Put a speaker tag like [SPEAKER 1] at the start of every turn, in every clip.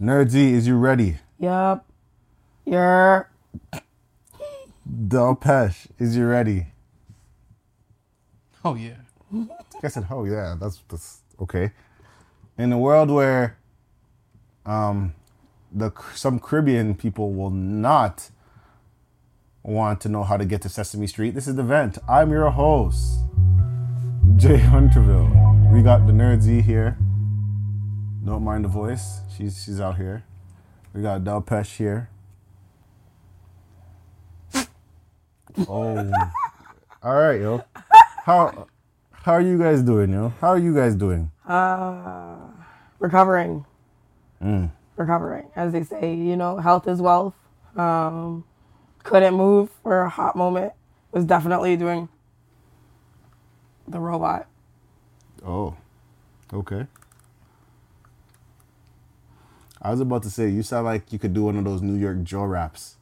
[SPEAKER 1] Nerdy, is you ready?
[SPEAKER 2] Yup. Yer.
[SPEAKER 1] Delpesh, is you ready?
[SPEAKER 3] Oh yeah.
[SPEAKER 1] I said, oh yeah, that's that's okay. In a world where, um, the some Caribbean people will not want to know how to get to Sesame Street. This is the vent. I'm your host, Jay Hunterville. We got the Nerd Z here. Don't mind the voice. She's she's out here. We got Del Pesh here. Oh, all right, yo. How how are you guys doing, yo? How are you guys doing?
[SPEAKER 2] Recovering. Recovering. As they say, you know, health is wealth. Um, couldn't move for a hot moment. Was definitely doing the robot.
[SPEAKER 1] Oh, okay. I was about to say you sound like you could do one of those New York Joe raps.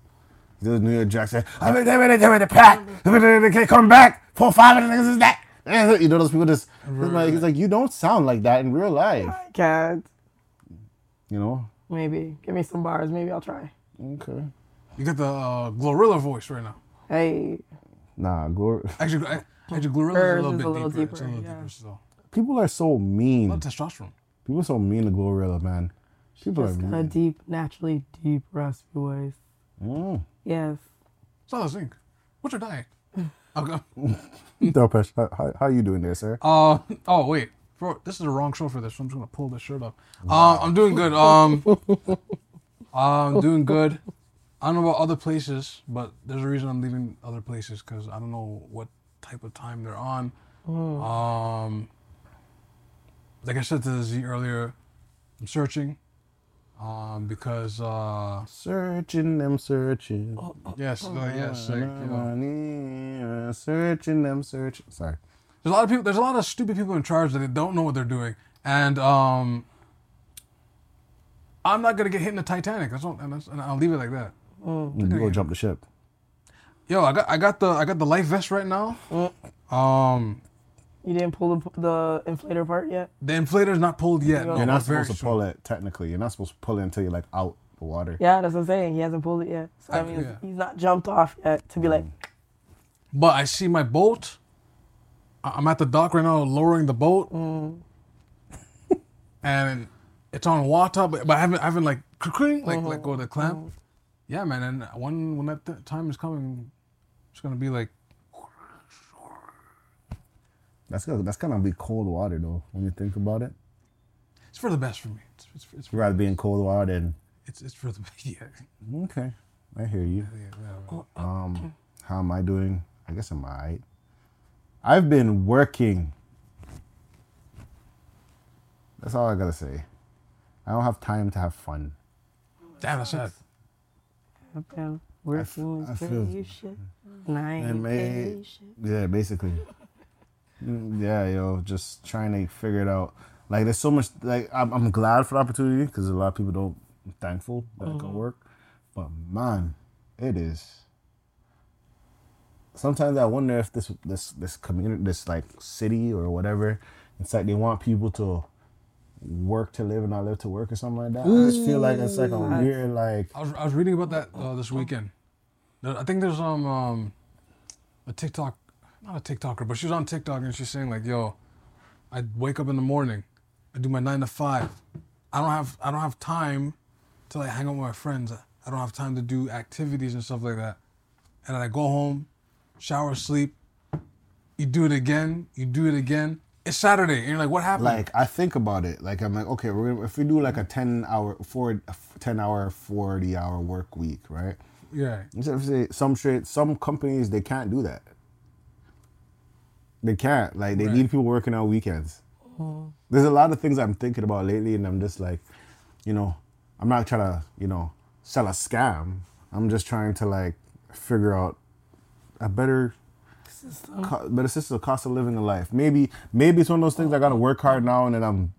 [SPEAKER 1] Those New York jacks say, "I'm in there, there, the pack, they can't come back. Four, five, and niggas is that." You know those people just it's like, it's like you don't sound like that in real life.
[SPEAKER 2] I can't.
[SPEAKER 1] You know?
[SPEAKER 2] Maybe. Give me some bars. Maybe I'll try.
[SPEAKER 1] Okay.
[SPEAKER 3] You got the uh, Glorilla voice right now.
[SPEAKER 2] Hey.
[SPEAKER 1] Nah, Glor-
[SPEAKER 3] Actually, I- actually Glorilla
[SPEAKER 2] Hers
[SPEAKER 3] is a little
[SPEAKER 2] is
[SPEAKER 3] bit
[SPEAKER 2] a little
[SPEAKER 3] deeper. It's a
[SPEAKER 2] deeper,
[SPEAKER 3] little
[SPEAKER 2] yeah.
[SPEAKER 3] deeper. So.
[SPEAKER 1] people are so mean.
[SPEAKER 3] Not testosterone.
[SPEAKER 1] People are so mean to Glorilla, man. People are
[SPEAKER 2] Just got a
[SPEAKER 1] mean.
[SPEAKER 2] deep, naturally deep, raspy voice.
[SPEAKER 1] Mm.
[SPEAKER 2] Yes.
[SPEAKER 3] It's not a zinc. What's your diet? Okay.
[SPEAKER 1] Delpesh, how, how, how you doing there, sir?
[SPEAKER 3] Uh, oh wait, Bro, this is the wrong show for this. So I'm just gonna pull this shirt up. Um, I'm doing good. Um, I'm doing good. I don't know about other places, but there's a reason I'm leaving other places because I don't know what type of time they're on. Um, like I said to Z earlier, I'm searching. Um, because uh,
[SPEAKER 1] Searching, I'm searching.
[SPEAKER 3] yes, uh, yes, like, you know.
[SPEAKER 1] Money, uh, searching them, search. Sorry.
[SPEAKER 3] There's a lot of people. There's a lot of stupid people in charge that they don't know what they're doing, and um, I'm not gonna get hit in the Titanic. That's all, and, that's, and I'll leave it like that.
[SPEAKER 1] You go jump the ship.
[SPEAKER 3] Yo, I got I got the I got the life vest right now. Um,
[SPEAKER 2] You didn't pull the, the inflator part yet?
[SPEAKER 3] the inflator's not pulled yet.
[SPEAKER 2] You're
[SPEAKER 3] No,
[SPEAKER 1] You're not
[SPEAKER 3] but very
[SPEAKER 1] supposed to
[SPEAKER 3] soon.
[SPEAKER 1] pull it technically. You're not supposed to pull it until you're like out the water.
[SPEAKER 2] Yeah, that's what I'm saying. He hasn't pulled it yet. So
[SPEAKER 3] I-
[SPEAKER 2] I mean,
[SPEAKER 3] yeah.
[SPEAKER 2] he's not jumped off yet to be like,
[SPEAKER 3] But I see my boat. I- I'm at the dock right now, lowering the boat, and it's on water. But, but I haven't, I haven't like, clink, like, like go of the clamp. Yeah, man. And when when that th- time is coming, it's gonna be like,
[SPEAKER 1] That's gonna that's gonna be cold water though. When you think about it,
[SPEAKER 3] it's for the best for me. It's it's it's
[SPEAKER 1] you'd rather be in cold water than.
[SPEAKER 3] it's, it's for the yeah.
[SPEAKER 1] Okay, I hear you.
[SPEAKER 3] yeah whatever.
[SPEAKER 1] Um, how am I doing? I guess I'm alright. I've been working. That's all I gotta say. I don't have time to have fun.
[SPEAKER 3] Damn, that's sad.
[SPEAKER 2] I've been working
[SPEAKER 1] I
[SPEAKER 2] with
[SPEAKER 1] feel-
[SPEAKER 2] you shit. Night
[SPEAKER 1] And may-
[SPEAKER 2] and shit.
[SPEAKER 1] Yeah, basically. Mm, yeah, yo, just trying to figure it out. Like, there's so much. Like, I'm, I'm glad for the opportunity because a lot of people don't. I'm thankful that it can work, but man, it is. Sometimes I wonder if this this this community, this like city or whatever, it's like they want people to work to live and not live to work or something like that. I just feel like it's like a weird like.
[SPEAKER 3] I was I was reading about that uh, this weekend. There- I think there's um, um a TikTok, not a TikToker, but she's on TikTok and she's saying like, "Yo, I wake up in the morning, I do my nine to five. I don't have I don't have time to like hang out with my friends. I don't have time to do activities and stuff like that. And then I go home, shower, sleep. You do it again. You do it again. It's Saturday, and you're like, "What happened?"
[SPEAKER 1] like I think about it. Like I'm like, okay, we're gonna, if we do like a ten hour, four, ten hour, forty hour work week, right?
[SPEAKER 3] yeah.
[SPEAKER 1] Instead of say- Some trade, some companies they can't do that. They can't. Like they
[SPEAKER 3] Right.
[SPEAKER 1] need people working on weekends. There's a lot of things I'm thinking about lately, and I'm just like, you know, I'm not trying to, you know, sell a scam. I'm just trying to like figure out a better co- but it's just the cost of living a life. Maybe maybe it's one of those things I gotta work hard now and then I'm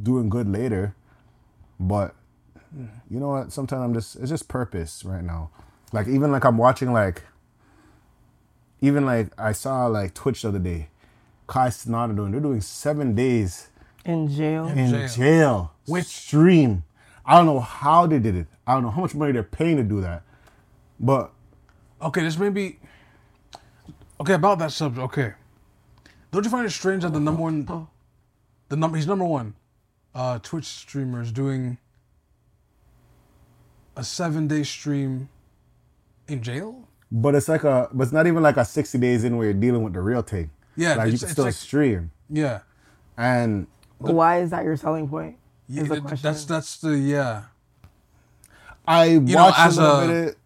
[SPEAKER 1] doing good later. But you know what? Sometimes I'm just it's just purpose right now. Like even like I'm watching like even like I saw like Twitch the other day. Kai Sonata doing they're doing seven days
[SPEAKER 2] In jail.
[SPEAKER 1] in
[SPEAKER 3] Jail.
[SPEAKER 1] jail.
[SPEAKER 3] Which-
[SPEAKER 1] stream. I don't know how they did it. I don't know how much money they're paying to do that. But
[SPEAKER 3] Okay, this may be. Okay, about that subject. Okay, don't you find it strange that the number one, the number he's number one, uh, Twitch streamer is doing a seven day stream in jail?
[SPEAKER 1] but it's like a but it's not even like a sixty days in where you're dealing with the real thing.
[SPEAKER 3] Yeah,
[SPEAKER 1] like you
[SPEAKER 3] it's-
[SPEAKER 1] can
[SPEAKER 3] it's
[SPEAKER 1] still
[SPEAKER 3] like-
[SPEAKER 1] stream.
[SPEAKER 3] Yeah,
[SPEAKER 1] And
[SPEAKER 2] Why is that your selling point?
[SPEAKER 3] yeah
[SPEAKER 2] Is the
[SPEAKER 3] th-
[SPEAKER 2] question.
[SPEAKER 3] that's that's the yeah.
[SPEAKER 1] I watched
[SPEAKER 3] know,
[SPEAKER 1] a
[SPEAKER 3] as
[SPEAKER 1] little
[SPEAKER 3] a-
[SPEAKER 1] bit of,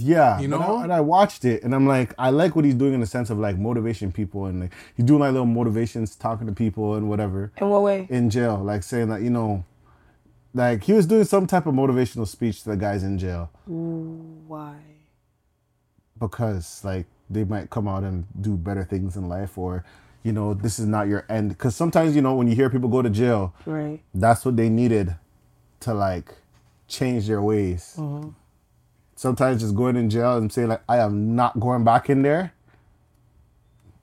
[SPEAKER 1] yeah,
[SPEAKER 3] You
[SPEAKER 1] but I-
[SPEAKER 3] know?
[SPEAKER 1] and I watched it, and I'm like, I like what he's doing in the sense of like motivation people, and like he's doing like little motivations, talking to people and whatever
[SPEAKER 2] In what way?
[SPEAKER 1] in jail, like saying that you know, like he was doing some type of motivational speech to the guys in jail
[SPEAKER 2] Why?
[SPEAKER 1] because like they might come out and do better things in life, or you know, this is not your end. Because sometimes you know when you hear people go to jail,
[SPEAKER 2] Right.
[SPEAKER 1] that's what they needed to like change their ways. Sometimes just going in jail and say like, I am not going back in there.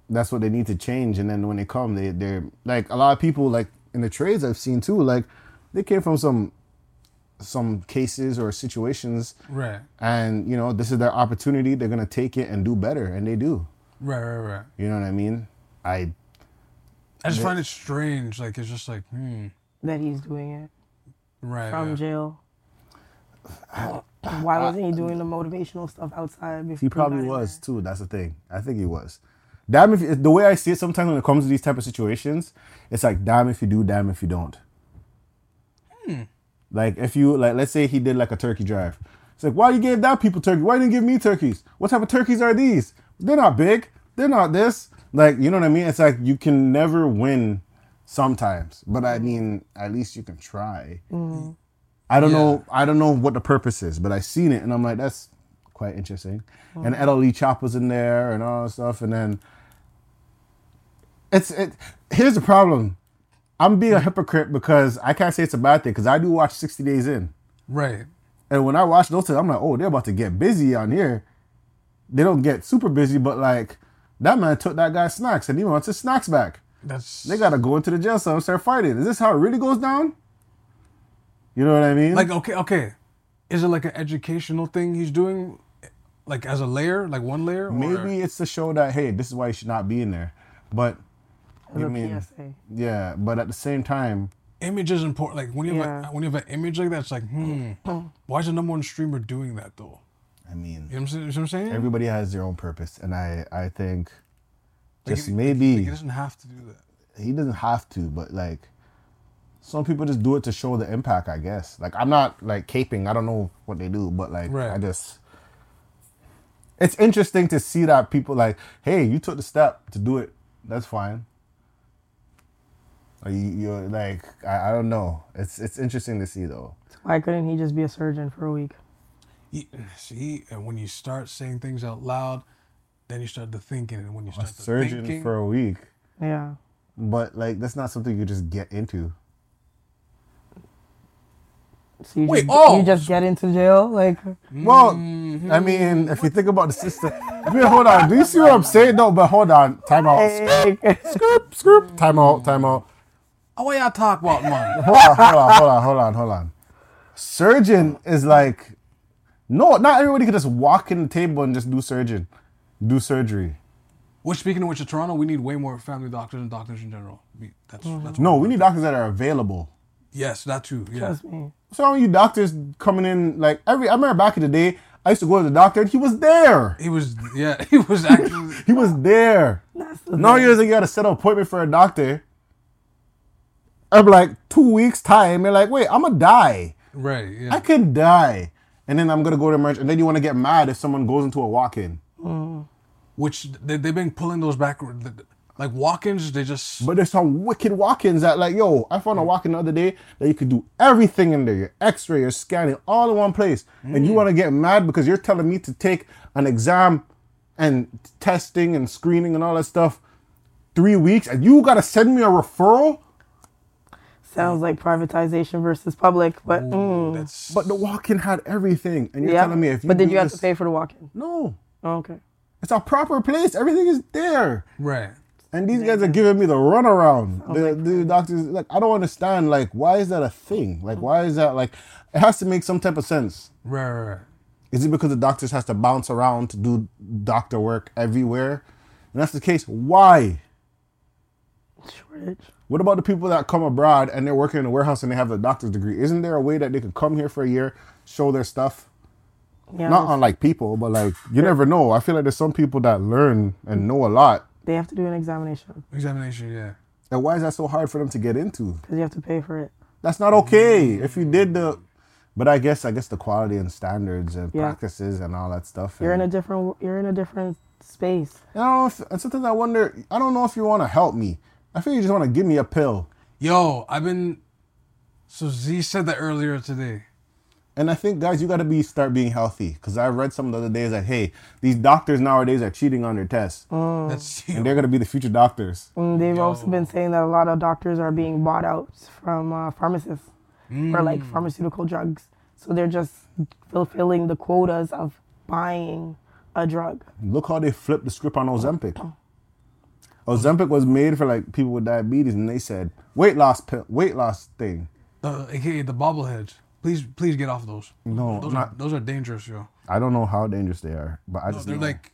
[SPEAKER 1] That's what they need to change. And then when they come, they they're like a lot of people like in the trades I've seen too, like they came from some some cases or situations
[SPEAKER 3] Right,
[SPEAKER 1] and you know, this is their opportunity. They're gonna take it and do better and they do.
[SPEAKER 3] right, right, right.
[SPEAKER 1] You know what I mean? I
[SPEAKER 3] I just find it strange. Like it's just like hmm.
[SPEAKER 2] That he's doing it
[SPEAKER 3] Right.
[SPEAKER 2] from
[SPEAKER 3] yeah.
[SPEAKER 2] jail. Why wasn't he doing the motivational stuff outside? before
[SPEAKER 1] He probably
[SPEAKER 2] got in
[SPEAKER 1] was too. That's the thing. I think he was. Damn if the way I see it sometimes when it comes to these type of situations, it's like damn if you do, damn if you don't. Like if you like, let's say he did like a turkey drive. It's like why you gave that people turkey? Why didn't you give me turkeys? What type of turkeys are these? They're not big. They're not this. Like you know what I mean? It's like you can never win sometimes, but I mean at least you can try. I don't know. I don't know what the purpose is, but I seen it and I'm like, that's quite interesting. And Edel Lee Chop was in there and all that stuff. And then it's it. Here's the problem. I'm being a hypocrite because I can't say it's a bad thing because I do watch 60 Days In,
[SPEAKER 3] Right.
[SPEAKER 1] and when I watch those, two, I'm like, oh, they're about to get busy on here. They don't get super busy, but like that man took that guy's snacks and he wants his snacks back.
[SPEAKER 3] That's
[SPEAKER 1] They gotta go into the jail cell and start fighting. Is this how it really goes down? You know what I mean?
[SPEAKER 3] like okay, okay. Is it like an educational thing he's doing, like as a layer, like one layer? or-
[SPEAKER 1] Maybe it's to show that hey, this is why you should not be in there. But
[SPEAKER 2] there.
[SPEAKER 1] I mean,
[SPEAKER 2] As a PSA.
[SPEAKER 1] yeah. But at the same time,
[SPEAKER 3] image is important. Like when you have
[SPEAKER 2] Yeah.
[SPEAKER 3] a, when you have an image like that, it's like, hmm, why is the number one streamer doing that though?
[SPEAKER 1] I mean,
[SPEAKER 3] You know what I'm saying? You know what I'm saying?
[SPEAKER 1] everybody has their own purpose, and I I think
[SPEAKER 3] Like,
[SPEAKER 1] just
[SPEAKER 3] it-
[SPEAKER 1] maybe
[SPEAKER 3] like, he doesn't have to do that.
[SPEAKER 1] he doesn't have to, but like some people just do it to show the impact. I guess. Like I'm not like caping. I don't know what they do, but like
[SPEAKER 3] Right.
[SPEAKER 1] I just. It's interesting to see that people like, hey, you took the step to do it. That's fine. Or you, you're like, I, I don't know. It's it's interesting to see though.
[SPEAKER 2] So why couldn't he just be a surgeon for a week?
[SPEAKER 3] He, see, and when you start saying things out loud, then you start to thinking, and when you start to
[SPEAKER 1] surgeon
[SPEAKER 3] thinking,
[SPEAKER 1] for a week,
[SPEAKER 2] Yeah.
[SPEAKER 1] but like that's not something you just get into.
[SPEAKER 2] So you
[SPEAKER 3] Wait,
[SPEAKER 2] just,
[SPEAKER 3] oh!
[SPEAKER 2] you just get into jail, like
[SPEAKER 3] Mm-hmm.
[SPEAKER 1] Well, I mean, if you think about the system, wait, hold on. Do you see what I'm saying? No, but hold on. Time out.
[SPEAKER 2] like,
[SPEAKER 1] Scoop, scoop. Time out. Time out.
[SPEAKER 3] oh, why y'all talk about money?
[SPEAKER 1] Hold on. Hold on. Hold on. Hold on. Hold on. Surgeon is like, no, not everybody can just walk in the table and just do surgeon, do surgery.
[SPEAKER 3] Which, speaking of which, in Toronto, we need way more family doctors and doctors in general. We, that's, that's
[SPEAKER 1] No, we need doctors that are available.
[SPEAKER 3] yes, that too. Yeah,
[SPEAKER 2] trust me.
[SPEAKER 1] So all you doctors coming in like every. I remember back in the day, I used to go to the doctor. and He was there.
[SPEAKER 3] he was. Yeah, he was actually.
[SPEAKER 1] He was there.
[SPEAKER 2] That's the
[SPEAKER 1] No, years you gotta set an appointment for a doctor. I'm like two weeks time. You're like, wait, I'm gonna die.
[SPEAKER 3] Right. Yeah.
[SPEAKER 1] I can die, and then I'm gonna go to emergency. And then you want to get mad if someone goes into a walk-in.
[SPEAKER 3] Which they, they've been pulling those back, like walk-ins. They just
[SPEAKER 1] But there's some wicked walk-ins that like, yo, I found a walk-in the other day that you could do everything in there. Your X-ray, your scanning, all in one place, and
[SPEAKER 2] Mm.
[SPEAKER 1] you want to get mad because you're telling me to take an exam and testing and screening and all that stuff three weeks, and you gotta send me a referral.
[SPEAKER 2] sounds like privatization versus public, but mm,
[SPEAKER 3] that's
[SPEAKER 1] But the walk-in had everything, and you're
[SPEAKER 2] yeah.
[SPEAKER 1] telling me if you
[SPEAKER 2] but did
[SPEAKER 1] do
[SPEAKER 2] you have to
[SPEAKER 1] this-
[SPEAKER 2] pay for the walk-in?
[SPEAKER 1] No,
[SPEAKER 2] Oh, okay.
[SPEAKER 1] it's a proper place. Everything is there,
[SPEAKER 3] right.
[SPEAKER 1] And these guys are giving me the runaround. the, the doctors, like, I don't understand. Like, why is that a thing? Like, why is that like? It has to make some type of sense.
[SPEAKER 3] Right, right, right.
[SPEAKER 1] Is it because the doctors has to bounce around to do doctor work everywhere? And that's the case. Why?
[SPEAKER 2] Shortage.
[SPEAKER 1] What about the people that come abroad and they're working in a warehouse and they have a doctor's degree? Isn't there a way that they could come here for a year, show their stuff?
[SPEAKER 2] Yeah,
[SPEAKER 1] Not on like people, but like you never know. I feel like there's some people that learn and know a lot.
[SPEAKER 2] they have to do an examination
[SPEAKER 3] Examination, yeah.
[SPEAKER 1] And why is that so hard for them to get into?
[SPEAKER 2] because you have to pay for it.
[SPEAKER 1] That's not okay. If you did the, but I guess I guess the quality and standards and
[SPEAKER 2] Yeah.
[SPEAKER 1] practices and all that stuff.
[SPEAKER 2] You're in
[SPEAKER 1] and-
[SPEAKER 2] a different. You're in a different space.
[SPEAKER 1] And I don't know if, and sometimes I wonder, I don't know if you want to help me. I feel you just want to give me a pill.
[SPEAKER 3] Yo, I've been. So Z said that earlier today.
[SPEAKER 1] And I think, guys, you got to be start being healthy. Because I read some the other days that, hey, these doctors nowadays are cheating on their tests. Uh,
[SPEAKER 3] That's
[SPEAKER 1] And they're going to be the future doctors.
[SPEAKER 2] And they've also been saying that a lot of doctors are being bought out from uh, pharmacists for like pharmaceutical drugs. So they're just fulfilling the quotas of buying a drug.
[SPEAKER 1] Look how they flipped the script on Ozempic. Ozempic was made for like people with diabetes. And they said, weight loss pill, weight loss thing.
[SPEAKER 3] the aka the bobbleheads. Please, please get off those.
[SPEAKER 1] No,
[SPEAKER 3] those are
[SPEAKER 1] not-
[SPEAKER 3] those are dangerous, yo.
[SPEAKER 1] I don't know how dangerous they are. But I just
[SPEAKER 3] They're
[SPEAKER 1] know.
[SPEAKER 3] like,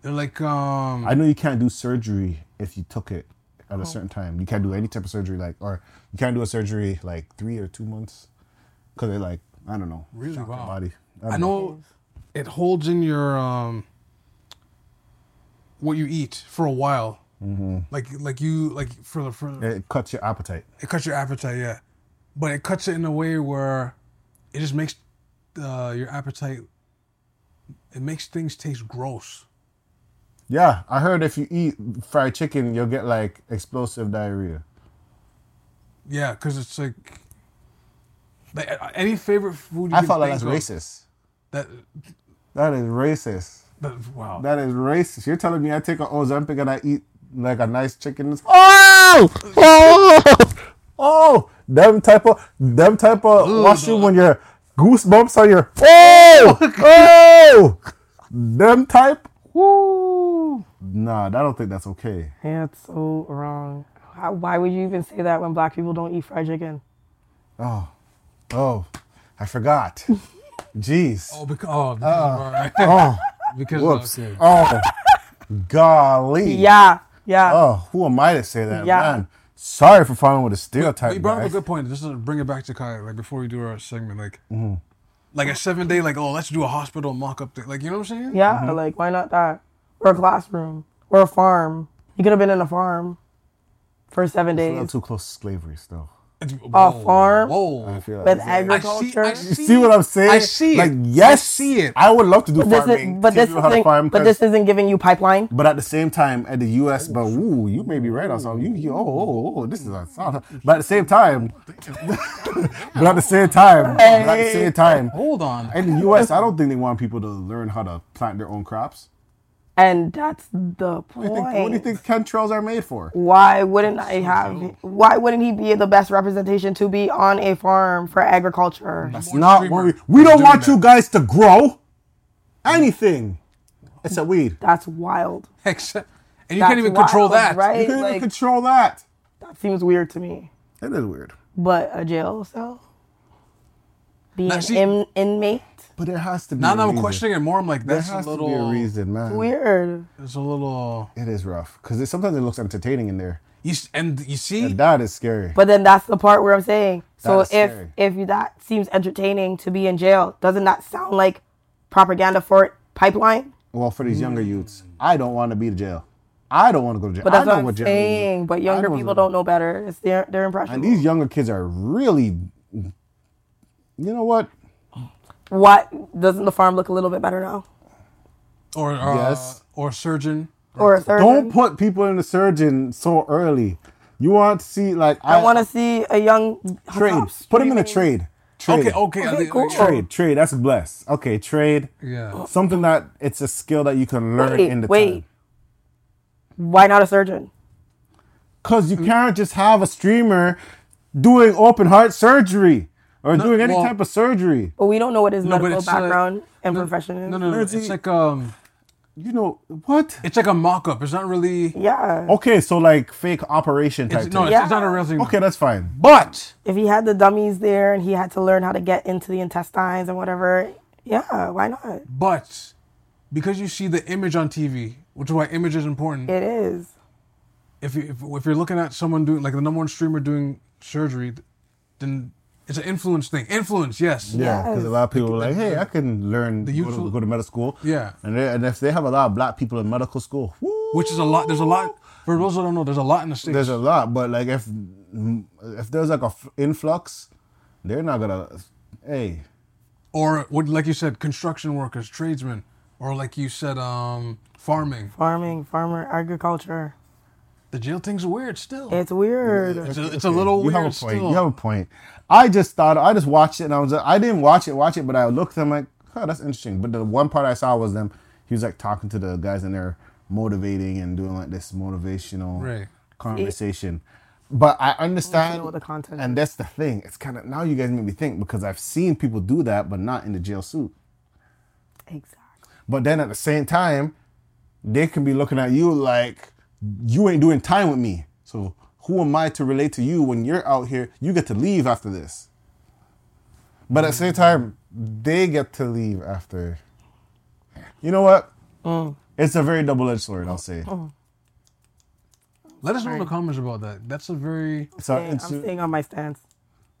[SPEAKER 3] they're like um.
[SPEAKER 1] I know you can't do surgery if you took it at
[SPEAKER 3] Uh-huh.
[SPEAKER 1] a certain time. You can't do any type of surgery, like, or you can't do a surgery like three or two months because they like, I don't know,
[SPEAKER 3] Really?
[SPEAKER 1] shock your
[SPEAKER 3] Wow.
[SPEAKER 1] body. I,
[SPEAKER 3] I
[SPEAKER 1] know.
[SPEAKER 3] know it holds in your um what you eat for a while.
[SPEAKER 1] Mm-hmm.
[SPEAKER 3] Like like you like for the for
[SPEAKER 1] It cuts your appetite.
[SPEAKER 3] it cuts your appetite, yeah. But it cuts it in a way where it just makes uh, your appetite. It makes things taste gross.
[SPEAKER 1] Yeah, I heard if you eat fried chicken, you'll get like explosive diarrhea.
[SPEAKER 3] Yeah, because it's like, like a- any favorite food. You
[SPEAKER 1] I
[SPEAKER 3] can
[SPEAKER 1] felt like
[SPEAKER 3] think
[SPEAKER 1] that's
[SPEAKER 3] of,
[SPEAKER 1] racist.
[SPEAKER 3] That,
[SPEAKER 1] That is racist.
[SPEAKER 3] that wow.
[SPEAKER 1] That is racist. You're telling me I take an Ozempic and I eat like a nice chicken. Oh, oh, oh! Them type of them type of washroom when your goosebumps on your oh, oh, them type. Woo. Nah, I don't think that's okay.
[SPEAKER 2] Yeah, it's so wrong. How, why would you even say that when black people don't eat fried chicken?
[SPEAKER 1] Oh, oh, I forgot. Jeez.
[SPEAKER 3] oh, because oh, because, alright.
[SPEAKER 1] Oh,
[SPEAKER 3] because
[SPEAKER 1] whoops.
[SPEAKER 3] okay.
[SPEAKER 1] Oh, golly.
[SPEAKER 2] Yeah, yeah.
[SPEAKER 1] Oh, who am I to say that,
[SPEAKER 2] Yeah.
[SPEAKER 1] man? Sorry for following with a stereotype.
[SPEAKER 3] you brought up a
[SPEAKER 1] guys.
[SPEAKER 3] good point. Just to bring it back to Kai, like before we do our segment, like,
[SPEAKER 1] Mm-hmm.
[SPEAKER 3] like a seven day, like, oh, let's do a hospital mock up thing. Like, you know what I'm saying?
[SPEAKER 2] Yeah, like why not that? Or a classroom, or a farm. You could have been in a farm for seven
[SPEAKER 1] A little
[SPEAKER 2] days
[SPEAKER 1] too close to slavery still.
[SPEAKER 3] It's,
[SPEAKER 2] farm.
[SPEAKER 3] Whoa.
[SPEAKER 1] I feel
[SPEAKER 2] with
[SPEAKER 1] like.
[SPEAKER 3] I see,
[SPEAKER 2] agriculture.
[SPEAKER 3] I
[SPEAKER 1] You
[SPEAKER 3] see,
[SPEAKER 1] see what I'm saying?
[SPEAKER 3] I see it.
[SPEAKER 1] Like, yes,
[SPEAKER 3] I see it.
[SPEAKER 1] I would love to do
[SPEAKER 2] This is-
[SPEAKER 1] farming.
[SPEAKER 2] but
[SPEAKER 1] teach
[SPEAKER 2] this
[SPEAKER 1] people how to
[SPEAKER 2] isn't,
[SPEAKER 1] farm,
[SPEAKER 2] but
[SPEAKER 1] 'cause-
[SPEAKER 2] this isn't giving you pipeline.
[SPEAKER 1] but at the same time, at the U.S., but ooh, you may be right on something. You, you oh, oh, oh, this is a sound. But at the same time, but at the same time, but at the same time,
[SPEAKER 3] Hold on.
[SPEAKER 1] in the U.S., I don't think they want people to learn how to plant their own crops.
[SPEAKER 2] And that's the point.
[SPEAKER 1] What do you think, what do you think chemtrails are made for?
[SPEAKER 2] Why wouldn't I have? Why wouldn't he be the best representation to be on a farm for agriculture?
[SPEAKER 1] It's not what we, we don't want you guys to grow anything except weed.
[SPEAKER 2] That's wild.
[SPEAKER 3] Except, and you
[SPEAKER 2] That's
[SPEAKER 3] can't even control
[SPEAKER 2] wild,
[SPEAKER 3] that.
[SPEAKER 1] You
[SPEAKER 2] right?
[SPEAKER 1] can't even
[SPEAKER 2] Like,
[SPEAKER 1] control that.
[SPEAKER 2] that seems weird to me.
[SPEAKER 1] That is weird.
[SPEAKER 2] But a jail cell, being
[SPEAKER 3] Now,
[SPEAKER 2] an
[SPEAKER 3] see-
[SPEAKER 2] in- inmate,
[SPEAKER 1] But there has to be.
[SPEAKER 3] Now
[SPEAKER 1] a
[SPEAKER 3] that I'm
[SPEAKER 1] reason.
[SPEAKER 3] questioning it more, I'm like,
[SPEAKER 1] there
[SPEAKER 3] that's a
[SPEAKER 1] has
[SPEAKER 3] little.
[SPEAKER 1] to be a reason, man.
[SPEAKER 2] weird.
[SPEAKER 3] It's a little.
[SPEAKER 1] It is rough because sometimes it looks entertaining in there.
[SPEAKER 3] You, s- and you see,
[SPEAKER 1] And that is scary.
[SPEAKER 2] But then that's the part where I'm saying, so
[SPEAKER 1] That is
[SPEAKER 2] if
[SPEAKER 1] scary.
[SPEAKER 2] if you- that seems entertaining to be in jail, doesn't that sound like propaganda for pipeline?
[SPEAKER 1] well, for these younger youths, I don't want to be to jail. I don't want to go to jail.
[SPEAKER 2] But that's
[SPEAKER 1] I know
[SPEAKER 2] what I'm
[SPEAKER 1] jail is.
[SPEAKER 2] saying. But younger
[SPEAKER 1] was
[SPEAKER 2] people
[SPEAKER 1] gonna-
[SPEAKER 2] don't know better. It's their their impression.
[SPEAKER 1] And these younger kids are really. You know what?
[SPEAKER 2] what doesn't the farm look a little bit better now?
[SPEAKER 3] or uh,
[SPEAKER 1] Yes.
[SPEAKER 3] or surgeon.
[SPEAKER 2] Or a surgeon?
[SPEAKER 1] Don't put people in the surgeon so early. You want to see like
[SPEAKER 2] I want to see a young
[SPEAKER 1] trade. Put him in a trade. Trade.
[SPEAKER 3] Okay, okay.
[SPEAKER 2] Okay,
[SPEAKER 3] I think-
[SPEAKER 2] cool.
[SPEAKER 1] Trade. Trade. That's blessed. Okay, trade.
[SPEAKER 3] Yeah.
[SPEAKER 1] Something that it's a skill that you can learn in
[SPEAKER 2] Wait,
[SPEAKER 1] the
[SPEAKER 2] wait.
[SPEAKER 1] time.
[SPEAKER 2] Why not a surgeon?
[SPEAKER 1] Cause
[SPEAKER 3] Mm.
[SPEAKER 1] you can't just have a streamer doing open heart surgery or doing any
[SPEAKER 3] well-
[SPEAKER 1] type of surgery.
[SPEAKER 2] But we don't know what his
[SPEAKER 3] No, but
[SPEAKER 2] medical
[SPEAKER 3] it's, uh,
[SPEAKER 2] background and profession is.
[SPEAKER 3] No, no, no.
[SPEAKER 1] Nerdy.
[SPEAKER 3] It's like um,
[SPEAKER 1] You know what?
[SPEAKER 3] It's like a mock up. It's not really.
[SPEAKER 2] Yeah.
[SPEAKER 1] Okay, so like fake operation type
[SPEAKER 3] It's, no,
[SPEAKER 1] thing.
[SPEAKER 3] it's,
[SPEAKER 2] Yeah.
[SPEAKER 3] it's not a real thing.
[SPEAKER 1] Okay, that's fine.
[SPEAKER 3] But
[SPEAKER 2] If he had the dummies there and he had to learn how to get into the intestines and whatever, yeah, why not?
[SPEAKER 3] But because you see the image on TV, which is why image is important.
[SPEAKER 2] It is.
[SPEAKER 3] If you if, if you're looking at someone doing like the number one streamer doing surgery, then it's an influence thing. Influence, yes.
[SPEAKER 1] Yeah, because a lot of people are like, hey, I can learn
[SPEAKER 3] The
[SPEAKER 1] go, to,
[SPEAKER 3] usual-
[SPEAKER 1] go to medical school.
[SPEAKER 3] Yeah.
[SPEAKER 1] And, they, and if they have a lot of black people in medical school, woo,
[SPEAKER 3] Which is a lot. There's a lot. For those that don't know, there's a lot in the states.
[SPEAKER 1] there's a lot. But like if if there's like a f- influx, they're not gonna. Hey,
[SPEAKER 3] or what, like you said, construction workers, tradesmen, or like you said, um, farming.
[SPEAKER 2] Farming, farmer, agriculture.
[SPEAKER 3] The jail thing's weird still.
[SPEAKER 2] It's weird.
[SPEAKER 3] It's a, it's a little
[SPEAKER 1] you
[SPEAKER 3] weird
[SPEAKER 1] have a point.
[SPEAKER 3] still.
[SPEAKER 1] You have a point. I just thought I just watched it and I was I didn't watch it, watch it, but I looked. I'm like, oh, that's interesting. But the one part I saw was them. He was like talking to the guys and they're motivating and doing like this motivational
[SPEAKER 3] Right.
[SPEAKER 1] conversation. but I understand,
[SPEAKER 2] what the content
[SPEAKER 1] and that's the thing. It's kind of now you guys made me think because I've seen people do that, but not in the jail suit.
[SPEAKER 2] Exactly.
[SPEAKER 1] But then at the same time, they can be looking at you like you ain't doing time with me. So who am I to relate to you when you're out here? You get to leave after this. But at the same time, they get to leave after. You know what?
[SPEAKER 2] Mm.
[SPEAKER 1] It's a very double-edged sword, I'll say.
[SPEAKER 3] Let us know in the comments about that. That's a very.
[SPEAKER 1] So
[SPEAKER 2] Hey, I'm
[SPEAKER 1] it's,
[SPEAKER 2] staying on my stance.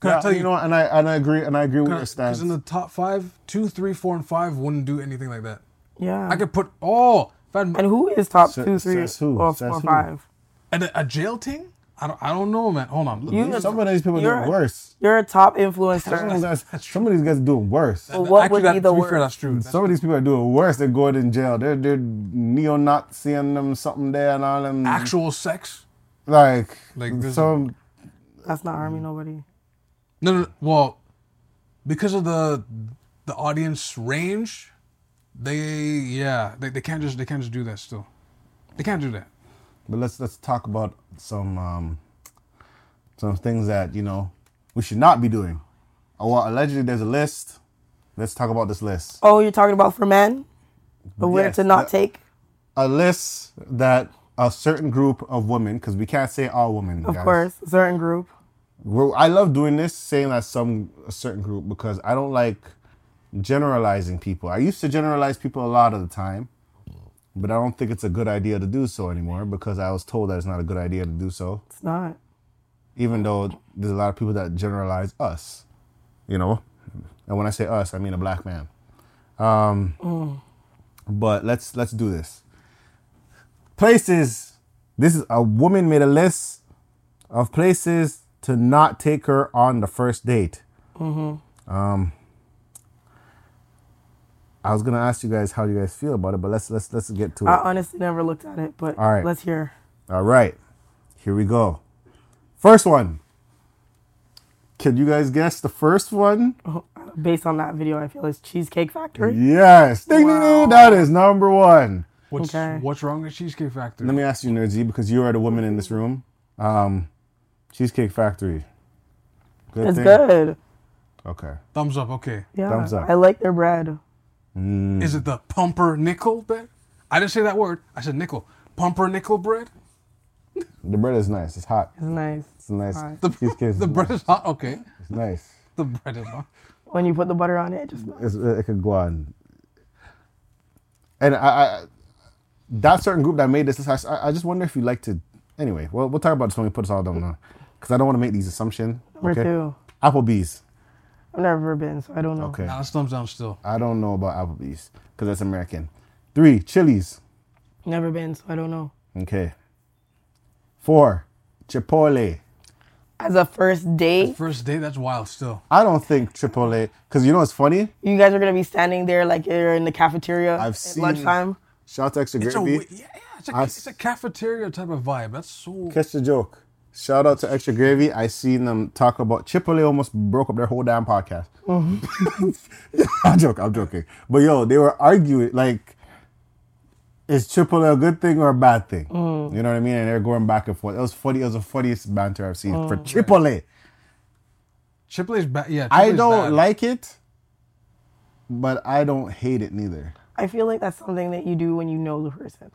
[SPEAKER 3] Can I
[SPEAKER 1] yeah,
[SPEAKER 3] tell
[SPEAKER 1] you know, what? and I and I agree, and I agree with your
[SPEAKER 3] Because
[SPEAKER 1] stance.
[SPEAKER 3] in the top five, two, three, four, and five wouldn't do anything like that.
[SPEAKER 2] Yeah.
[SPEAKER 3] I could put all. If I had
[SPEAKER 2] and who is top
[SPEAKER 1] Sa-
[SPEAKER 2] two, three,
[SPEAKER 1] says who?
[SPEAKER 2] or
[SPEAKER 1] Says
[SPEAKER 2] four,
[SPEAKER 1] who?
[SPEAKER 2] five?
[SPEAKER 3] And a, a jail thing? I don't, I don't know, man. Hold on. Look,
[SPEAKER 2] You-
[SPEAKER 3] these-
[SPEAKER 1] Some of these people
[SPEAKER 2] You're-
[SPEAKER 1] do worse.
[SPEAKER 2] You're a top
[SPEAKER 1] Some of,
[SPEAKER 2] influencer.
[SPEAKER 1] these guys, some of these guys are doing worse.
[SPEAKER 2] Well, what would
[SPEAKER 3] that,
[SPEAKER 2] be the
[SPEAKER 3] to be
[SPEAKER 2] word?
[SPEAKER 3] fair, that's true. That's-
[SPEAKER 1] Some of these people are doing worse. They're going in jail. They're they're neo Nazi and them something there and all them
[SPEAKER 3] actual sex?
[SPEAKER 1] like
[SPEAKER 3] Like this-
[SPEAKER 1] some
[SPEAKER 2] That's not
[SPEAKER 1] Mm.
[SPEAKER 2] harming nobody.
[SPEAKER 3] No, no, no. Well, because of the the audience range, they yeah, they, they can't just they can't just do that still. They can't do that.
[SPEAKER 1] but let's let's talk about some um some things that, you know, we should not be doing. Oh well, allegedly there's a list. Let's talk about this list.
[SPEAKER 2] Oh, you're talking about for men? The where
[SPEAKER 1] Yes, Uh,
[SPEAKER 2] to not
[SPEAKER 1] the-
[SPEAKER 2] take?
[SPEAKER 1] A list that a certain group of women, because we can't say all women.
[SPEAKER 2] Of course, a certain group.
[SPEAKER 1] We're, I love doing this, saying that some a certain group because I don't like generalizing people. I used to generalize people a lot of the time, but I don't think it's a good idea to do so anymore because I was told that it's not a good idea to do so.
[SPEAKER 2] It's not.
[SPEAKER 1] Even though there's a lot of people that generalize us, you know, and when I say us, I mean a black man. Um, But let's let's do this. Places. This is a woman made a list of places to not take her on the first date. Um, I was gonna ask you guys how you guys feel about it, but let's let's let's get to it.
[SPEAKER 2] I honestly never looked at it, but
[SPEAKER 1] All right.
[SPEAKER 2] let's hear.
[SPEAKER 1] All right, here we go. First one. Can you guys guess the first one?
[SPEAKER 2] Based on that video, I feel it's Cheesecake Factory.
[SPEAKER 1] Yes. Ding, ding, ding. That is number one.
[SPEAKER 3] What's
[SPEAKER 2] Okay.
[SPEAKER 3] what's wrong with Cheesecake Factory?
[SPEAKER 1] Let me ask you, Nerdsy, because you are the woman in this room. Um, Cheesecake Factory. Good
[SPEAKER 2] It's
[SPEAKER 1] thing?
[SPEAKER 2] good.
[SPEAKER 1] Okay.
[SPEAKER 3] Thumbs up. Okay.
[SPEAKER 2] Yeah.
[SPEAKER 1] Thumbs up.
[SPEAKER 2] I like their bread.
[SPEAKER 1] Hmm.
[SPEAKER 3] Is it the pumper nickel bread? I didn't say that word. I said nickel. Pumper nickel bread.
[SPEAKER 1] The bread is nice. It's hot.
[SPEAKER 2] It's nice.
[SPEAKER 1] It's nice.
[SPEAKER 2] Hot.
[SPEAKER 1] The, Cheesecake.
[SPEAKER 3] The bread is hot. Okay.
[SPEAKER 1] It's nice.
[SPEAKER 3] The bread is hot.
[SPEAKER 2] When you put the butter on it, it just
[SPEAKER 1] It's, it could go on. And I, I, that certain group that made this, list, I, I just wonder if you like to. Anyway, well, we'll talk about this when we put us all down now, because I don't want to make these assumptions.
[SPEAKER 2] number two.
[SPEAKER 1] Applebee's.
[SPEAKER 2] I've never been, so I don't know.
[SPEAKER 1] Okay.
[SPEAKER 3] Now it's thumbs down still.
[SPEAKER 1] I don't know about Applebee's because that's American. Three, Chili's.
[SPEAKER 2] Never been, so I don't know.
[SPEAKER 1] Okay. Four, Chipotle.
[SPEAKER 2] As a first date,
[SPEAKER 3] First day. That's wild still.
[SPEAKER 1] I don't think Chipotle, because you know what's funny?
[SPEAKER 2] you guys are gonna be standing there like you're in the cafeteria
[SPEAKER 1] I've
[SPEAKER 2] at
[SPEAKER 1] seen-
[SPEAKER 2] lunchtime.
[SPEAKER 1] Shout out to Extra
[SPEAKER 3] It's a,
[SPEAKER 1] Gravy.
[SPEAKER 3] wi- yeah, yeah, it's a,
[SPEAKER 1] I've-
[SPEAKER 3] it's a cafeteria type of vibe. That's so.
[SPEAKER 1] Catch the joke. Shout out to Extra Gravy. I seen them talk about Chipotle almost broke up their whole damn podcast.
[SPEAKER 3] Oh.
[SPEAKER 1] I'm joking. I'm joking. But yo, they were arguing like, is Chipotle a good thing or a bad thing?
[SPEAKER 3] Oh.
[SPEAKER 1] You know what I mean? And they're going back and forth. It was funny. It was the funniest banter I've seen
[SPEAKER 3] Oh.
[SPEAKER 1] for Chipotle.
[SPEAKER 3] Chipotle's bad. Yeah.
[SPEAKER 1] I
[SPEAKER 3] Chipotle's
[SPEAKER 1] don't
[SPEAKER 3] bad.
[SPEAKER 1] like it, but I don't hate it neither.
[SPEAKER 2] I feel like that's something that you do when you know the person,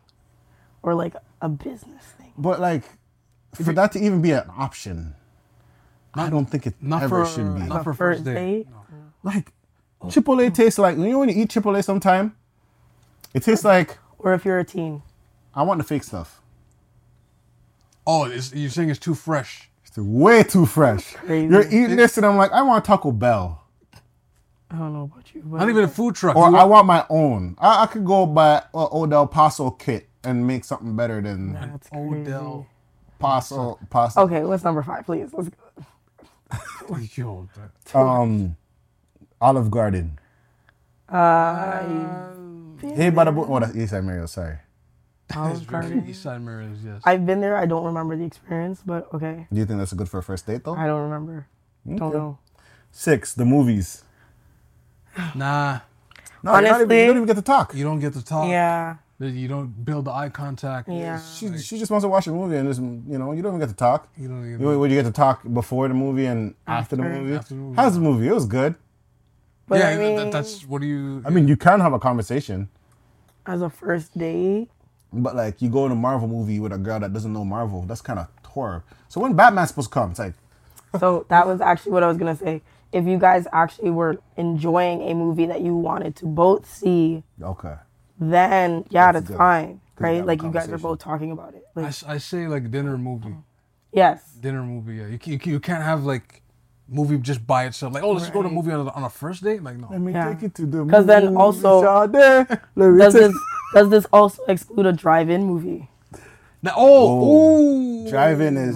[SPEAKER 2] or like a business thing.
[SPEAKER 1] But like, for that to even be an option, I don't think it
[SPEAKER 3] Not
[SPEAKER 1] ever
[SPEAKER 3] for
[SPEAKER 1] should be.
[SPEAKER 3] not
[SPEAKER 2] A
[SPEAKER 3] for
[SPEAKER 2] first
[SPEAKER 3] first date.
[SPEAKER 2] date?
[SPEAKER 1] like,
[SPEAKER 3] Oh.
[SPEAKER 1] Chipotle tastes like you know when you eat Chipotle sometime, it tastes like
[SPEAKER 2] Or if you're a teen,
[SPEAKER 1] I want the fake stuff.
[SPEAKER 3] Oh, it's, you're saying it's too fresh.
[SPEAKER 1] It's way too fresh.
[SPEAKER 2] Crazy.
[SPEAKER 1] You're eating this and I'm like, I want Taco Bell
[SPEAKER 2] I don't know about you, but
[SPEAKER 3] Not even a food truck.
[SPEAKER 1] or
[SPEAKER 3] You
[SPEAKER 1] I want my own. I, I could go buy a Old El Paso kit and make something better than
[SPEAKER 2] that's crazy.
[SPEAKER 3] Odell.
[SPEAKER 1] Paso Paso.
[SPEAKER 2] Okay, what's number five, please? Let's go.
[SPEAKER 3] Yo, that-
[SPEAKER 1] Um, Olive Garden.
[SPEAKER 2] Uh,
[SPEAKER 1] Hey, by the book. Oh, that's Eastside Mario. Sorry.
[SPEAKER 3] that is very East Side Mariners, yes.
[SPEAKER 2] I've been there. I don't remember the experience, but okay.
[SPEAKER 1] Do you think that's good for a first date though?
[SPEAKER 2] I don't remember. Don't know.
[SPEAKER 1] Six. The movies.
[SPEAKER 3] nah,
[SPEAKER 1] No, you're not even-
[SPEAKER 2] Honestly-
[SPEAKER 1] you don't even get to talk.
[SPEAKER 3] you don't get to talk.
[SPEAKER 2] Yeah.
[SPEAKER 3] That You don't build the eye contact.
[SPEAKER 2] Yeah.
[SPEAKER 1] She, she just wants to watch a movie and just you know you don't even get to talk.
[SPEAKER 3] You don't even-
[SPEAKER 1] Would you get to talk before the movie and after, the movie?
[SPEAKER 3] After the movie.
[SPEAKER 1] How's the movie? It was good.
[SPEAKER 2] But
[SPEAKER 3] yeah,
[SPEAKER 2] I
[SPEAKER 3] that-
[SPEAKER 2] mean,
[SPEAKER 3] that's what do you?
[SPEAKER 1] I mean, you can have a conversation,
[SPEAKER 2] as a first date,
[SPEAKER 1] but like you go in a Marvel movie with a girl that doesn't know Marvel, that's kind of horror. So when Batman's supposed to come, it's like
[SPEAKER 2] So that was actually what I was gonna say. If you guys actually were enjoying a movie that you wanted to both see,
[SPEAKER 1] okay,
[SPEAKER 2] then yeah,
[SPEAKER 1] That's
[SPEAKER 2] that's,
[SPEAKER 1] good.
[SPEAKER 2] fine,
[SPEAKER 1] you
[SPEAKER 2] right?
[SPEAKER 1] have a
[SPEAKER 2] Like you guys are
[SPEAKER 1] conversation.
[SPEAKER 2] both talking about it.
[SPEAKER 3] I,
[SPEAKER 2] Like
[SPEAKER 3] s- I say like dinner movie,
[SPEAKER 2] yes,
[SPEAKER 3] dinner movie. Yeah, you can, you, can, you can't have like movie just by itself. Like oh, let's go to a movie on a, on a first date. Like no,
[SPEAKER 1] me
[SPEAKER 2] Yeah. take you
[SPEAKER 1] to the
[SPEAKER 2] 'Cause then movies also- out does this does this also exclude a drive-in movie?
[SPEAKER 3] Now- oh, ooh,
[SPEAKER 1] Driving is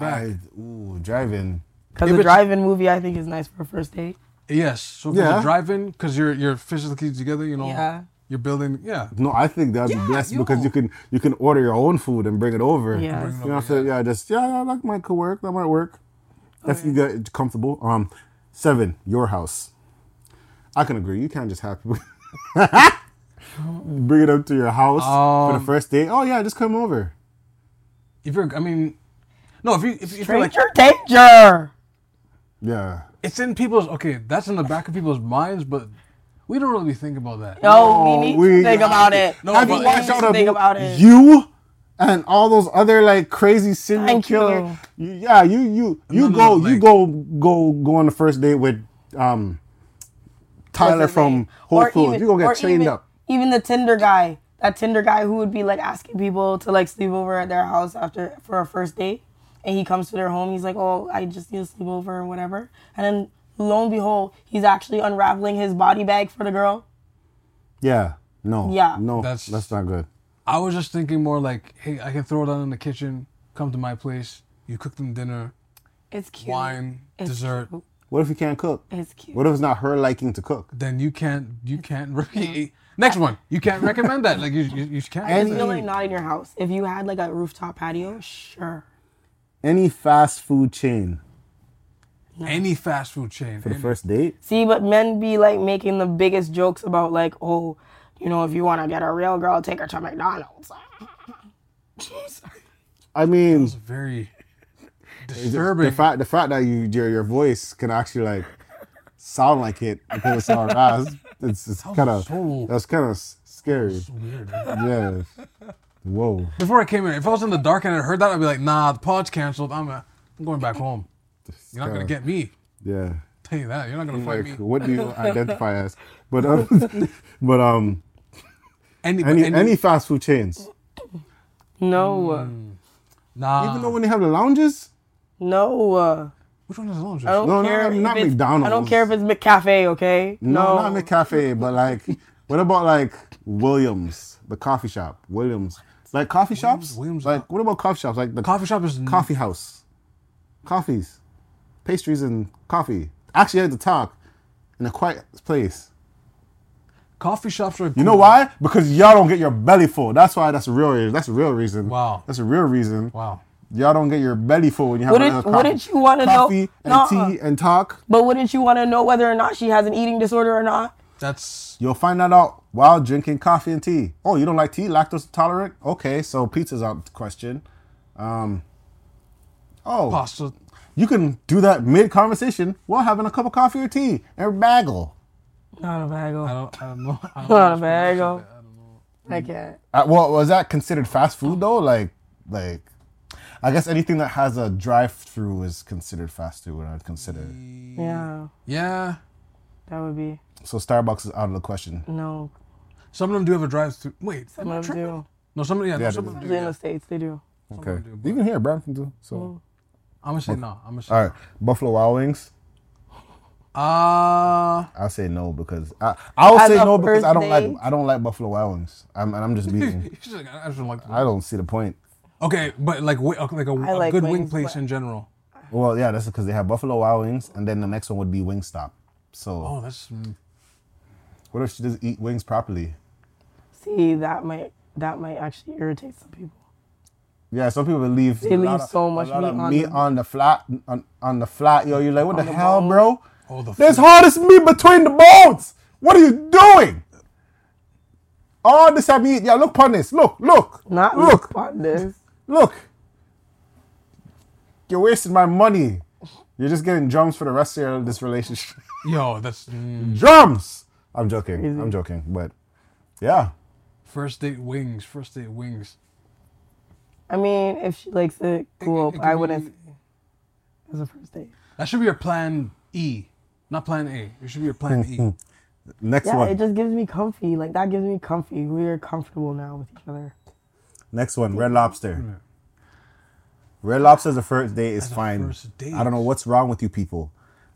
[SPEAKER 1] I- ooh, driving.
[SPEAKER 2] Because
[SPEAKER 3] If
[SPEAKER 2] a
[SPEAKER 3] it's-
[SPEAKER 2] drive-in movie, I think, is nice for a first date.
[SPEAKER 3] Yes, so
[SPEAKER 1] Yeah.
[SPEAKER 3] yeah. drive-in because you're you're physically together. You know,
[SPEAKER 2] Yeah.
[SPEAKER 3] you're building. Yeah,
[SPEAKER 1] No, I think that'd
[SPEAKER 3] Yeah,
[SPEAKER 1] be best
[SPEAKER 3] yo.
[SPEAKER 1] because you can you can order your own food and bring it over.
[SPEAKER 2] Yeah. Bring it
[SPEAKER 1] you know,
[SPEAKER 3] over,
[SPEAKER 1] so, yeah, just yeah, that might could work. That might work if you get comfortable. Um, seven, your house. I can agree. You can't just have people bring it up to your house for the first date. Oh yeah, just come over.
[SPEAKER 3] if you're, I mean, no, if you if, if you're like
[SPEAKER 2] Stranger danger.
[SPEAKER 1] Yeah,
[SPEAKER 3] it's in people's okay, that's in the back of people's minds, but we don't really think about that.
[SPEAKER 2] No,
[SPEAKER 1] No,
[SPEAKER 2] Oh, we need
[SPEAKER 1] we-
[SPEAKER 2] to think about it.
[SPEAKER 3] No,
[SPEAKER 1] have
[SPEAKER 3] but-
[SPEAKER 1] you watched all
[SPEAKER 2] Think
[SPEAKER 1] the
[SPEAKER 2] about it.
[SPEAKER 1] you and all those other like crazy serial
[SPEAKER 2] Thank you.
[SPEAKER 1] killer? You- yeah, you you you
[SPEAKER 3] No, no,
[SPEAKER 1] go
[SPEAKER 3] no,
[SPEAKER 1] you
[SPEAKER 3] like-
[SPEAKER 1] go go go on the first date with um Tyler
[SPEAKER 2] What's his
[SPEAKER 1] from
[SPEAKER 2] name?
[SPEAKER 1] Whole
[SPEAKER 2] Or
[SPEAKER 1] Foods.
[SPEAKER 2] even-
[SPEAKER 1] you gonna
[SPEAKER 2] or
[SPEAKER 1] get chained
[SPEAKER 2] even-
[SPEAKER 1] up.
[SPEAKER 2] Even the Tinder guy, that Tinder guy who would be like asking people to like sleep over at their house after for a first date, and he comes to their home. He's like, "Oh, I just need to sleep over or whatever," and then lo and behold, he's actually unraveling his body bag for the girl.
[SPEAKER 1] Yeah. No.
[SPEAKER 2] Yeah.
[SPEAKER 1] No. That's
[SPEAKER 3] That's-
[SPEAKER 1] that's not good.
[SPEAKER 3] I was just thinking more like, hey, I can throw it on in the kitchen, come to my place, you cook them dinner,
[SPEAKER 2] It's cute.
[SPEAKER 3] wine,
[SPEAKER 2] It's
[SPEAKER 3] dessert.
[SPEAKER 2] cute.
[SPEAKER 1] What if you can't cook?
[SPEAKER 2] It's cute.
[SPEAKER 1] What if it's not her liking to cook?
[SPEAKER 3] Then you can't you can't re- next one. You can't recommend that. Like you you, you can't.
[SPEAKER 2] I
[SPEAKER 1] And-
[SPEAKER 2] feel like not in your house. If you had like a rooftop patio, sure.
[SPEAKER 1] Any fast food chain
[SPEAKER 3] any fast food chain.
[SPEAKER 1] for the
[SPEAKER 3] any-
[SPEAKER 1] first date?
[SPEAKER 2] See, but men be like making the biggest jokes about like, oh, you know, if you want to get a real girl, take her to McDonald's.
[SPEAKER 1] I mean,
[SPEAKER 3] It's very
[SPEAKER 1] the
[SPEAKER 3] disturbing.
[SPEAKER 1] fact the fact that you your, your voice can actually like sound like it because it's our eyes. It's, it's kind of
[SPEAKER 3] so-
[SPEAKER 1] that's kind of scary.
[SPEAKER 3] Weird, man.
[SPEAKER 1] Yeah. Whoa.
[SPEAKER 3] Before I came in, if I was in the dark and I heard that, I'd be like, nah, the pod's canceled. I'm, uh, I'm going back home. You're not gonna
[SPEAKER 1] kinda-
[SPEAKER 3] get me.
[SPEAKER 1] Yeah.
[SPEAKER 3] Tell you that. You're not gonna find
[SPEAKER 1] Like,
[SPEAKER 3] me.
[SPEAKER 1] what do you identify as? But um, but um,
[SPEAKER 3] Any,
[SPEAKER 1] any
[SPEAKER 3] any,
[SPEAKER 1] any fast food chains,
[SPEAKER 2] No, uh,
[SPEAKER 1] Hmm.
[SPEAKER 3] nah.
[SPEAKER 1] even though when they have the lounges.
[SPEAKER 2] no. uh,
[SPEAKER 3] Which one is lunch?
[SPEAKER 2] I don't
[SPEAKER 1] No, no,
[SPEAKER 2] care.
[SPEAKER 1] no,
[SPEAKER 2] if
[SPEAKER 1] not
[SPEAKER 2] it's- I don't
[SPEAKER 1] McDonald's.
[SPEAKER 2] care if it's McCafe, okay?
[SPEAKER 1] No, not in the cafe, but like, what about like Williams, the coffee shop? Williams, like coffee shops.
[SPEAKER 3] Williams-
[SPEAKER 1] like, what about coffee shops? Like the
[SPEAKER 3] Coffee shop is
[SPEAKER 1] Mm-hmm. coffee house, coffees, pastries, and coffee. Actually, I had to talk in a quiet place.
[SPEAKER 3] Coffee shops are.
[SPEAKER 1] You know why? Because y'all don't get your belly full. That's why. That's a real. reason. That's a real reason.
[SPEAKER 3] Wow.
[SPEAKER 1] That's a real reason.
[SPEAKER 3] Wow.
[SPEAKER 1] Y'all don't get your belly full when you have
[SPEAKER 2] Wouldn't-
[SPEAKER 1] another coffee.
[SPEAKER 2] wouldn't you wanna know-
[SPEAKER 1] coffee and
[SPEAKER 2] Nuh-uh.
[SPEAKER 1] tea and talk?
[SPEAKER 2] But wouldn't you want to know whether or not she has an eating disorder or not?
[SPEAKER 3] That's
[SPEAKER 1] You'll find that out while drinking coffee and tea. Oh, you don't like tea? Lactose intolerant? Okay, so pizza's out the question. Um, oh,
[SPEAKER 3] pasta.
[SPEAKER 1] you can do that mid conversation while having a cup of coffee or tea and bagel.
[SPEAKER 2] Not a
[SPEAKER 3] I
[SPEAKER 2] bagel.
[SPEAKER 3] don't. I don't know. I don't
[SPEAKER 2] Not a
[SPEAKER 3] know.
[SPEAKER 2] bagel.
[SPEAKER 3] I don't know.
[SPEAKER 2] I can't.
[SPEAKER 1] Uh, well, was that considered fast food though? Like, like, I guess anything that has a drive-through is considered fast food. What I'd consider. it.
[SPEAKER 2] Yeah,
[SPEAKER 3] Yeah.
[SPEAKER 2] that would be
[SPEAKER 1] So Starbucks is out of the question.
[SPEAKER 2] no.
[SPEAKER 3] Some of them do have a drive-through. Wait.
[SPEAKER 2] Some of them do.
[SPEAKER 3] No, some of them. Yeah,
[SPEAKER 1] Yeah,
[SPEAKER 3] no, some
[SPEAKER 1] they
[SPEAKER 3] of them do.
[SPEAKER 2] Especially in
[SPEAKER 3] Yeah.
[SPEAKER 2] the states, they do.
[SPEAKER 1] Okay.
[SPEAKER 3] do, Mm-hmm. but-
[SPEAKER 1] Even here, Brampton do. So,
[SPEAKER 3] I'm gonna say no. I'm gonna say.
[SPEAKER 1] all right, Buffalo Wild Wings.
[SPEAKER 3] Uh
[SPEAKER 1] I'll say no because I I'll
[SPEAKER 2] As
[SPEAKER 1] say
[SPEAKER 2] a
[SPEAKER 1] no because I
[SPEAKER 2] first
[SPEAKER 1] don't like
[SPEAKER 2] date?
[SPEAKER 1] I don't like Buffalo Wild Wings. I'm and I'm just beating.
[SPEAKER 3] She's like, I just don't like.
[SPEAKER 1] I don't see the point.
[SPEAKER 3] Okay, but like wi- okay, like a, a
[SPEAKER 2] like
[SPEAKER 3] good wing
[SPEAKER 2] wings,
[SPEAKER 3] place
[SPEAKER 2] but-
[SPEAKER 3] in general.
[SPEAKER 1] Well, yeah, that's because they have Buffalo Wild Wings, and then the next one would be Wingstop. So,
[SPEAKER 3] Oh, that's mm,
[SPEAKER 1] what if she just eat wings properly?
[SPEAKER 2] See, that might that might actually irritate some people.
[SPEAKER 1] Yeah, some people leave.
[SPEAKER 2] They
[SPEAKER 1] a lot
[SPEAKER 2] leave
[SPEAKER 1] of-
[SPEAKER 2] so much
[SPEAKER 1] a lot
[SPEAKER 2] meat
[SPEAKER 1] of
[SPEAKER 2] on
[SPEAKER 1] meat
[SPEAKER 2] them.
[SPEAKER 1] on the flat on, on the flat. Yo, you're like, what the,
[SPEAKER 2] the
[SPEAKER 1] hell,
[SPEAKER 2] bone.
[SPEAKER 1] bro?
[SPEAKER 3] oh the.
[SPEAKER 1] There's
[SPEAKER 3] food.
[SPEAKER 1] hardest meat between the bones. What are you doing? All this have meat. Yeah, look upon this. Look, look,
[SPEAKER 2] Not
[SPEAKER 1] look,
[SPEAKER 2] look on this.
[SPEAKER 1] look. You're wasting my money. You're just getting drums for the rest of your, this relationship.
[SPEAKER 3] Yo, that's mm,
[SPEAKER 1] drums. I'm joking.
[SPEAKER 2] Crazy.
[SPEAKER 1] I'm joking. But yeah,
[SPEAKER 3] first date wings. First date wings.
[SPEAKER 2] I mean, if she likes it, cool.
[SPEAKER 3] It- it
[SPEAKER 2] but I
[SPEAKER 3] could
[SPEAKER 2] wouldn't
[SPEAKER 3] be-
[SPEAKER 2] as a first date.
[SPEAKER 3] That should be your plan E, not plan A. It should be your plan
[SPEAKER 1] Mm-hmm.
[SPEAKER 3] E.
[SPEAKER 1] next
[SPEAKER 2] Yeah,
[SPEAKER 1] one.
[SPEAKER 2] it just gives me comfy. Like that gives me comfy. We are comfortable now with each other.
[SPEAKER 1] Next one, Red Lobster. Red Lobster as a first date is
[SPEAKER 3] As a
[SPEAKER 1] fine.
[SPEAKER 3] first date.
[SPEAKER 1] I don't know what's wrong with you people.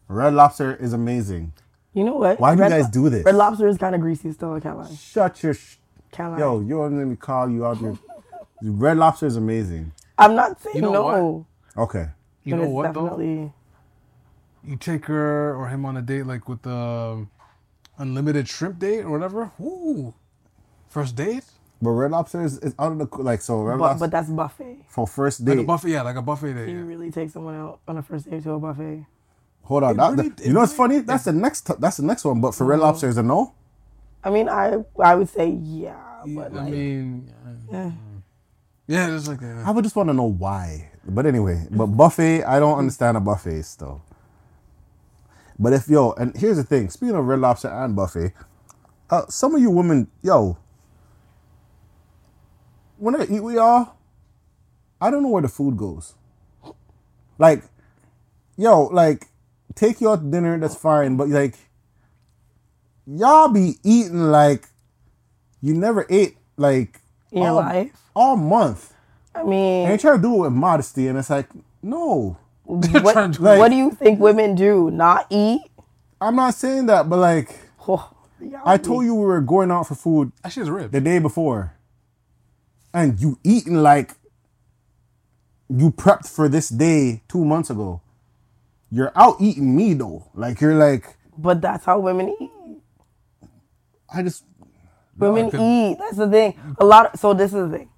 [SPEAKER 1] Red Lobster is amazing.
[SPEAKER 2] You know what?
[SPEAKER 1] Why do you
[SPEAKER 2] Red
[SPEAKER 1] guys
[SPEAKER 2] Lo-
[SPEAKER 1] do this?
[SPEAKER 2] Red Lobster is kind of greasy still. I can't lie.
[SPEAKER 1] Shut your sh-
[SPEAKER 2] Can't lie.
[SPEAKER 1] yo. You don't let me call you out here. Red Lobster is amazing.
[SPEAKER 2] I'm not saying
[SPEAKER 3] You know
[SPEAKER 2] no,
[SPEAKER 1] Okay,
[SPEAKER 3] You
[SPEAKER 2] but
[SPEAKER 3] know
[SPEAKER 2] it's
[SPEAKER 3] what though?
[SPEAKER 2] definitely
[SPEAKER 3] You take her or him on a date like with the um, unlimited shrimp date or whatever. Ooh, first date
[SPEAKER 1] but Red Lobster is, is out of the co- like so. Red
[SPEAKER 2] but,
[SPEAKER 1] Lobster
[SPEAKER 2] but that's buffet.
[SPEAKER 1] for first
[SPEAKER 3] like
[SPEAKER 1] date.
[SPEAKER 3] a buffet. Yeah, like a buffet date.
[SPEAKER 2] You
[SPEAKER 3] yeah.
[SPEAKER 2] really take someone out on a first date to a buffet.
[SPEAKER 1] Hold on,
[SPEAKER 3] It
[SPEAKER 1] that-
[SPEAKER 3] really-
[SPEAKER 1] that-
[SPEAKER 3] it
[SPEAKER 1] you know what's
[SPEAKER 3] really-
[SPEAKER 1] funny? That's the next. t- that's the next one. But for Red Lobster is a no.
[SPEAKER 2] I mean, I I would say yeah, but
[SPEAKER 3] I
[SPEAKER 2] like,
[SPEAKER 3] mean,
[SPEAKER 2] eh.
[SPEAKER 3] yeah, it's like uh,
[SPEAKER 1] I would just want to know why. But anyway, but buffet, I don't understand a buffet still. But if yo, and here's the thing. Speaking of Red Lobster and buffet, uh, some of you women, yo, when I eat with y'all, I don't know where the food goes. Like, yo, like, take y'all to dinner, that's fine, but like, y'all be eating like you never ate like
[SPEAKER 2] In your
[SPEAKER 1] all-
[SPEAKER 2] life?
[SPEAKER 1] all month.
[SPEAKER 2] I mean,
[SPEAKER 1] And they try to do it with modesty, and it's like, no,
[SPEAKER 2] what,
[SPEAKER 3] trying to do
[SPEAKER 1] like-
[SPEAKER 2] what do you think women do? Not eat?
[SPEAKER 1] I'm not saying that, but like,
[SPEAKER 2] Oh, yeah,
[SPEAKER 1] I told you we were going out for food
[SPEAKER 3] actually it's rib.
[SPEAKER 1] the day before, and you eating like you prepped for this day two months ago. You're out eating me though, like you're like,
[SPEAKER 2] but that's how women eat.
[SPEAKER 1] I just
[SPEAKER 2] Women
[SPEAKER 3] I couldn't-
[SPEAKER 2] eat. That's the thing. A lot. Of, so this is the thing.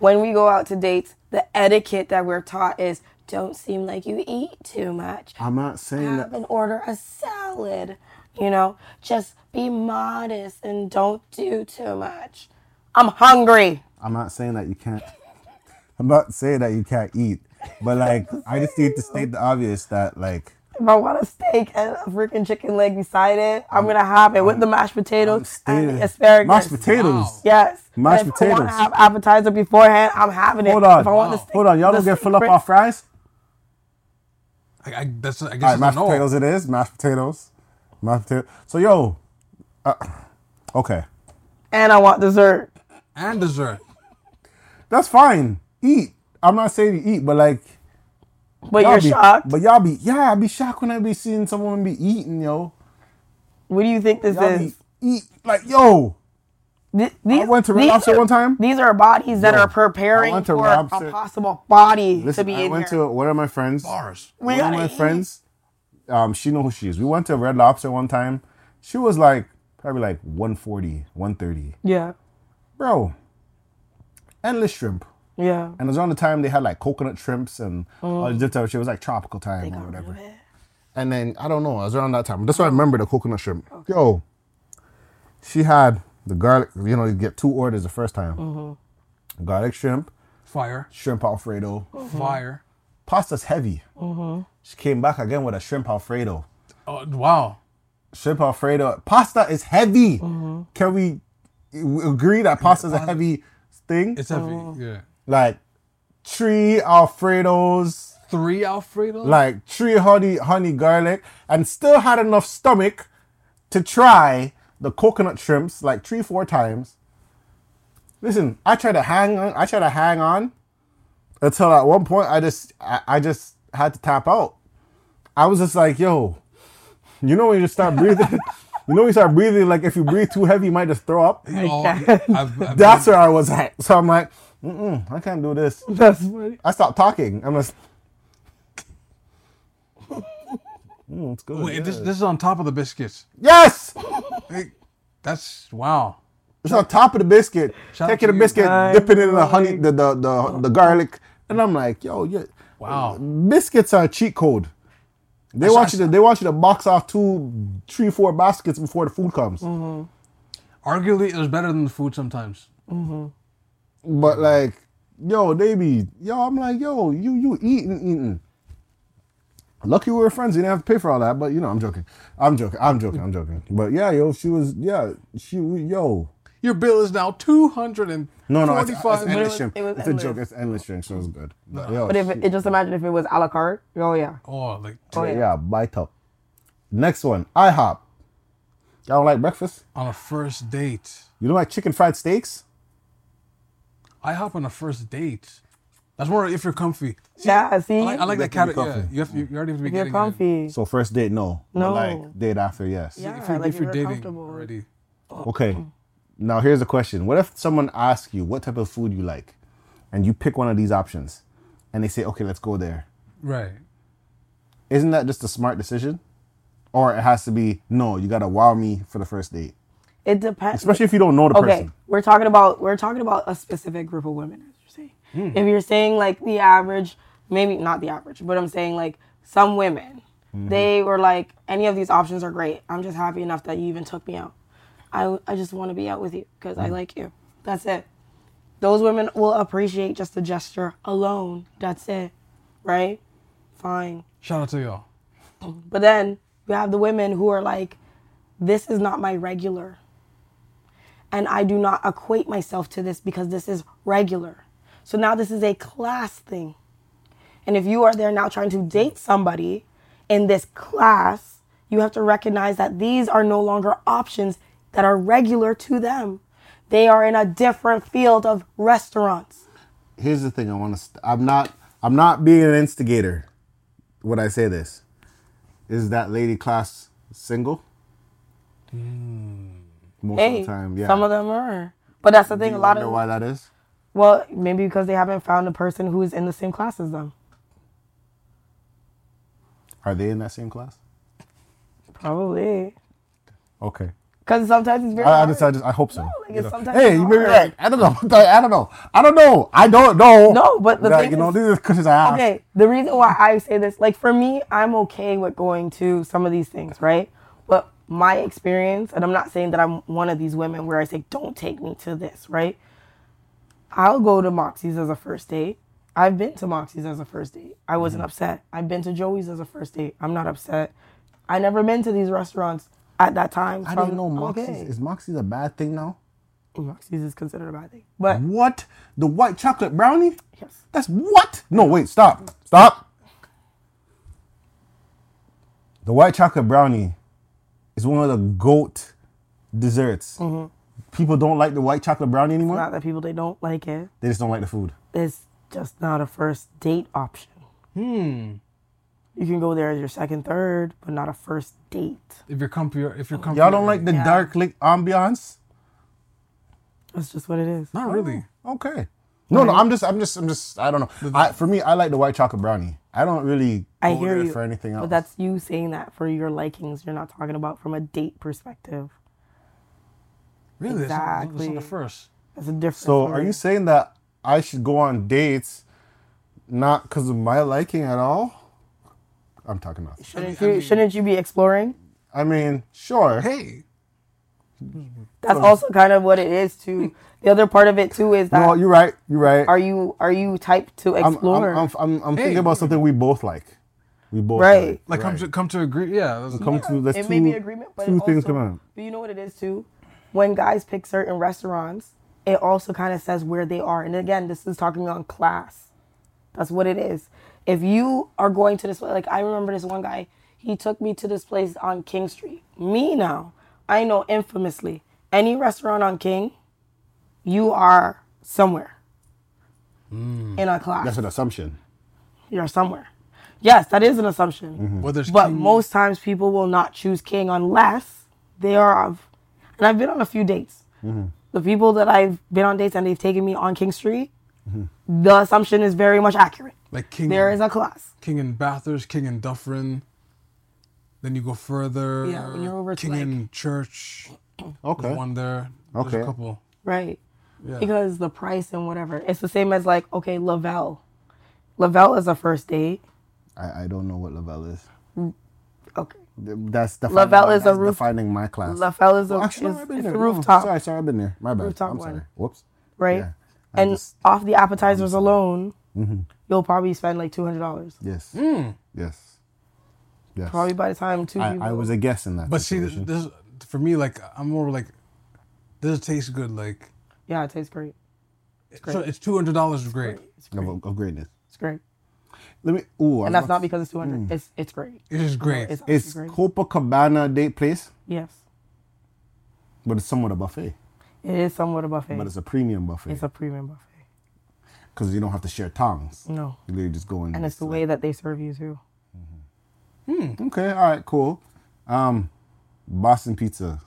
[SPEAKER 2] When we go out to dates, the etiquette that we're taught is don't seem like you eat too much.
[SPEAKER 1] I'm not saying
[SPEAKER 2] Have
[SPEAKER 1] that.
[SPEAKER 2] and order a salad. You know, just be modest and don't do too much. I'm hungry.
[SPEAKER 1] I'm not saying that you can't. I'm not saying that you can't eat, but like, I just need to state the obvious that like.
[SPEAKER 2] If I want a steak and a freaking chicken leg beside it, I'm gonna have it with the mashed potatoes and
[SPEAKER 1] stating-
[SPEAKER 2] the asparagus.
[SPEAKER 1] Mashed potatoes.
[SPEAKER 2] Yes.
[SPEAKER 1] Mashed
[SPEAKER 2] And if I want
[SPEAKER 1] potatoes.
[SPEAKER 2] to have appetizer beforehand, I'm having it.
[SPEAKER 1] Hold on,
[SPEAKER 2] If I want the steak,
[SPEAKER 1] hold on. Y'all
[SPEAKER 2] the
[SPEAKER 1] don't get
[SPEAKER 2] steak
[SPEAKER 1] full up
[SPEAKER 2] fri-
[SPEAKER 1] off fries.
[SPEAKER 3] I, I, that's I
[SPEAKER 1] All
[SPEAKER 3] guess
[SPEAKER 1] right,
[SPEAKER 3] it's
[SPEAKER 1] mashed
[SPEAKER 3] a no.
[SPEAKER 1] potatoes. It is mashed potatoes. Mashed potatoes. So yo, uh, okay,
[SPEAKER 2] And I want dessert.
[SPEAKER 3] and dessert.
[SPEAKER 1] that's fine. Eat. I'm not saying you eat, but like
[SPEAKER 2] But
[SPEAKER 1] y'all
[SPEAKER 2] you're
[SPEAKER 1] be,
[SPEAKER 2] shocked.
[SPEAKER 1] But y'all be yeah, I be shocked when I be seeing someone be eating yo.
[SPEAKER 2] what do you think this
[SPEAKER 1] Y'all be
[SPEAKER 2] is?
[SPEAKER 1] eat like yo.
[SPEAKER 2] Th- these,
[SPEAKER 1] I went to Red Lobster
[SPEAKER 2] are,
[SPEAKER 1] one time.
[SPEAKER 2] These are bodies that
[SPEAKER 1] Yo,
[SPEAKER 2] are preparing
[SPEAKER 1] I went to
[SPEAKER 2] for
[SPEAKER 1] Red Lobster.
[SPEAKER 2] a possible body
[SPEAKER 1] Listen,
[SPEAKER 2] to be
[SPEAKER 1] I
[SPEAKER 2] in
[SPEAKER 1] went
[SPEAKER 2] here.
[SPEAKER 1] to one of my friends.
[SPEAKER 3] Bars.
[SPEAKER 2] we
[SPEAKER 1] one
[SPEAKER 2] gotta
[SPEAKER 1] of my
[SPEAKER 2] eat.
[SPEAKER 1] friends, um, she know who she is. We went to Red Lobster one time. She was like probably like 140, 130.
[SPEAKER 2] Yeah.
[SPEAKER 1] Bro, endless shrimp.
[SPEAKER 2] Yeah.
[SPEAKER 1] And it was around the time they had like coconut shrimps and all this different shit. It was like tropical time or whatever. And then I don't know. It was around that time. That's why I remember the coconut shrimp. Yo, she had the garlic. You know, you get two orders the first time. Garlic shrimp,
[SPEAKER 3] Fire.
[SPEAKER 1] shrimp alfredo.
[SPEAKER 3] Fire.
[SPEAKER 1] Pasta's heavy. She came back again with a shrimp alfredo.
[SPEAKER 3] Oh wow.
[SPEAKER 1] shrimp alfredo. Pasta is heavy. Can we agree that pasta is a heavy thing?
[SPEAKER 3] It's heavy. Yeah.
[SPEAKER 1] like three alfredos.
[SPEAKER 3] Three Alfredo.
[SPEAKER 1] like three honey honey garlic and still had enough stomach to try the coconut shrimps like three four times listen i tried to hang on i tried to hang on until at one point i just i, I just had to tap out i was just like yo you know when you just start breathing you know when you start breathing like if you breathe too heavy you might just throw up
[SPEAKER 3] Oh, I've, I've
[SPEAKER 1] that's where i was at so i'm like Mm-mm, i can't do this
[SPEAKER 2] That's funny.
[SPEAKER 1] i stopped talking i'm just Mm, it's good.
[SPEAKER 3] Wait,
[SPEAKER 1] yeah.
[SPEAKER 3] this, this is on top of the biscuits.
[SPEAKER 1] Yes!
[SPEAKER 3] That's wow.
[SPEAKER 1] It's on top of the biscuit.
[SPEAKER 3] Shout out
[SPEAKER 1] Taking
[SPEAKER 3] to
[SPEAKER 1] the
[SPEAKER 3] you.
[SPEAKER 1] biscuit,
[SPEAKER 2] I'm
[SPEAKER 1] dipping it in the honey,
[SPEAKER 2] like-
[SPEAKER 1] the, the the the garlic, and I'm like, yo, yeah.
[SPEAKER 3] Wow.
[SPEAKER 1] Biscuits are a cheat code. They
[SPEAKER 3] I s-
[SPEAKER 1] want
[SPEAKER 3] I
[SPEAKER 1] you to they want you to box off two, three, four baskets before the food comes.
[SPEAKER 3] Arguably, it was better than the food sometimes.
[SPEAKER 1] But like, yo, they be yo. I'm like, yo, you you eating eating. Lucky we were friends. You didn't have to pay for all that. But you know, I'm joking. I'm joking. I'm joking. I'm joking. But yeah, yo, she was yeah, she yo.
[SPEAKER 3] Your bill is now two hundred and
[SPEAKER 1] No, no, it's, it's
[SPEAKER 3] forty-five.
[SPEAKER 1] endless
[SPEAKER 2] was-
[SPEAKER 1] shrimp.
[SPEAKER 2] it was
[SPEAKER 1] it's a joke.
[SPEAKER 2] endless.
[SPEAKER 1] It's endless shrimp, so it's good. But, yo,
[SPEAKER 2] But if it, it just imagine if it was a la carte. Oh yeah.
[SPEAKER 3] oh, like
[SPEAKER 2] Oh yeah.
[SPEAKER 1] yeah, bite up. Next one, IHOP. Y'all don't like breakfast?
[SPEAKER 3] on a first date.
[SPEAKER 1] You don't like chicken fried steaks?
[SPEAKER 3] I hop on a first date. That's more if you're comfy. See,
[SPEAKER 2] Yeah, see?
[SPEAKER 3] I like, I like that
[SPEAKER 1] have to be
[SPEAKER 3] category. Yeah,
[SPEAKER 1] comfy.
[SPEAKER 3] you have you, you already have to be
[SPEAKER 2] If you're
[SPEAKER 3] getting it.
[SPEAKER 2] comfy.
[SPEAKER 1] So first date, no. But,
[SPEAKER 2] No.
[SPEAKER 1] like date after, yes.
[SPEAKER 2] Yeah.
[SPEAKER 3] If you're,
[SPEAKER 2] like
[SPEAKER 3] if you're
[SPEAKER 2] you're
[SPEAKER 3] dating
[SPEAKER 2] comfortable.
[SPEAKER 3] already,
[SPEAKER 1] Oh, Okay. Now here's the question: What if someone asks you what type of food you like, and you pick one of these options, and they say, "Okay, let's go there."
[SPEAKER 3] right?
[SPEAKER 1] Isn't that just a smart decision? Or it has to be no. You gotta wow me for the first date,
[SPEAKER 2] It depends.
[SPEAKER 1] especially if you don't know the
[SPEAKER 2] okay,
[SPEAKER 1] person.
[SPEAKER 2] we're talking about we're talking about a specific group of women. As you're saying, if you're saying like the average, maybe not the average, but I'm saying like some women, they were like, any of these options are great. I'm just happy enough that you even took me out. I I just want to be out with you because I like you. That's it. Those women will appreciate just the gesture alone. That's it, right? Fine.
[SPEAKER 3] Shout out to y'all.
[SPEAKER 2] But then you have the women who are like, this is not my regular. And I do not equate myself to this because this is regular. So now this is a class thing. And if you are there now trying to date somebody in this class, you have to recognize that these are no longer options that are regular to them. They are in a different field of restaurants.
[SPEAKER 1] here's the thing I want to st- I'm not I'm not being an instigator when I say this. Is that lady class single? Most
[SPEAKER 2] Hmm. Hey,
[SPEAKER 1] of the time, yeah.
[SPEAKER 2] some of them are. But that's the
[SPEAKER 1] Do
[SPEAKER 2] thing.
[SPEAKER 1] you
[SPEAKER 2] A lot
[SPEAKER 1] wonder
[SPEAKER 2] of
[SPEAKER 1] why that is.
[SPEAKER 2] Well, maybe because they haven't found a person who is in the same class as them.
[SPEAKER 1] Are they in that same class?
[SPEAKER 2] Probably.
[SPEAKER 1] Okay.
[SPEAKER 2] Because sometimes it's very.
[SPEAKER 1] I, I
[SPEAKER 2] hard.
[SPEAKER 1] just I just I hope so.
[SPEAKER 2] like,
[SPEAKER 1] you
[SPEAKER 2] it's
[SPEAKER 1] know.
[SPEAKER 2] sometimes
[SPEAKER 1] Hey,
[SPEAKER 2] it's
[SPEAKER 1] you may be
[SPEAKER 2] hard.
[SPEAKER 1] right. I don't know. I don't know. I don't know. I don't know.
[SPEAKER 2] No, but the
[SPEAKER 1] Like,
[SPEAKER 2] thing
[SPEAKER 1] you know,
[SPEAKER 2] is-
[SPEAKER 1] these are questions I ask.
[SPEAKER 2] Okay, the reason why I say this, like for me, I'm okay with going to some of these things, right? But my experience, and I'm not saying that I'm one of these women where I say, don't take me to this, right? I'll go to Moxie's as a first date. I've been to Moxie's as a first date. I wasn't
[SPEAKER 1] Mm-hmm.
[SPEAKER 2] upset. I've been to Joey's as a first date. I'm not upset. I never been to these restaurants at that time.
[SPEAKER 1] I
[SPEAKER 2] so
[SPEAKER 1] didn't
[SPEAKER 2] I'm
[SPEAKER 1] know Moxie's.
[SPEAKER 2] okay.
[SPEAKER 1] Is Moxie's a bad thing now?
[SPEAKER 2] Moxie's is considered a bad thing. But
[SPEAKER 1] What? The white chocolate brownie?
[SPEAKER 2] yes.
[SPEAKER 1] That's what? No, wait, stop. Stop. The white chocolate brownie is one of the goat desserts.
[SPEAKER 2] Mm-hmm.
[SPEAKER 1] People don't like the white chocolate brownie anymore.
[SPEAKER 2] Not that people they don't like it.
[SPEAKER 1] they just don't like the food.
[SPEAKER 2] It's just not a first date option. Hmm. You can go there as your second, third, but not a first date.
[SPEAKER 3] If you're comfy, if you're comfy,
[SPEAKER 1] Y'all don't like the
[SPEAKER 2] Yeah.
[SPEAKER 1] dark lick ambiance?
[SPEAKER 2] That's just what it is.
[SPEAKER 3] Not really.
[SPEAKER 1] Okay. No, no, I'm just, I'm just, I'm just, I don't know. I, for me, I like the white chocolate brownie. I don't really
[SPEAKER 2] I
[SPEAKER 1] go
[SPEAKER 2] hear
[SPEAKER 1] there
[SPEAKER 2] you.
[SPEAKER 1] for anything else.
[SPEAKER 2] But that's you saying that for your likings. You're not talking about from a date perspective.
[SPEAKER 3] Really, it's not- It's on the
[SPEAKER 2] Exactly.
[SPEAKER 3] first.
[SPEAKER 2] That's a different.
[SPEAKER 1] So are you saying that I should go on dates not because of my liking at all? I'm talking about.
[SPEAKER 2] Shouldn't you, shouldn't you be exploring?
[SPEAKER 1] I mean, sure.
[SPEAKER 3] Hey,
[SPEAKER 2] That's also kind of what it is too. the other part of it too is that
[SPEAKER 1] No, you're right. You're right.
[SPEAKER 2] are you are you type to
[SPEAKER 1] I'm, I'm,
[SPEAKER 2] explore?
[SPEAKER 1] I'm, I'm, I'm
[SPEAKER 3] Hey.
[SPEAKER 1] thinking about something we both like. We both
[SPEAKER 2] Right.
[SPEAKER 1] like,
[SPEAKER 3] Like come
[SPEAKER 1] right.
[SPEAKER 3] to come to agree. Yeah, that's-
[SPEAKER 2] Mm-hmm.
[SPEAKER 1] come to that's
[SPEAKER 2] it
[SPEAKER 1] two,
[SPEAKER 2] may be agreement, but
[SPEAKER 1] two
[SPEAKER 2] it
[SPEAKER 1] things
[SPEAKER 2] also-
[SPEAKER 1] come out.
[SPEAKER 2] But you know what it is too? When guys pick certain restaurants, it also kind of says where they are. And again, this is talking on class. That's what it is. If you are going to this, like I remember this one guy, he took me to this place on King Street. Me now, I know infamously, any restaurant on King, you are somewhere in a class.
[SPEAKER 1] That's an assumption.
[SPEAKER 2] You're somewhere. Yes, that is an assumption.
[SPEAKER 1] Mm-hmm.
[SPEAKER 3] whether it's
[SPEAKER 2] But
[SPEAKER 3] king-
[SPEAKER 2] most times people will not choose king unless they are of. And I've been on a few dates.
[SPEAKER 1] Mm-hmm.
[SPEAKER 2] The people that I've been on dates and they've taken me on King Street,
[SPEAKER 1] Mm-hmm.
[SPEAKER 2] the assumption is very much accurate.
[SPEAKER 3] like king
[SPEAKER 2] There is a class.
[SPEAKER 3] king in Bathurst, king in Dufferin. Then you go further.
[SPEAKER 2] Yeah, when you're over to,
[SPEAKER 3] king
[SPEAKER 2] like-
[SPEAKER 3] in Church.
[SPEAKER 1] Okay.
[SPEAKER 3] There's one there. There's
[SPEAKER 1] Okay.
[SPEAKER 3] a couple.
[SPEAKER 2] Right.
[SPEAKER 3] Yeah.
[SPEAKER 2] Because the price and whatever. It's the same as like, okay, Lavelle. Lavelle is a first date.
[SPEAKER 1] I, I don't know what Lavelle is.
[SPEAKER 2] Okay.
[SPEAKER 1] Th- That's defining,
[SPEAKER 2] Lavelle is a
[SPEAKER 1] that's
[SPEAKER 2] roof-
[SPEAKER 1] defining my class.
[SPEAKER 2] Lavelle is a,
[SPEAKER 1] Actually,
[SPEAKER 2] is,
[SPEAKER 1] no, I've been
[SPEAKER 2] it's a
[SPEAKER 1] there. No,
[SPEAKER 2] rooftop,
[SPEAKER 1] sorry, sorry, I've been there. My bad.
[SPEAKER 2] Rooftop
[SPEAKER 1] I'm
[SPEAKER 2] one.
[SPEAKER 1] sorry. Whoops.
[SPEAKER 2] right?
[SPEAKER 1] Yeah. I
[SPEAKER 2] and
[SPEAKER 1] just- Mm-hmm.
[SPEAKER 2] off the appetizers alone, you'll probably spend like $200.
[SPEAKER 1] yes.
[SPEAKER 3] Hmm.
[SPEAKER 1] Yes. Yes.
[SPEAKER 2] Probably by the time two
[SPEAKER 1] I,
[SPEAKER 2] people.
[SPEAKER 1] I was a guest in that.
[SPEAKER 3] But see,
[SPEAKER 1] situation.
[SPEAKER 3] this for me, like I'm more like, does it taste good? Like,
[SPEAKER 2] yeah, it tastes great.
[SPEAKER 3] so it's two hundred dollars is great.
[SPEAKER 2] It's
[SPEAKER 1] of, of greatness.
[SPEAKER 2] It's great.
[SPEAKER 1] Let me. Ooh, I
[SPEAKER 2] And that's
[SPEAKER 1] was
[SPEAKER 2] not
[SPEAKER 1] about
[SPEAKER 2] because it's 200. It's it's great.
[SPEAKER 3] It is great.
[SPEAKER 2] It's,
[SPEAKER 1] to- It's
[SPEAKER 2] great.
[SPEAKER 1] Copacabana date place,
[SPEAKER 2] Yes.
[SPEAKER 1] but it's somewhat a buffet.
[SPEAKER 2] It is somewhat a buffet.
[SPEAKER 1] But it's a premium buffet
[SPEAKER 2] it's a premium buffet.
[SPEAKER 1] because you don't have to share tongs.
[SPEAKER 2] No.
[SPEAKER 1] You literally just go in.
[SPEAKER 2] And it's the way that they serve you too.
[SPEAKER 1] Mm-hmm. Okay. All right. Cool. Um, Boston pizza.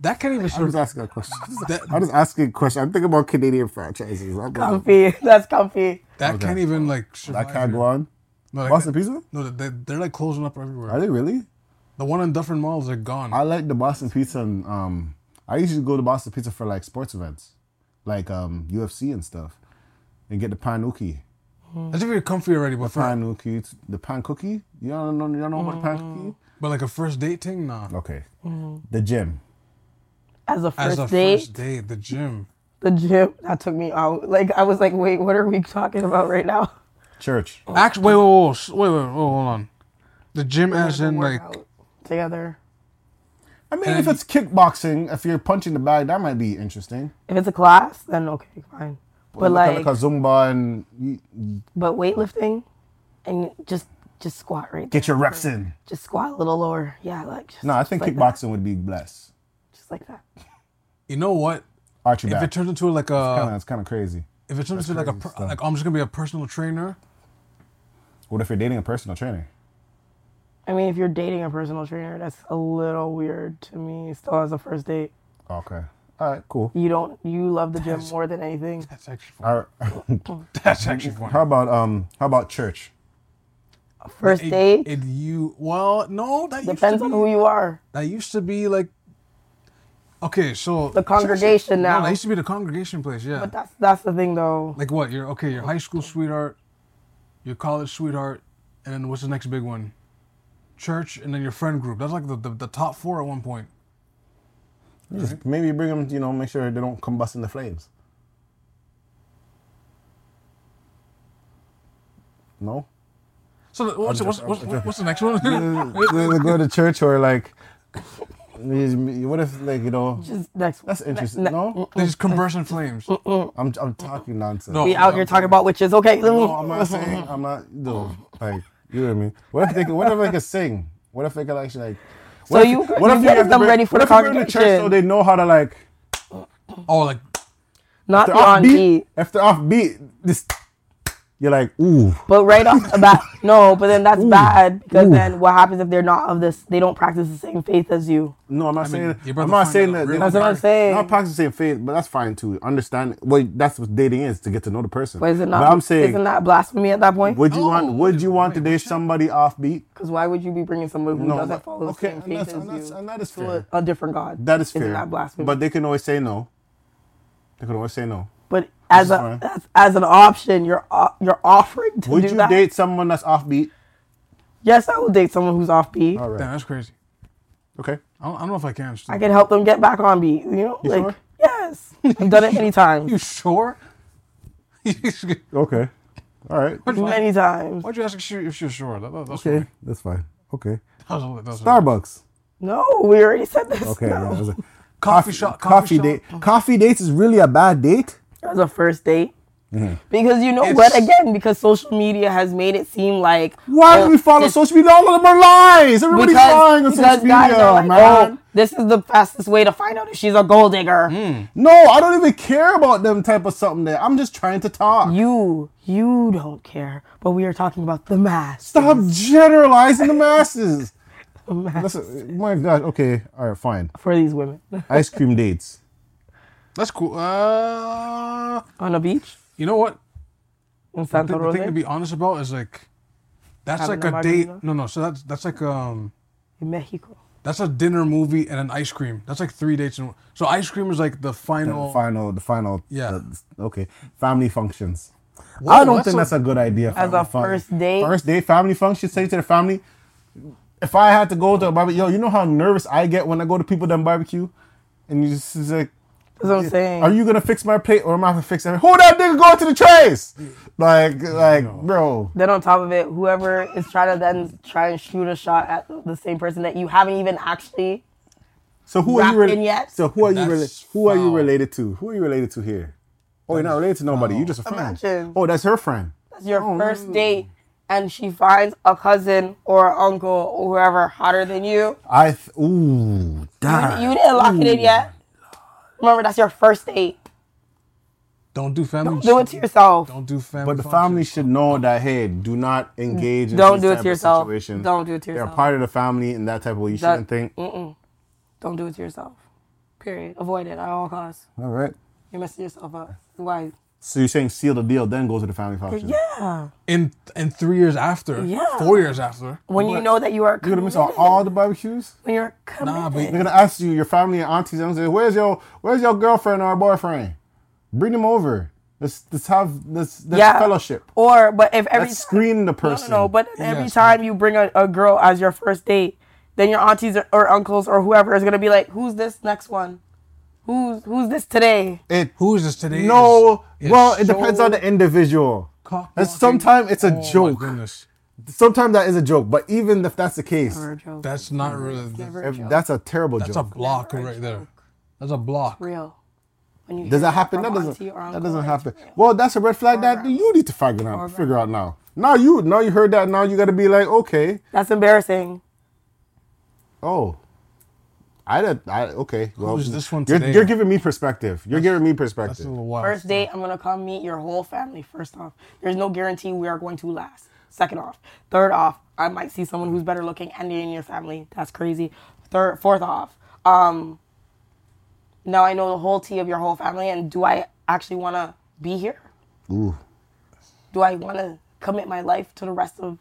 [SPEAKER 3] that can't even
[SPEAKER 1] I'm
[SPEAKER 3] serve.
[SPEAKER 1] just asking a question.
[SPEAKER 3] That-
[SPEAKER 1] I'm just asking a question. I'm thinking about Canadian franchises. I'm like,
[SPEAKER 2] Comfy. That's comfy.
[SPEAKER 3] That can't even like.
[SPEAKER 1] that
[SPEAKER 3] survive
[SPEAKER 1] can't
[SPEAKER 3] here.
[SPEAKER 1] go on.
[SPEAKER 3] No, like,
[SPEAKER 1] Boston pizza?
[SPEAKER 3] no, they, they're like closing up everywhere.
[SPEAKER 1] Are they really?
[SPEAKER 3] The one in Dufferin Malls, they're gone.
[SPEAKER 1] I like the Boston pizza. And, um, I usually go to Boston pizza for like sports events, like um UFC and stuff, and get the panuki.
[SPEAKER 3] That's if you're comfy already, but for,
[SPEAKER 1] Pan cookie, it's the pan cookie. You don't know, you don't know about pan cookie.
[SPEAKER 3] but like a first date thing, nah.
[SPEAKER 1] Okay,
[SPEAKER 3] Mm-hmm.
[SPEAKER 1] the gym.
[SPEAKER 2] As a
[SPEAKER 3] As
[SPEAKER 2] first
[SPEAKER 3] a
[SPEAKER 2] date,
[SPEAKER 3] first date, the gym.
[SPEAKER 2] the gym that took me out. Like I was like, wait, what are we talking about right now?
[SPEAKER 1] Church.
[SPEAKER 3] Actually, wait, wait, wait, wait, wait, wait, wait, hold on. The gym, as in like,
[SPEAKER 2] Workout together.
[SPEAKER 1] I mean,
[SPEAKER 3] And-
[SPEAKER 1] if it's kickboxing, if you're punching the bag, that might be interesting.
[SPEAKER 2] If it's a class, then okay, fine. But
[SPEAKER 1] Look at
[SPEAKER 2] like,
[SPEAKER 1] a Zumba and you, you
[SPEAKER 2] but weightlifting, and just just squat right there.
[SPEAKER 1] get your reps in.
[SPEAKER 2] Just squat a little lower. Yeah, like just,
[SPEAKER 1] No, I think
[SPEAKER 2] just like
[SPEAKER 1] kickboxing would be blessed.
[SPEAKER 2] that. just like that.
[SPEAKER 3] you know what?
[SPEAKER 1] Arch your
[SPEAKER 3] If it
[SPEAKER 1] back. Oh,
[SPEAKER 3] turns into like
[SPEAKER 1] Kinda-
[SPEAKER 3] a,
[SPEAKER 1] It's kind of crazy.
[SPEAKER 3] if it turns into like a,
[SPEAKER 1] crazy
[SPEAKER 3] per,
[SPEAKER 1] stuff.
[SPEAKER 3] like I'm just gonna be a personal trainer.
[SPEAKER 1] What if you're dating a personal trainer?
[SPEAKER 2] I mean, if you're dating a personal trainer, that's a little weird to me. Still, as a first date,
[SPEAKER 1] Okay. All right. Cool.
[SPEAKER 2] you don't you love the gym more than anything.
[SPEAKER 3] That's actually fun.
[SPEAKER 1] All right.
[SPEAKER 3] That's actually fun.
[SPEAKER 1] How about um? How about church?
[SPEAKER 2] A first
[SPEAKER 3] It-
[SPEAKER 2] date
[SPEAKER 3] it you well no that
[SPEAKER 2] depends
[SPEAKER 3] used to
[SPEAKER 2] on
[SPEAKER 3] be,
[SPEAKER 2] who you are.
[SPEAKER 3] that used to be like okay so
[SPEAKER 2] The congregation
[SPEAKER 3] no,
[SPEAKER 2] now.
[SPEAKER 3] that used to be the congregation place yeah
[SPEAKER 2] but that's that's the thing though.
[SPEAKER 3] like what your okay your high school sweetheart your college sweetheart and then what's the next big one church and then your friend group that's like the the, the top four at one point
[SPEAKER 1] Just maybe bring them. You know, make sure they don't combust in the flames. No.
[SPEAKER 3] so the- what's, what's, what's, what's the next one
[SPEAKER 1] they they go to church or like what if like you know
[SPEAKER 2] Just next
[SPEAKER 1] that's interesting no
[SPEAKER 3] they just converse in flames
[SPEAKER 2] Uh,
[SPEAKER 1] i'm i'm talking nonsense
[SPEAKER 3] No.
[SPEAKER 2] we out here talking about witches. Okay, let me.
[SPEAKER 1] No, Oh, i'm not saying i'm not
[SPEAKER 2] Oh.
[SPEAKER 1] no like you know what i mean what if they could what if they could sing what if they could actually like what
[SPEAKER 2] So
[SPEAKER 1] if,
[SPEAKER 2] you-
[SPEAKER 1] what
[SPEAKER 2] you
[SPEAKER 1] if
[SPEAKER 2] getting
[SPEAKER 1] have to
[SPEAKER 2] them
[SPEAKER 1] bring-
[SPEAKER 2] ready for
[SPEAKER 1] what
[SPEAKER 2] the
[SPEAKER 1] if you bring them to church so
[SPEAKER 2] congregation.
[SPEAKER 1] they know how to like
[SPEAKER 2] uh.
[SPEAKER 3] oh like
[SPEAKER 2] Not
[SPEAKER 1] they're
[SPEAKER 2] the
[SPEAKER 1] off
[SPEAKER 2] on E,
[SPEAKER 1] beat
[SPEAKER 2] beat,
[SPEAKER 1] if they're off beat this you're like ooh
[SPEAKER 2] but right off the bat. No, but then that's bad because then what happens if they're not of this? They don't practice the same faith as you.
[SPEAKER 1] No, I'm not
[SPEAKER 3] mean,
[SPEAKER 1] saying.
[SPEAKER 3] your
[SPEAKER 1] I'm
[SPEAKER 3] brother
[SPEAKER 1] not
[SPEAKER 3] find
[SPEAKER 1] saying
[SPEAKER 3] out
[SPEAKER 1] that.
[SPEAKER 3] real
[SPEAKER 1] That's
[SPEAKER 2] what I'm saying.
[SPEAKER 1] Not practice the same faith, but that's fine too. Understand. Well, that's what dating is to get to know the person.
[SPEAKER 2] But is it not?
[SPEAKER 1] But I'm saying,
[SPEAKER 2] isn't that blasphemy at that point?
[SPEAKER 1] would you want?
[SPEAKER 3] Oh,
[SPEAKER 1] Would you want to
[SPEAKER 3] wait,
[SPEAKER 1] date somebody offbeat?
[SPEAKER 2] Because why would you be bringing somebody who
[SPEAKER 1] No,
[SPEAKER 2] doesn't
[SPEAKER 1] but-
[SPEAKER 2] follow the
[SPEAKER 1] okay,
[SPEAKER 2] same
[SPEAKER 1] and
[SPEAKER 2] faith
[SPEAKER 1] that's-
[SPEAKER 2] as
[SPEAKER 1] and that's-
[SPEAKER 2] you
[SPEAKER 1] and that is
[SPEAKER 2] to a-
[SPEAKER 1] fair.
[SPEAKER 2] A, different god.
[SPEAKER 1] That is
[SPEAKER 2] Isn't
[SPEAKER 1] fair.
[SPEAKER 2] that blasphemy?
[SPEAKER 1] But they can always say no. They can always say no.
[SPEAKER 2] But as a
[SPEAKER 1] fine.
[SPEAKER 2] as, as an option, you're o- you're offering to
[SPEAKER 1] Would
[SPEAKER 2] do
[SPEAKER 1] you
[SPEAKER 2] that.
[SPEAKER 1] date someone that's offbeat?
[SPEAKER 2] yes, I will date someone who's off beat.
[SPEAKER 1] All
[SPEAKER 3] damn
[SPEAKER 1] right.
[SPEAKER 3] that's crazy
[SPEAKER 1] Okay.
[SPEAKER 3] I don't, I don't know if I can still.
[SPEAKER 2] I can help them get back on beat. You know,
[SPEAKER 1] You
[SPEAKER 2] like
[SPEAKER 1] sure?
[SPEAKER 2] yes, I've done it many times.
[SPEAKER 3] you sure
[SPEAKER 1] Okay. All right.
[SPEAKER 2] many times.
[SPEAKER 3] Why'd you ask if she, if she was sure? That, that, that's
[SPEAKER 1] Okay,
[SPEAKER 3] fine.
[SPEAKER 1] that's fine. Okay.
[SPEAKER 3] That was all- that was all.
[SPEAKER 1] Starbucks.
[SPEAKER 2] No, we already said this.
[SPEAKER 1] Okay. yeah,
[SPEAKER 2] no.
[SPEAKER 1] that was a-
[SPEAKER 3] Coffee shop.
[SPEAKER 1] Coffee
[SPEAKER 3] shop.
[SPEAKER 1] date. Coffee dates is really a bad date.
[SPEAKER 2] as a first date.
[SPEAKER 1] Mm-hmm.
[SPEAKER 2] Because you know
[SPEAKER 3] It's-
[SPEAKER 2] what? Again, because social media has made it seem like
[SPEAKER 1] Why
[SPEAKER 2] oh,
[SPEAKER 1] do we follow
[SPEAKER 2] this-
[SPEAKER 1] social media? All of them are lies. Everybody's lying on
[SPEAKER 2] Because,
[SPEAKER 1] social
[SPEAKER 2] because guys
[SPEAKER 1] media,
[SPEAKER 2] are like,
[SPEAKER 1] man. Mm.
[SPEAKER 2] oh, this is the fastest way to find out if she's a gold digger.
[SPEAKER 1] No, I don't even care about them type of something there. I'm just trying to talk.
[SPEAKER 2] You, you don't care, but we are talking about the mass.
[SPEAKER 1] Stop generalizing the masses.
[SPEAKER 2] The mass
[SPEAKER 1] Listen, my God. Okay. All right. Fine.
[SPEAKER 2] for these women
[SPEAKER 1] Ice cream dates.
[SPEAKER 3] That's cool. Uh,
[SPEAKER 2] on a beach
[SPEAKER 3] you know what?
[SPEAKER 2] in
[SPEAKER 3] The,
[SPEAKER 2] Santa
[SPEAKER 3] the thing to
[SPEAKER 2] Rosa.
[SPEAKER 3] be honest about is like, that's
[SPEAKER 2] Having
[SPEAKER 3] like
[SPEAKER 2] a
[SPEAKER 3] a date.
[SPEAKER 2] margarita?
[SPEAKER 3] No, no. So that's that's like um,
[SPEAKER 2] in Mexico.
[SPEAKER 3] that's a dinner movie and an ice cream. That's like three dates. And so ice cream is like the final.
[SPEAKER 1] The final. The final.
[SPEAKER 3] Yeah.
[SPEAKER 1] the- okay. Family functions.
[SPEAKER 3] Whoa,
[SPEAKER 1] I don't think that's
[SPEAKER 3] a-
[SPEAKER 1] a good idea.
[SPEAKER 2] As
[SPEAKER 1] family
[SPEAKER 2] a first date?
[SPEAKER 1] First date, family function, say to the family. If I had to go to a barbecue, yo, you know how nervous I get when I go to people that barbecue? And you just is like,
[SPEAKER 2] That's what I'm saying.
[SPEAKER 1] are you gonna fix my plate or am I gonna fix it? Who that nigga going to the trays? Like, like, bro.
[SPEAKER 2] Then on top of it, whoever is trying to then try and shoot a shot at the same person that you haven't even actually
[SPEAKER 1] So who are you?
[SPEAKER 2] Rapping yet?
[SPEAKER 1] So who are you? Rela-
[SPEAKER 3] That's
[SPEAKER 1] who are you
[SPEAKER 3] foul.
[SPEAKER 1] related to? Who are you related to here? Oh, you're not related to nobody. You're just a friend.
[SPEAKER 2] Imagine.
[SPEAKER 1] Oh, that's her friend.
[SPEAKER 2] It's your
[SPEAKER 1] Oh,
[SPEAKER 2] first date and she finds a cousin or an uncle or whoever hotter than you.
[SPEAKER 1] I th- ooh, damn.
[SPEAKER 2] You didn't lock it in yet. Remember, that's your first date.
[SPEAKER 3] Don't do family.
[SPEAKER 2] Do it to yourself.
[SPEAKER 3] Don't do family.
[SPEAKER 1] But the
[SPEAKER 3] functions.
[SPEAKER 1] family should know that hey, do not engage in
[SPEAKER 2] Mm. Don't
[SPEAKER 1] these
[SPEAKER 2] do it
[SPEAKER 1] type
[SPEAKER 2] to
[SPEAKER 1] of
[SPEAKER 2] yourself.
[SPEAKER 1] situations.
[SPEAKER 2] Don't do it to
[SPEAKER 1] They're
[SPEAKER 2] yourself. Mm.
[SPEAKER 1] part of the family in that type of way. You shouldn't think. All
[SPEAKER 2] Mm-mm. Don't do it to yourself. Period. Avoid it at all costs.
[SPEAKER 1] right.
[SPEAKER 2] You're messing yourself up. Why?
[SPEAKER 1] So you're saying seal the deal, then go to the family function.
[SPEAKER 2] Yeah.
[SPEAKER 3] in in three years after.
[SPEAKER 2] Yeah.
[SPEAKER 3] Four years after.
[SPEAKER 2] When you know that you are
[SPEAKER 1] You're
[SPEAKER 2] committed.
[SPEAKER 1] gonna miss out all the barbecues.
[SPEAKER 2] when you're committed.
[SPEAKER 3] Nah, but-
[SPEAKER 1] They're gonna ask you, your family and aunties, and say, "Where's your Where's your girlfriend or boyfriend? Bring them over. Let's let's have let's, let's
[SPEAKER 2] Yeah.
[SPEAKER 1] fellowship.
[SPEAKER 2] or, but if every
[SPEAKER 1] Let's screen the
[SPEAKER 2] No, no,
[SPEAKER 1] person.
[SPEAKER 2] no, But every
[SPEAKER 3] Yes.
[SPEAKER 2] time you bring a, a girl as your first date, then your aunties or, or uncles or whoever is gonna be like, "Who's this next one? Who's who's this today?"
[SPEAKER 1] it
[SPEAKER 3] Who is this today?
[SPEAKER 1] no.
[SPEAKER 3] Is- is
[SPEAKER 1] well, it
[SPEAKER 3] so
[SPEAKER 1] depends on the individual.
[SPEAKER 3] cock
[SPEAKER 1] And
[SPEAKER 3] blocking.
[SPEAKER 1] sometimes it's a
[SPEAKER 3] Oh my
[SPEAKER 1] joke.
[SPEAKER 3] goodness.
[SPEAKER 1] Sometimes that is a joke. But even if that's the case,
[SPEAKER 2] Or a joke.
[SPEAKER 3] That's not really.
[SPEAKER 2] Mm, never a
[SPEAKER 1] if-
[SPEAKER 2] joke.
[SPEAKER 1] that's a terrible
[SPEAKER 3] That's a
[SPEAKER 1] joke.
[SPEAKER 3] block
[SPEAKER 2] Never a
[SPEAKER 3] right there.
[SPEAKER 2] joke.
[SPEAKER 3] That's a block.
[SPEAKER 2] real. When you hear
[SPEAKER 1] Does that happen? That
[SPEAKER 2] from
[SPEAKER 1] doesn't.
[SPEAKER 2] auntie or
[SPEAKER 1] That
[SPEAKER 2] uncle,
[SPEAKER 1] doesn't
[SPEAKER 2] it's
[SPEAKER 1] happen.
[SPEAKER 2] real.
[SPEAKER 1] Well, that's a red flag that
[SPEAKER 2] grounds.
[SPEAKER 1] you need to figure out.
[SPEAKER 2] grounds.
[SPEAKER 1] Figure out now. Now you. Now you heard that. Now you got to be like, okay,
[SPEAKER 2] That's embarrassing.
[SPEAKER 1] oh, I did. I okay. Well,
[SPEAKER 3] Who's this one
[SPEAKER 1] you're,
[SPEAKER 3] today?
[SPEAKER 1] you're giving me perspective. You're giving me
[SPEAKER 3] That's
[SPEAKER 1] perspective.
[SPEAKER 3] a little wild.
[SPEAKER 2] First date, I'm gonna come meet your whole family. First off, there's no guarantee we are going to last. Second off, third off, I might see someone who's better looking and in your family. That's crazy. Third, fourth off, um, now I know the whole tea of your whole family, and do I actually want to be here?
[SPEAKER 1] Ooh.
[SPEAKER 2] Do I want to commit my life to the rest of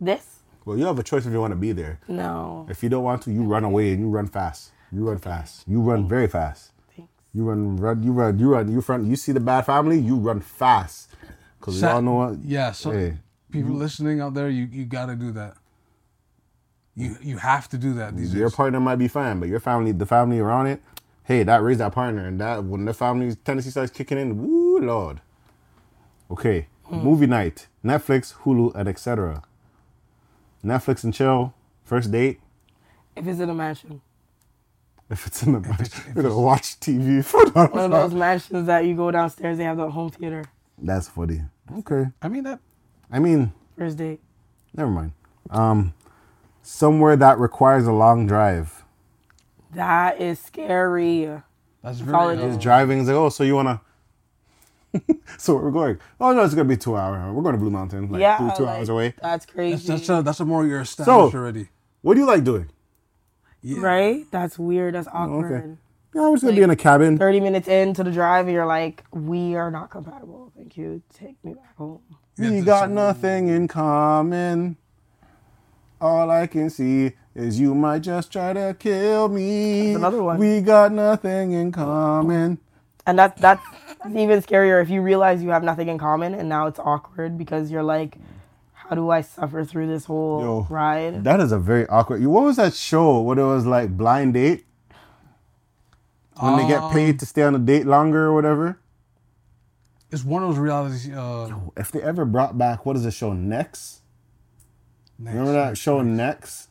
[SPEAKER 2] this?
[SPEAKER 1] Well, you have a choice if you want to be there.
[SPEAKER 2] No.
[SPEAKER 1] If you don't want to, you run away and you run fast. You run fast. You run very fast.
[SPEAKER 2] Thanks.
[SPEAKER 1] You run, run, you run, you run. You front. You see the bad family. You run fast. Cause we
[SPEAKER 3] Sa-
[SPEAKER 1] all know what. Mm-hmm.
[SPEAKER 3] Yeah, so
[SPEAKER 1] Hey.
[SPEAKER 3] people listening out there, you, you gotta do that. You you have to do that these
[SPEAKER 1] Your
[SPEAKER 3] days.
[SPEAKER 1] partner might be fine, but your family, the family around it, hey, that raised that partner, and that when the family's tendency starts kicking in, woo lord. Okay, movie night, Netflix, Hulu, and etc. Netflix and chill, first date.
[SPEAKER 2] If it's in a mansion,
[SPEAKER 1] If it's in the you're gonna watch TV for
[SPEAKER 2] one of those mansions that you go downstairs, they have the home theater.
[SPEAKER 1] That's funny. Okay,
[SPEAKER 3] I mean that
[SPEAKER 1] I mean,
[SPEAKER 2] First date.
[SPEAKER 1] never mind. Um, somewhere that requires a long drive.
[SPEAKER 2] That is scary.
[SPEAKER 3] that's
[SPEAKER 2] all
[SPEAKER 3] very
[SPEAKER 2] it is.
[SPEAKER 3] uh,
[SPEAKER 1] driving is like, oh, so you wanna? so where we're going? Oh no, it's gonna be two hour. We're going to Blue Mountain, like
[SPEAKER 2] yeah,
[SPEAKER 1] two, two
[SPEAKER 2] like,
[SPEAKER 1] hours away.
[SPEAKER 2] That's
[SPEAKER 3] that's
[SPEAKER 2] crazy,
[SPEAKER 3] that's a that's a more you're established
[SPEAKER 1] So-
[SPEAKER 3] already.
[SPEAKER 1] What do you like doing?
[SPEAKER 3] Yeah.
[SPEAKER 2] right? That's weird. That's
[SPEAKER 1] Oh,
[SPEAKER 2] awkward.
[SPEAKER 1] Yeah, I'm just gonna be in a cabin.
[SPEAKER 2] Thirty minutes into the drive, and you're like, "We are not compatible. Thank you. Take me back home."
[SPEAKER 1] We
[SPEAKER 3] Yeah,
[SPEAKER 1] got
[SPEAKER 3] so-
[SPEAKER 1] nothing in common. All I can see is you might just try to kill me.
[SPEAKER 2] That's another one.
[SPEAKER 1] We got nothing in common.
[SPEAKER 2] And that that's, that's even scarier if you realize you have nothing in common, and now it's awkward because you're like, "How do I suffer through this whole
[SPEAKER 1] Yo,
[SPEAKER 2] ride?"
[SPEAKER 1] That is a very awkward. What was that show? What it was like blind date? When they get paid to stay on a date longer or whatever.
[SPEAKER 3] It's one of those reality. Uh,
[SPEAKER 1] If they ever brought back, what is the show, Next?
[SPEAKER 3] next-
[SPEAKER 1] Remember that show, Next?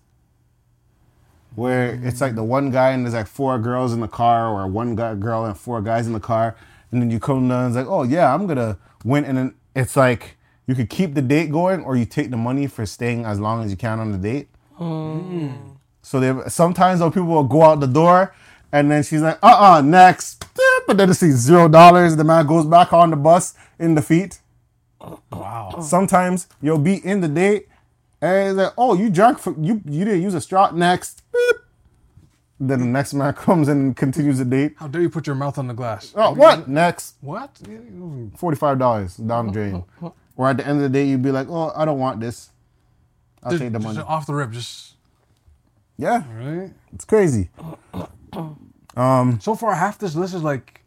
[SPEAKER 1] Where it's like the one guy and there's like four girls in the car, or one guy, girl and four guys in the car. And then you come down and it's like, oh, yeah, I'm going to win. And then it's like, you could keep the date going, or you take the money for staying as long as you can on the date. So they sometimes though people will go out the door and then she's like, uh uh next. But then it's like zero dollars. The man goes back on the bus in defeat.
[SPEAKER 2] Oh.
[SPEAKER 1] Wow. Sometimes you'll be in the date and it's like, oh, you drank for you you didn't use a straw next. Beep. Then the next man comes and continues the date.
[SPEAKER 3] How dare Oh, you put your mouth on the glass?
[SPEAKER 1] Oh, what? Next.
[SPEAKER 3] What? You- you-
[SPEAKER 1] Forty-five dollars down the drain. Or at the end of the day, you'd be like, oh, I don't want this. I'll
[SPEAKER 3] Just,
[SPEAKER 1] take the
[SPEAKER 3] just
[SPEAKER 1] money.
[SPEAKER 3] off the rip, just
[SPEAKER 1] Yeah,
[SPEAKER 3] right.
[SPEAKER 1] it's crazy.
[SPEAKER 3] So far, half this list is like,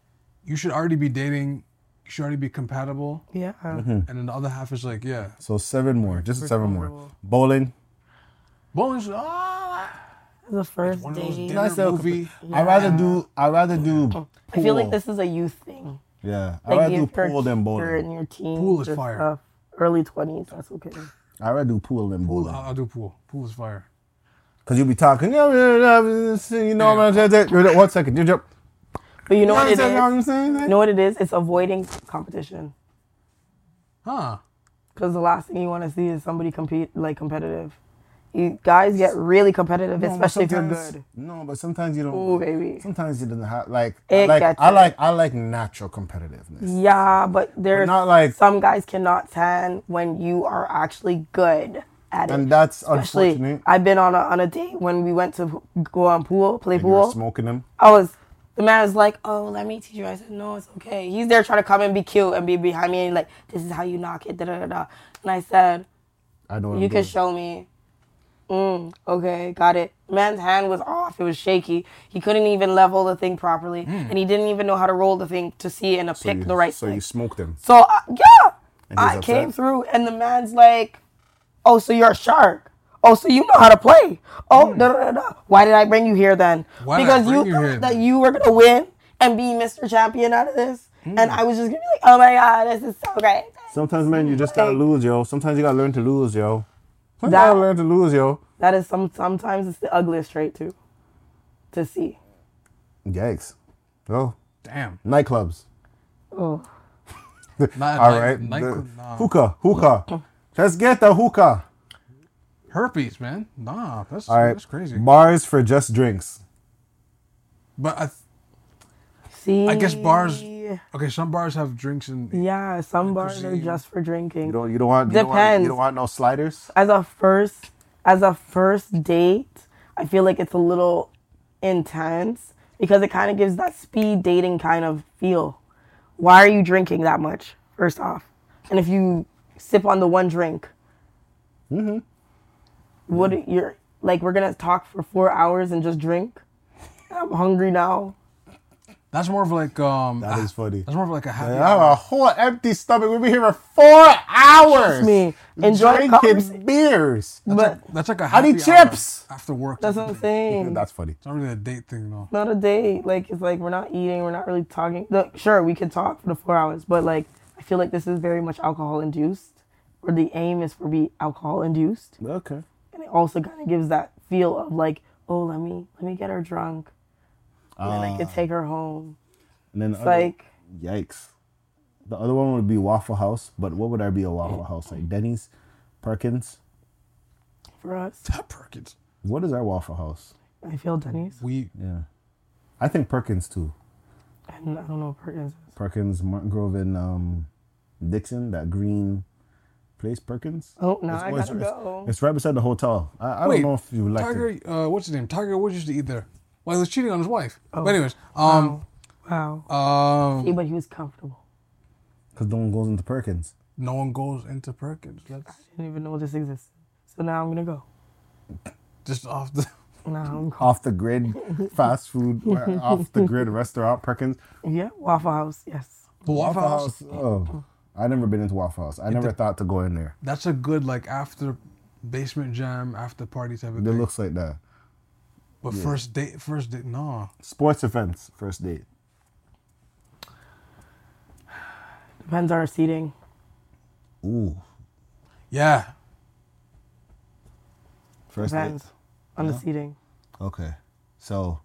[SPEAKER 3] you should already be dating, you should already be compatible,
[SPEAKER 2] Yeah.
[SPEAKER 1] Mm-hmm. Mm.
[SPEAKER 3] and then the other half is like, yeah,
[SPEAKER 1] So seven more, just seven more. Bowling,
[SPEAKER 3] Bones. Ah,
[SPEAKER 2] The first
[SPEAKER 3] one of those
[SPEAKER 2] date.
[SPEAKER 3] dinner
[SPEAKER 1] Nice little
[SPEAKER 3] movie.
[SPEAKER 1] I uh, rather do. I rather do. Pool.
[SPEAKER 2] I feel like this is a youth thing.
[SPEAKER 1] Yeah, I
[SPEAKER 2] Like
[SPEAKER 1] rather do
[SPEAKER 2] if you're-
[SPEAKER 1] pool than
[SPEAKER 2] You're
[SPEAKER 1] bowling.
[SPEAKER 2] in your teens.
[SPEAKER 3] Pool is
[SPEAKER 2] and
[SPEAKER 3] fire.
[SPEAKER 2] stuff, Early 20s. That's okay.
[SPEAKER 1] I rather do pool than
[SPEAKER 3] Pool.
[SPEAKER 1] bowling.
[SPEAKER 3] I'll, I'll do pool. Pool is fire.
[SPEAKER 1] Cause you be talking. "Yeah, yeah, yeah, yeah, You know what I'm saying? You're like, One second, you jump.
[SPEAKER 2] But you know
[SPEAKER 1] You know
[SPEAKER 2] what it is?
[SPEAKER 1] what I'm saying?
[SPEAKER 2] You know what it is? It's avoiding competition.
[SPEAKER 3] Huh?
[SPEAKER 2] Because the last thing you want to see is somebody compete, like competitive. You guys get really competitive,
[SPEAKER 1] No, but
[SPEAKER 2] especially if you're
[SPEAKER 1] sometimes-
[SPEAKER 2] good.
[SPEAKER 1] No, but sometimes you don't.
[SPEAKER 2] Ooh, baby.
[SPEAKER 1] Sometimes you don't have like. I
[SPEAKER 2] It
[SPEAKER 1] like
[SPEAKER 2] gets
[SPEAKER 1] I
[SPEAKER 2] it.
[SPEAKER 1] like I like natural competitiveness.
[SPEAKER 2] Yeah, but there's
[SPEAKER 1] Not like,
[SPEAKER 2] some guys cannot tan when you are actually good at it.
[SPEAKER 1] and that's
[SPEAKER 2] Actually,
[SPEAKER 1] unfortunate.
[SPEAKER 2] I've been on a on a date when we went to go on pool, play
[SPEAKER 1] You're
[SPEAKER 2] pool.
[SPEAKER 1] smoking them.
[SPEAKER 2] I was the man was like, "Oh, let me teach you." I said, "No, it's okay." He's there trying to come and be cute and be behind me and like, "This is how you knock it." Da da da. da. And I said,
[SPEAKER 1] I know. What
[SPEAKER 2] "You
[SPEAKER 1] I'm
[SPEAKER 2] can
[SPEAKER 1] doing.
[SPEAKER 2] show me." Mm, okay, got it. Man's hand was off. It was shaky. He couldn't even level the thing properly, and he didn't even know how to roll the thing to see and to pick
[SPEAKER 1] you,
[SPEAKER 2] the right
[SPEAKER 1] So
[SPEAKER 2] thing.
[SPEAKER 1] you smoke them.
[SPEAKER 2] So I, yeah,
[SPEAKER 1] And he was
[SPEAKER 2] I came
[SPEAKER 1] upset?
[SPEAKER 2] through, and the man's like, "Oh, so you're a shark? Oh, so you know how to play? Oh, da, da, da, da. why did I bring you here then?
[SPEAKER 3] Why did I
[SPEAKER 2] because
[SPEAKER 3] bring
[SPEAKER 2] you
[SPEAKER 3] you
[SPEAKER 2] thought
[SPEAKER 3] here
[SPEAKER 2] that
[SPEAKER 3] then?"
[SPEAKER 2] you were gonna win and be Mr. Champion out of this, and I was just gonna be like, "Oh my God, this is so great."
[SPEAKER 1] Sometimes, man, you just gotta
[SPEAKER 2] Like-
[SPEAKER 1] lose, yo. Sometimes you gotta learn to lose, yo. Sometimes
[SPEAKER 2] That-
[SPEAKER 1] you gotta learn to lose, yo.
[SPEAKER 2] That is some. Sometimes it's the ugliest trait too, to see.
[SPEAKER 1] Yikes. Oh,
[SPEAKER 3] Damn.
[SPEAKER 1] nightclubs.
[SPEAKER 2] Oh,
[SPEAKER 3] Not
[SPEAKER 1] All
[SPEAKER 3] night-
[SPEAKER 1] right.
[SPEAKER 3] night-
[SPEAKER 1] The-
[SPEAKER 3] nah.
[SPEAKER 1] Hookah. Hookah. Let's get the hookah.
[SPEAKER 3] Herpes, man. Nah, that's
[SPEAKER 1] All right.
[SPEAKER 3] that's crazy.
[SPEAKER 1] Bars for just drinks.
[SPEAKER 3] But I,
[SPEAKER 2] see.
[SPEAKER 3] I guess bars. Okay, some bars have drinks and
[SPEAKER 2] Yeah, some bars are
[SPEAKER 3] cuisine.
[SPEAKER 2] just for drinking.
[SPEAKER 1] You don't. You don't want. You Don't want,
[SPEAKER 2] Depends.
[SPEAKER 1] you don't want no sliders.
[SPEAKER 2] as a first as a first date, I feel like it's a little intense because it kind of gives that speed dating kind of feel. Why are you drinking that much? First off, and if you sip on the one drink, mm-hmm. what you're like, we're gonna talk for four hours and just drink. I'm hungry now.
[SPEAKER 3] that's more of like um.
[SPEAKER 1] That
[SPEAKER 3] a-
[SPEAKER 1] is funny.
[SPEAKER 3] That's more of like a happy
[SPEAKER 1] I have
[SPEAKER 3] hour.
[SPEAKER 1] a whole empty stomach. We've been here for four hours.
[SPEAKER 2] me. Enjoy the
[SPEAKER 1] drinking
[SPEAKER 2] conversation. Mm.
[SPEAKER 1] beers.
[SPEAKER 2] But
[SPEAKER 3] That's like a
[SPEAKER 1] I
[SPEAKER 3] happy
[SPEAKER 1] need
[SPEAKER 3] hour
[SPEAKER 1] chips.
[SPEAKER 3] after work.
[SPEAKER 2] that's what I'm saying.
[SPEAKER 1] That's funny.
[SPEAKER 3] It's not really a date thing though.
[SPEAKER 2] not a date. Like it's like we're not eating, we're not really talking. Look, sure, we can talk for the four hours, but like I feel like this is very much alcohol induced, or the aim is for be alcohol induced,
[SPEAKER 1] Okay.
[SPEAKER 2] and it also kind of gives that feel of like, oh, let me let me get her drunk, and then I could take her home.
[SPEAKER 1] And then the
[SPEAKER 2] It's
[SPEAKER 1] other-
[SPEAKER 2] like
[SPEAKER 1] Yikes. The other one would be Waffle House, but what would there be a Waffle House like? Denny's, Perkins.
[SPEAKER 2] for us,
[SPEAKER 3] That Perkins.
[SPEAKER 1] What is our Waffle House?
[SPEAKER 2] I feel Denny's,
[SPEAKER 3] We
[SPEAKER 1] Yeah, I think Perkins too.
[SPEAKER 2] and I don't know what Perkins is.
[SPEAKER 1] Perkins, Martin Grove, and um, Dixon. That green place, Perkins.
[SPEAKER 2] Oh no, I
[SPEAKER 1] it's,
[SPEAKER 2] gotta go.
[SPEAKER 1] it's right beside the hotel. I, I
[SPEAKER 3] Wait,
[SPEAKER 1] don't know if you like it.
[SPEAKER 3] Tiger. Uh, what's his name? Tiger Woods used to eat there. Well, he was cheating on his wife.
[SPEAKER 2] Oh.
[SPEAKER 3] But anyways, um,
[SPEAKER 2] Wow,
[SPEAKER 3] um,
[SPEAKER 2] See, but he was comfortable.
[SPEAKER 1] because no one goes into Perkins.
[SPEAKER 3] no one goes into Perkins. That's
[SPEAKER 2] Didn't even know this existed. So now I'm gonna go.
[SPEAKER 3] just off the.
[SPEAKER 2] Now I'm going.
[SPEAKER 1] Off the grid, fast food, or off the grid restaurant, Perkins.
[SPEAKER 2] Yeah, Waffle House. Yes.
[SPEAKER 3] The Waffle House.
[SPEAKER 1] Oh, I never been into Waffle House. I never thought to go in there.
[SPEAKER 3] That's a good like after basement jam, after party type of
[SPEAKER 1] It
[SPEAKER 3] thing.
[SPEAKER 1] looks like that.
[SPEAKER 3] but first date, first date, nah.
[SPEAKER 1] Sports events, first date.
[SPEAKER 2] Depends on our seating.
[SPEAKER 1] Ooh.
[SPEAKER 3] Yeah.
[SPEAKER 1] First date.
[SPEAKER 2] Depends on the seating.
[SPEAKER 1] Okay. So,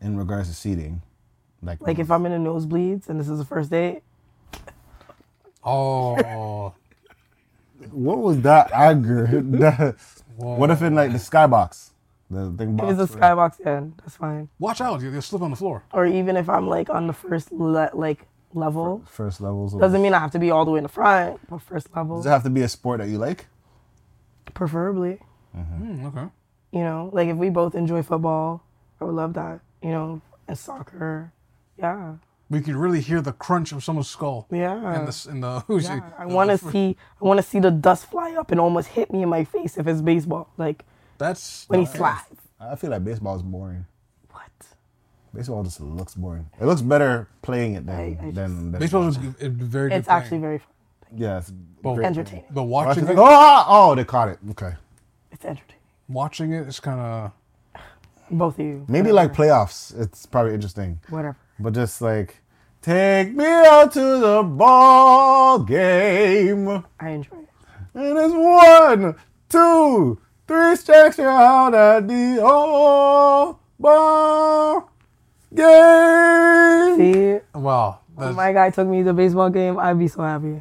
[SPEAKER 1] in regards to seating, like
[SPEAKER 2] Like if I'm in the nosebleeds and this is the first date,
[SPEAKER 3] Oh.
[SPEAKER 1] what was that anger? That- what if in like the skybox, the thing
[SPEAKER 2] if
[SPEAKER 1] box?
[SPEAKER 2] it's a skybox end, that's fine.
[SPEAKER 3] Watch out! You, will slip on the floor.
[SPEAKER 2] Or even if I'm like on the first le- like level,
[SPEAKER 1] First levels. of-
[SPEAKER 2] doesn't mean I have to be all the way in the front, but first level,
[SPEAKER 1] Does it have to be a sport that you like?
[SPEAKER 2] preferably.
[SPEAKER 3] Hmm, okay.
[SPEAKER 2] You know, like if we both enjoy football, I would love that. You know, and soccer, yeah,
[SPEAKER 3] We could really hear the crunch of someone's skull.
[SPEAKER 2] yeah.
[SPEAKER 3] In the s- in the
[SPEAKER 2] Yeah, I want to see. I want to see the dust fly up and almost hit me in my face if it's baseball. Like
[SPEAKER 3] That's
[SPEAKER 2] when he slides.
[SPEAKER 1] I feel like baseball is boring.
[SPEAKER 2] What?
[SPEAKER 1] Baseball just looks boring. It looks better playing it than
[SPEAKER 2] I- I
[SPEAKER 1] than, than
[SPEAKER 3] Baseball is a a very good.
[SPEAKER 2] It's actually very
[SPEAKER 3] thing.
[SPEAKER 2] fun.
[SPEAKER 1] Yeah, it's great.
[SPEAKER 2] entertaining.
[SPEAKER 3] But
[SPEAKER 1] Watching
[SPEAKER 3] watching
[SPEAKER 1] it-
[SPEAKER 3] it,
[SPEAKER 1] oh, ah, oh, they caught it. Okay,
[SPEAKER 2] It's entertaining.
[SPEAKER 3] watching it is kind of
[SPEAKER 2] Both of you.
[SPEAKER 1] maybe like playoffs. It's probably interesting,
[SPEAKER 2] whatever.
[SPEAKER 1] but just like take me out to the ball game.
[SPEAKER 2] I enjoy it.
[SPEAKER 1] And it's one, two, three strikes you're out at the old ball game.
[SPEAKER 2] See,
[SPEAKER 3] wow.
[SPEAKER 2] when
[SPEAKER 3] that's-
[SPEAKER 2] my guy took me to the baseball game, I'd be so happy.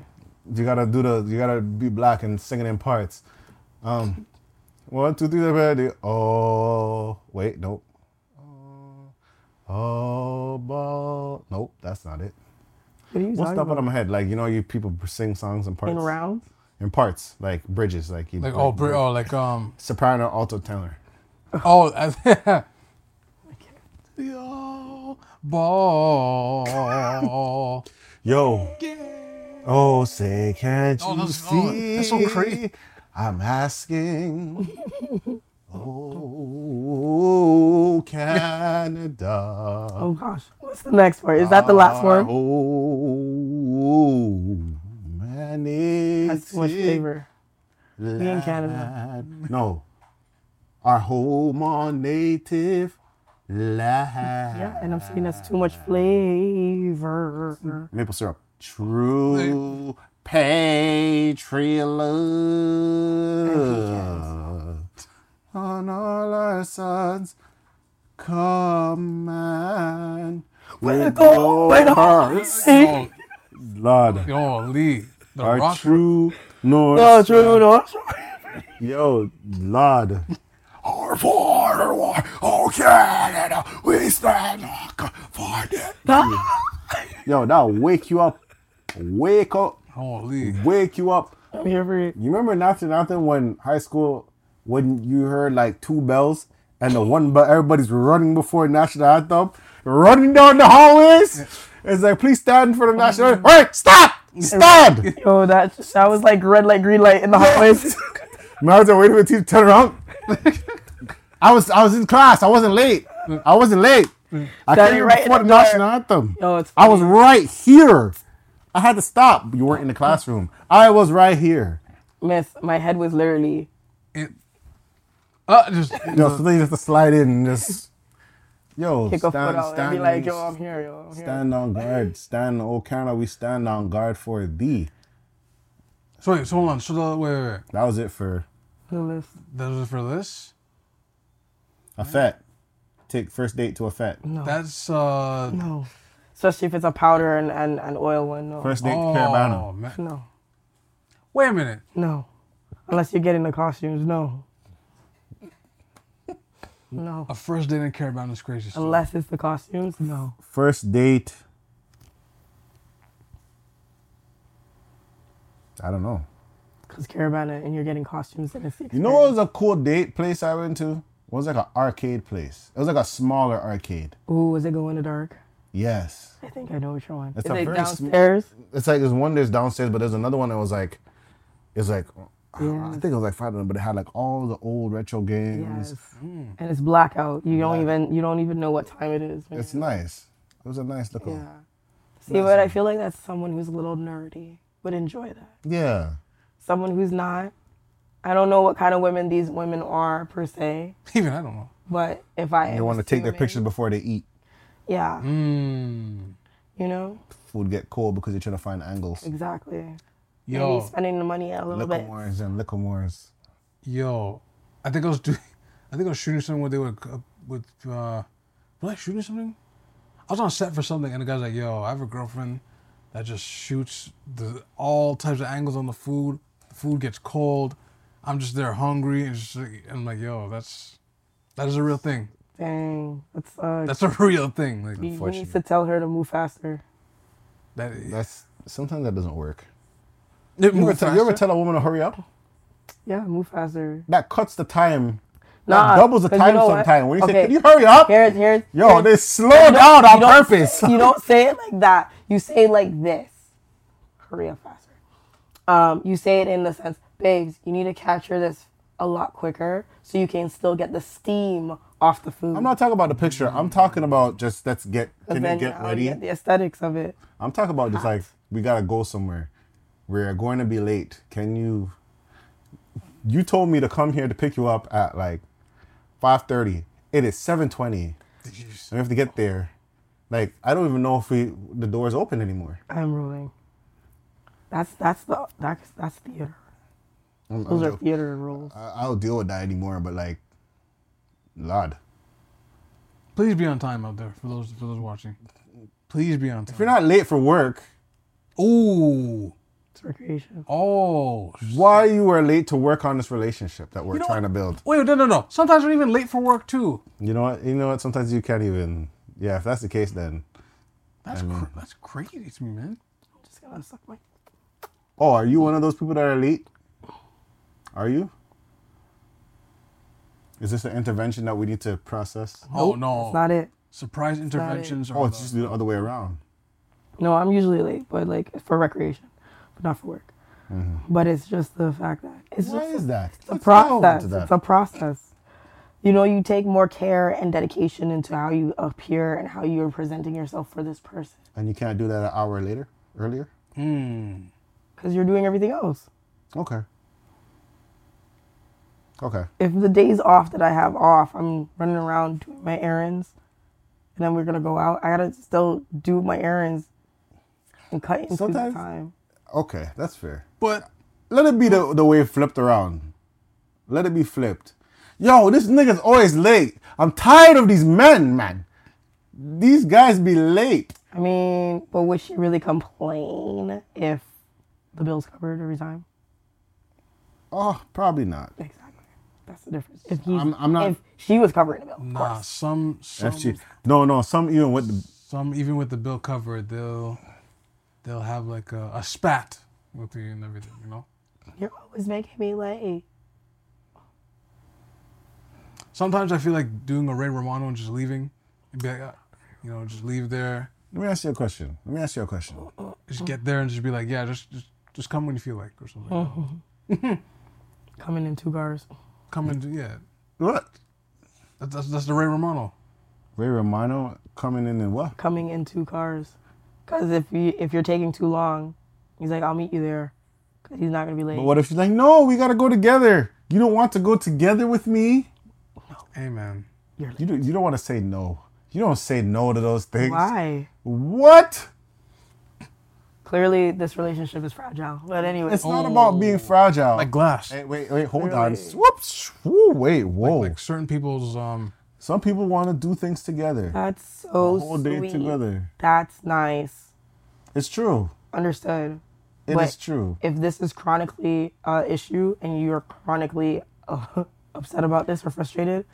[SPEAKER 1] You gotta do the. You gotta be black and singing in parts. Um, one, two, three, four, the oh wait, nope. Oh, ball. Nope, that's not it.
[SPEAKER 2] What are you
[SPEAKER 1] What's
[SPEAKER 2] talking
[SPEAKER 1] up out
[SPEAKER 2] about?
[SPEAKER 1] of my head? Like you know, you people sing songs in parts.
[SPEAKER 2] In rounds?
[SPEAKER 1] In parts, like bridges, like you.
[SPEAKER 3] like oh, br- oh, like um,
[SPEAKER 1] soprano, alto, tenor.
[SPEAKER 3] oh, I- the old ball.
[SPEAKER 1] Yo, Oh, say, can't
[SPEAKER 3] Oh,
[SPEAKER 1] you
[SPEAKER 3] that's- oh,
[SPEAKER 1] see?
[SPEAKER 3] that's so crazy.
[SPEAKER 1] I'm asking. oh, Canada.
[SPEAKER 2] Oh gosh. What's the next part? Is that the
[SPEAKER 1] Ah,
[SPEAKER 2] last one?
[SPEAKER 1] Oh, many.
[SPEAKER 2] That's too much flavor.
[SPEAKER 1] We
[SPEAKER 2] in Canada.
[SPEAKER 1] No. Our home, our native land.
[SPEAKER 2] Yeah, and I'm saying that's too much flavor.
[SPEAKER 1] Maple syrup. True patriot on all our sons come and with
[SPEAKER 2] go,
[SPEAKER 1] all
[SPEAKER 2] with all
[SPEAKER 1] hearts,
[SPEAKER 2] Oh See?
[SPEAKER 1] Lord,
[SPEAKER 3] Yo, Lee, the
[SPEAKER 1] our
[SPEAKER 3] rock.
[SPEAKER 1] true north.
[SPEAKER 2] Oh, true, no.
[SPEAKER 1] Yo, Lord. Our foreign war, oh Canada, we stand for it. Yo, that'll wake you up. Wake up.
[SPEAKER 3] Oh, Lee.
[SPEAKER 1] Wake you up.
[SPEAKER 2] I'm here for it.
[SPEAKER 1] You remember nothing, nothing when high school, when you heard like two bells and the one bell, everybody's running before national anthem, running down the hallways. It's like, please stand for the national. anthem. All right, stop, stand.
[SPEAKER 2] Yo, that that was like red light, green light in the hallways.
[SPEAKER 1] Man, I was like, wait a minute, teacher, turn around. I was, I was in class. I wasn't late. I wasn't late. I
[SPEAKER 2] Standing
[SPEAKER 1] came
[SPEAKER 2] right in
[SPEAKER 1] before
[SPEAKER 2] the
[SPEAKER 1] the
[SPEAKER 2] door.
[SPEAKER 1] national anthem.
[SPEAKER 2] Yo, it's
[SPEAKER 1] I was right here. I had to stop. You weren't in the classroom. I was right here.
[SPEAKER 2] Miss, my head was literally
[SPEAKER 3] It, uh, just
[SPEAKER 1] Yo, so they just have to slide in and just. Yo,
[SPEAKER 2] Uh-huh. kick a
[SPEAKER 1] stand,
[SPEAKER 2] foot out
[SPEAKER 1] stand,
[SPEAKER 2] and be like, yo, I'm here, yo, I'm here.
[SPEAKER 1] stand on guard. Stand, oh Canada, we stand on guard for thee.
[SPEAKER 3] so wait, so hold on. So the, wait, wait, wait.
[SPEAKER 1] That was it for
[SPEAKER 2] The list.
[SPEAKER 3] That was for this.
[SPEAKER 1] a fet. Take first date to a fet.
[SPEAKER 3] That's uh.
[SPEAKER 2] No. Especially if it's a powder and, and, and oil one. No.
[SPEAKER 1] First date
[SPEAKER 3] oh,
[SPEAKER 1] to Carabana.
[SPEAKER 3] man.
[SPEAKER 2] No.
[SPEAKER 3] Wait a minute.
[SPEAKER 2] No. Unless you're getting the costumes. No. No.
[SPEAKER 3] A first date in Carabana is crazy. still.
[SPEAKER 2] Unless it's the costumes. No.
[SPEAKER 1] First date. I don't know.
[SPEAKER 2] Because Caravana and you're getting costumes and it's the
[SPEAKER 1] You know what was a cool date place I went to? It was like an arcade place. It was like a smaller arcade.
[SPEAKER 2] experience. Ooh, is it go in the dark?
[SPEAKER 1] Yes.
[SPEAKER 2] I think I know which one.
[SPEAKER 1] It's
[SPEAKER 2] is
[SPEAKER 1] a
[SPEAKER 2] it
[SPEAKER 1] very sm-
[SPEAKER 2] downstairs?
[SPEAKER 1] it's like there's one that's downstairs, but there's another one that was like, it's like, I- I
[SPEAKER 2] Yeah.
[SPEAKER 1] think it was like five of them, but it had like all the old retro games.
[SPEAKER 2] Yes. And it's blackout. You don't even you don't even know what time it is.
[SPEAKER 1] It's nice. It was a nice looking.
[SPEAKER 2] yeah. See, but I feel like that's someone who's a little nerdy would enjoy that.
[SPEAKER 1] Yeah.
[SPEAKER 2] someone who's not. I don't know what kind of women these women are per se,
[SPEAKER 3] Even I don't know.
[SPEAKER 2] but if I
[SPEAKER 1] They
[SPEAKER 2] am
[SPEAKER 1] want to take their
[SPEAKER 2] assuming-
[SPEAKER 1] pictures before they eat.
[SPEAKER 2] yeah,
[SPEAKER 3] Mm.
[SPEAKER 2] You know,
[SPEAKER 1] Food get cold because you're trying to find angles.
[SPEAKER 2] exactly. Maybe
[SPEAKER 3] Yo,
[SPEAKER 2] spending the money a little bit.
[SPEAKER 1] Liquomores and liquomores.
[SPEAKER 3] yo, I think I was doing, I think I was shooting something where they were uh, with, uh, was I shooting something? I was on set for something, and the guy's like, "Yo, I have a girlfriend that just shoots the all types of angles on the food. The food gets cold. I'm just there hungry, and just like, and I'm like, yo, that's that is a real thing.
[SPEAKER 2] Dang, that's uh.
[SPEAKER 3] That's a real thing. Like
[SPEAKER 2] you, you need to tell her to move faster.
[SPEAKER 3] that.
[SPEAKER 1] That's sometimes that doesn't work.
[SPEAKER 3] it
[SPEAKER 1] You ever,
[SPEAKER 3] moved
[SPEAKER 1] tell, you ever
[SPEAKER 3] faster.
[SPEAKER 1] tell a woman to hurry up?
[SPEAKER 2] Yeah, move faster.
[SPEAKER 1] That cuts the time.
[SPEAKER 2] Nah,
[SPEAKER 1] that doubles the
[SPEAKER 2] 'cause you
[SPEAKER 1] time
[SPEAKER 2] know what?
[SPEAKER 1] sometimes. When you say,
[SPEAKER 2] Okay.
[SPEAKER 1] "Can you hurry up?"
[SPEAKER 2] Here, here.
[SPEAKER 1] Yo,
[SPEAKER 2] here-
[SPEAKER 1] they slow down on purpose.
[SPEAKER 2] you don't say it like that. You say it like this. Hurry up faster. Um, you say it in the sense, babes, you need to capture this a lot quicker so you can still get the steam off the food.
[SPEAKER 1] I'm not talking about the picture. I'm talking about just let's get. Can you
[SPEAKER 2] Then
[SPEAKER 1] get
[SPEAKER 2] I'll
[SPEAKER 1] ready?
[SPEAKER 2] get the aesthetics of it.
[SPEAKER 1] I'm talking about just like we gotta go somewhere. We're going to be late. Can you? You told me to come here to pick you up at like 5:30. It is 7:20, and we have to get there. Like I don't even know if we the door's open anymore.
[SPEAKER 2] I'm ruling. That's that's the that's that's
[SPEAKER 1] I'm-
[SPEAKER 2] theater.
[SPEAKER 1] I'm
[SPEAKER 2] Those are
[SPEAKER 1] joking.
[SPEAKER 2] theater rules.
[SPEAKER 1] I- I'll deal with that anymore. But like, lad,
[SPEAKER 3] Please be on time out there for those for those watching. Please be on time.
[SPEAKER 1] if you're not late for work,
[SPEAKER 3] Ooh.
[SPEAKER 2] It's recreation.
[SPEAKER 3] Oh.
[SPEAKER 1] why you were late to work on this relationship that we're
[SPEAKER 3] know
[SPEAKER 1] trying
[SPEAKER 3] what?
[SPEAKER 1] to build?
[SPEAKER 3] Wait, no, no, no. Sometimes we're even late for work too.
[SPEAKER 1] You know what? You know what? Sometimes you can't even. Yeah, if that's the case, then
[SPEAKER 3] That's cr- that's crazy to me, man.
[SPEAKER 2] I'm just gonna suck my
[SPEAKER 1] Oh, are you one of those people that are late? Are you? Is this an intervention that we need to process?
[SPEAKER 3] Oh
[SPEAKER 2] That's
[SPEAKER 3] no.
[SPEAKER 2] not it.
[SPEAKER 3] Surprise interventions
[SPEAKER 1] Oh,
[SPEAKER 3] are
[SPEAKER 1] it's
[SPEAKER 3] the-
[SPEAKER 1] just the other way around.
[SPEAKER 2] No, I'm usually late, but like for recreation, but not for work. But it's just the fact that it's
[SPEAKER 1] Mm-hmm. Why
[SPEAKER 2] just
[SPEAKER 1] is that?
[SPEAKER 2] a
[SPEAKER 1] What's wrong
[SPEAKER 2] process.
[SPEAKER 1] with that?
[SPEAKER 2] It's a process. You know, you take more care and dedication into how you appear and how you are presenting yourself for this person
[SPEAKER 1] and you can't do that an hour later, earlier.
[SPEAKER 2] because you're doing everything else.
[SPEAKER 1] Okay. Okay.
[SPEAKER 2] If the days off that I have off, I'm running around doing my errands, and then we're gonna go out. I gotta still do my errands and cut into
[SPEAKER 1] Sometimes-
[SPEAKER 2] the time.
[SPEAKER 1] Okay, that's fair.
[SPEAKER 3] But
[SPEAKER 1] Let it be the, the way it flipped around. Let it be flipped. Yo, this nigga's always late. I'm tired of these men, man. These guys be late.
[SPEAKER 2] I mean, but would she really complain if the bill's covered every time?
[SPEAKER 1] Oh, probably not.
[SPEAKER 2] Exactly. That's the difference. If he's,
[SPEAKER 1] I'm- I'm not-
[SPEAKER 2] if she was covering the bill, of
[SPEAKER 3] nah,
[SPEAKER 2] course.
[SPEAKER 3] some some
[SPEAKER 1] That's shit. No, no, some even with the
[SPEAKER 3] some even with the bill covered, they'll they'll have like a, a spat with you and everything, you know?
[SPEAKER 2] You're always making me late.
[SPEAKER 3] Sometimes I feel like doing a Ray Romano and just leaving. And be like, uh, you know, just leave there.
[SPEAKER 1] Let me ask you a question. Let me ask you a question.
[SPEAKER 3] Just get there and just be like, yeah, just just, just come when you feel like or something.
[SPEAKER 2] Coming in two cars.
[SPEAKER 3] Come and do- yeah.
[SPEAKER 1] What?
[SPEAKER 3] That's, that's that's the Ray Romano.
[SPEAKER 1] Ray Romano coming in and what?
[SPEAKER 2] Coming in two cars. Because if you if you're taking too long, he's like, I'll meet you there. 'Cause he's not gonna be late.
[SPEAKER 1] But what if she's like, no, we gotta go together. You don't want to go together with me.
[SPEAKER 3] Hey man.
[SPEAKER 1] You do, you don't want to say no. You don't say no to those things.
[SPEAKER 2] Why?
[SPEAKER 1] What?
[SPEAKER 2] Clearly, this relationship is fragile. But anyway,
[SPEAKER 1] It's not about being fragile.
[SPEAKER 3] Oh. Like glass.
[SPEAKER 1] Hey, wait, wait, hold on.
[SPEAKER 2] Really?
[SPEAKER 1] Whoops. Whoa, wait, whoa.
[SPEAKER 3] Like certain people's um
[SPEAKER 1] Some people want to do things together.
[SPEAKER 2] that's so
[SPEAKER 1] The whole day
[SPEAKER 2] sweet.
[SPEAKER 1] together.
[SPEAKER 2] That's nice.
[SPEAKER 1] It's true.
[SPEAKER 2] Understood.
[SPEAKER 1] It is
[SPEAKER 2] But-
[SPEAKER 1] true.
[SPEAKER 2] if this is chronically uh, issue and you're chronically uh, upset about this or frustrated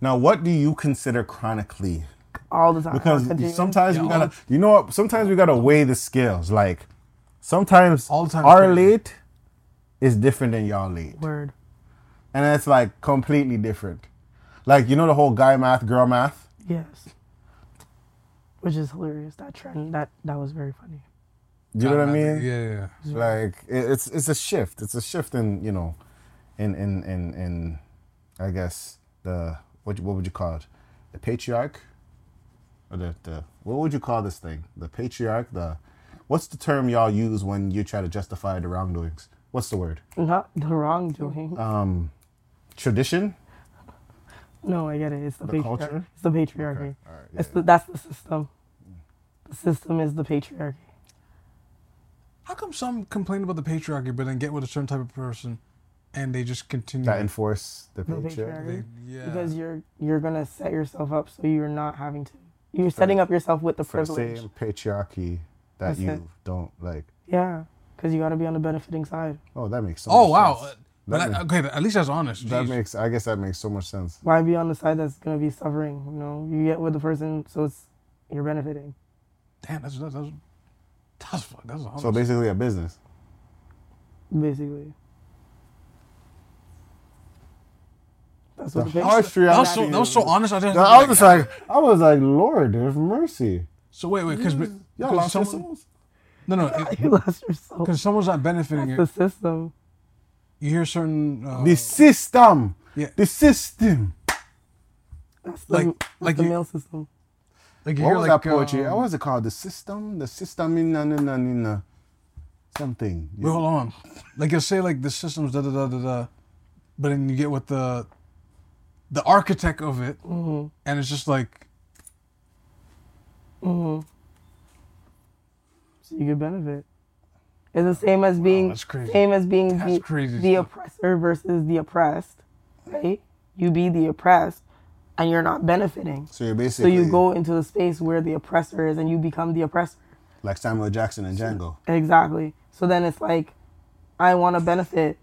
[SPEAKER 1] Now, what do you consider chronically?
[SPEAKER 2] all the time
[SPEAKER 1] because
[SPEAKER 2] Continuous.
[SPEAKER 1] sometimes we
[SPEAKER 3] Yeah,
[SPEAKER 1] gotta
[SPEAKER 3] all-
[SPEAKER 1] you know what sometimes we gotta weigh the scales like sometimes
[SPEAKER 3] All the time is
[SPEAKER 1] our
[SPEAKER 3] crazy.
[SPEAKER 1] late is different than y'all late
[SPEAKER 2] word
[SPEAKER 1] and it's like completely different like you know the whole guy math girl math
[SPEAKER 2] yes which is hilarious that trend that that was very funny
[SPEAKER 1] you know what i mean
[SPEAKER 3] Yeah, yeah, yeah.
[SPEAKER 1] like it, it's it's a shift it's a shift in you know in in in, in i guess the what, you- what would you call it the patriarch or the, the what would you call this thing the patriarch the what's the term y'all use when you try to justify the wrongdoings what's the word Um,
[SPEAKER 2] not the wrongdoing
[SPEAKER 1] tradition
[SPEAKER 2] no i get it it's the,
[SPEAKER 1] the
[SPEAKER 2] patriarchy
[SPEAKER 1] culture?
[SPEAKER 2] it's the patriarchy
[SPEAKER 1] all right,
[SPEAKER 2] it's the, that's the system the the system is the patriarchy.
[SPEAKER 3] How come some complain about the patriarchy but then get with a certain type of person and they just continue?
[SPEAKER 1] that enforce the
[SPEAKER 2] The
[SPEAKER 1] patriarchy.
[SPEAKER 2] patriarchy.
[SPEAKER 3] yeah.
[SPEAKER 2] Because you're you're gonna set yourself up so you're not having to. You're setting up yourself with the
[SPEAKER 1] For the
[SPEAKER 2] privilege.
[SPEAKER 1] same patriarchy that
[SPEAKER 2] That's
[SPEAKER 1] you
[SPEAKER 2] it.
[SPEAKER 1] don't like.
[SPEAKER 2] Yeah, because you got to be on the benefiting side.
[SPEAKER 1] Oh, that makes so
[SPEAKER 3] oh,
[SPEAKER 1] much
[SPEAKER 3] wow.
[SPEAKER 1] sense.
[SPEAKER 3] Uh, But
[SPEAKER 1] That
[SPEAKER 3] I- okay, at least that's honest.
[SPEAKER 1] That
[SPEAKER 3] Jeez.
[SPEAKER 1] makes I guess that makes so much sense.
[SPEAKER 2] Why be on the side that's gonna be suffering? You know, you get with the person, so it's you're benefiting.
[SPEAKER 3] Damn, that's, that's, that's, that's, that's honest.
[SPEAKER 1] So basically a business.
[SPEAKER 2] basically. That's
[SPEAKER 1] The
[SPEAKER 2] what the picture.
[SPEAKER 1] harsh
[SPEAKER 3] that, was
[SPEAKER 1] reality.
[SPEAKER 3] so, that was so
[SPEAKER 1] is-
[SPEAKER 3] honest. I didn't.
[SPEAKER 1] I was just like I was like, Lord have mercy.
[SPEAKER 3] so wait, wait, because
[SPEAKER 1] Y'all lost your
[SPEAKER 3] someone,
[SPEAKER 1] souls.
[SPEAKER 3] no, no,
[SPEAKER 2] you lost your soul.
[SPEAKER 3] because someone's not benefiting
[SPEAKER 2] That's the
[SPEAKER 3] it.
[SPEAKER 2] system.
[SPEAKER 3] You hear certain uh,
[SPEAKER 1] The system.
[SPEAKER 3] Yeah.
[SPEAKER 1] The system.
[SPEAKER 2] That's the,
[SPEAKER 3] Like-
[SPEAKER 2] that's
[SPEAKER 3] like
[SPEAKER 2] the
[SPEAKER 3] you-
[SPEAKER 2] male system.
[SPEAKER 3] like you
[SPEAKER 1] What
[SPEAKER 3] hear
[SPEAKER 1] was
[SPEAKER 3] like
[SPEAKER 1] that poetry?
[SPEAKER 3] um,
[SPEAKER 1] what was it called? The system? The system in na, na, na, na, na. something.
[SPEAKER 3] Wait, hold on. Like you'll say like the systems da da da da da, but then you get with the the architect of it,
[SPEAKER 1] Mm-hmm.
[SPEAKER 3] and it's just like
[SPEAKER 2] So you could benefit. It's the same as being
[SPEAKER 3] oh, that's crazy.
[SPEAKER 2] same as being
[SPEAKER 3] That's
[SPEAKER 2] the,
[SPEAKER 3] crazy
[SPEAKER 2] the
[SPEAKER 3] stuff.
[SPEAKER 2] oppressor versus the oppressed, right? You be the oppressed, and you're not benefiting.
[SPEAKER 1] So you're
[SPEAKER 2] So
[SPEAKER 1] basically
[SPEAKER 2] you go into the space where the oppressor is, and you become the oppressor.
[SPEAKER 1] like Samuel Jackson and Django.
[SPEAKER 2] Exactly. So then it's like, I want to benefit.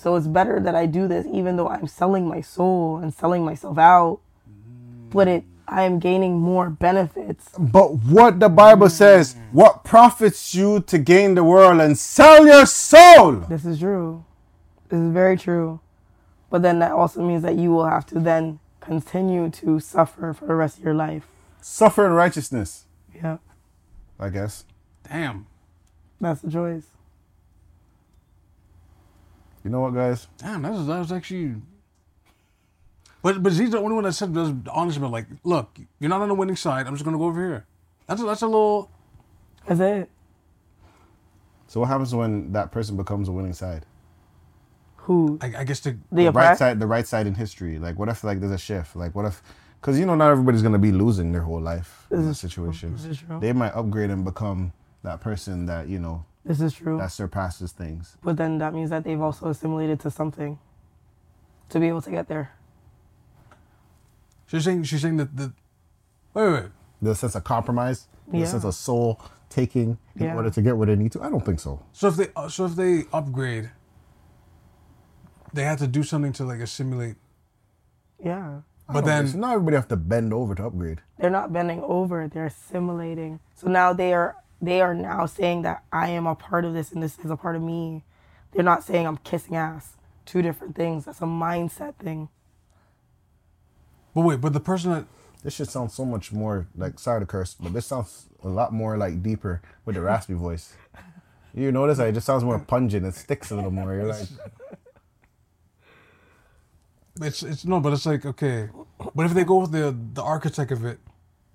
[SPEAKER 2] So it's better that I do this, even though I'm selling my soul and selling myself out. But it, I am gaining more benefits.
[SPEAKER 1] But what the Bible says, what profits you to gain the world and sell your soul?
[SPEAKER 2] This is true. This is very true. But then that also means that you will have to then continue to suffer for the rest of your life.
[SPEAKER 1] Suffer in righteousness,
[SPEAKER 2] Yeah,
[SPEAKER 1] I guess.
[SPEAKER 3] damn,
[SPEAKER 2] that's the choice.
[SPEAKER 1] You know what, guys?
[SPEAKER 3] damn. That was that was actually. But but he's the only one that said was honest about like, look, you're not on the winning side. I'm just gonna go over here. That's a, that's a little.
[SPEAKER 2] That's it.
[SPEAKER 1] So what happens when that person becomes a winning side?
[SPEAKER 2] Who?
[SPEAKER 3] I, I guess the
[SPEAKER 1] the
[SPEAKER 2] The
[SPEAKER 1] right
[SPEAKER 2] oppressed?
[SPEAKER 1] side, the right side in history. Like, what if like there's a shift? Like, what if? Because you know, not everybody's gonna be losing their whole life in this situation.
[SPEAKER 2] This is true.
[SPEAKER 1] They might upgrade and become that person that you know
[SPEAKER 2] This is true.
[SPEAKER 1] that surpasses things.
[SPEAKER 2] But then that means that they've also assimilated to something to be able to get there.
[SPEAKER 3] she's saying she's saying that the wait wait, wait.
[SPEAKER 1] The sense of compromise,
[SPEAKER 2] Yeah.
[SPEAKER 1] the sense of soul taking in
[SPEAKER 2] Yeah.
[SPEAKER 1] order to get where they need to. I don't think so.
[SPEAKER 3] so if they uh, so if they upgrade, they had to do something to like assimilate.
[SPEAKER 2] Yeah.
[SPEAKER 1] I
[SPEAKER 3] But
[SPEAKER 1] don't
[SPEAKER 3] then
[SPEAKER 1] think so. not everybody have to bend over to upgrade.
[SPEAKER 2] They're not bending over, they're assimilating. So now they are they are now saying that I am a part of this and this is a part of me. They're not saying I'm kissing ass. Two different things. That's a mindset thing.
[SPEAKER 3] but wait, but the person that
[SPEAKER 1] This shit sounds so much more like sorry to curse, but this sounds a lot more like deeper with the raspy voice. You notice like, it just sounds more pungent. It sticks a little more. You're like,
[SPEAKER 3] It's it's no, but it's like okay, but if they go with the the architect of it,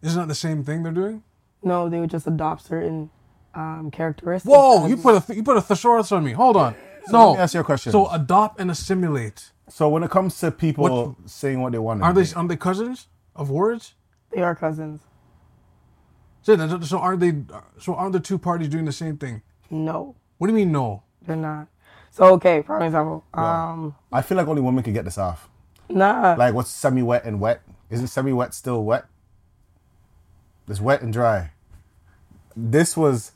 [SPEAKER 3] isn't that the same thing they're doing?
[SPEAKER 2] No, they would just adopt certain um, characteristics.
[SPEAKER 3] Whoa,
[SPEAKER 2] as-
[SPEAKER 3] you put a th- you put a thesaurus on me. Hold on,
[SPEAKER 1] let
[SPEAKER 3] no.
[SPEAKER 1] me ask you a question.
[SPEAKER 3] So adopt and assimilate.
[SPEAKER 1] So when it comes to people saying what they want, to
[SPEAKER 3] Are they
[SPEAKER 1] do,
[SPEAKER 3] are they cousins of words?
[SPEAKER 2] they are cousins.
[SPEAKER 3] So that- so are they? So are the two parties doing the same thing?
[SPEAKER 2] No,
[SPEAKER 3] What do you mean no?
[SPEAKER 2] they're not. So okay, prime example. Um
[SPEAKER 1] I feel like only women can get this off.
[SPEAKER 2] nah.
[SPEAKER 1] Like what's semi-wet and wet? Isn't semi-wet still wet? It's wet and dry. This was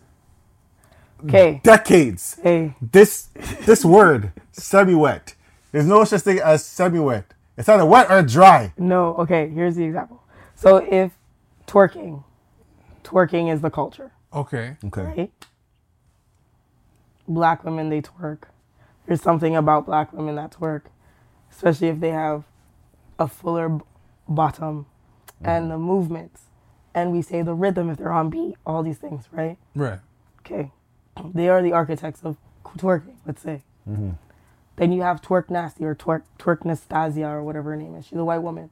[SPEAKER 2] Okay.
[SPEAKER 1] decades.
[SPEAKER 2] Hey.
[SPEAKER 1] This this word semi-wet. There's no such thing as semi-wet. It's either wet or dry.
[SPEAKER 2] No, okay, here's the example. So if twerking, twerking is the culture,
[SPEAKER 3] Okay,
[SPEAKER 1] Okay.
[SPEAKER 2] right? Black women, they twerk. There's something about black women that twerk, especially if they have a fuller b- bottom and the movements. And we say the rhythm if they're on beat, all these things, right?
[SPEAKER 3] right.
[SPEAKER 2] Okay. They are the architects of twerking, let's say. Then you have Twerk Nasty or Twerk, twerk Nastasia or whatever her name is. She's a white woman.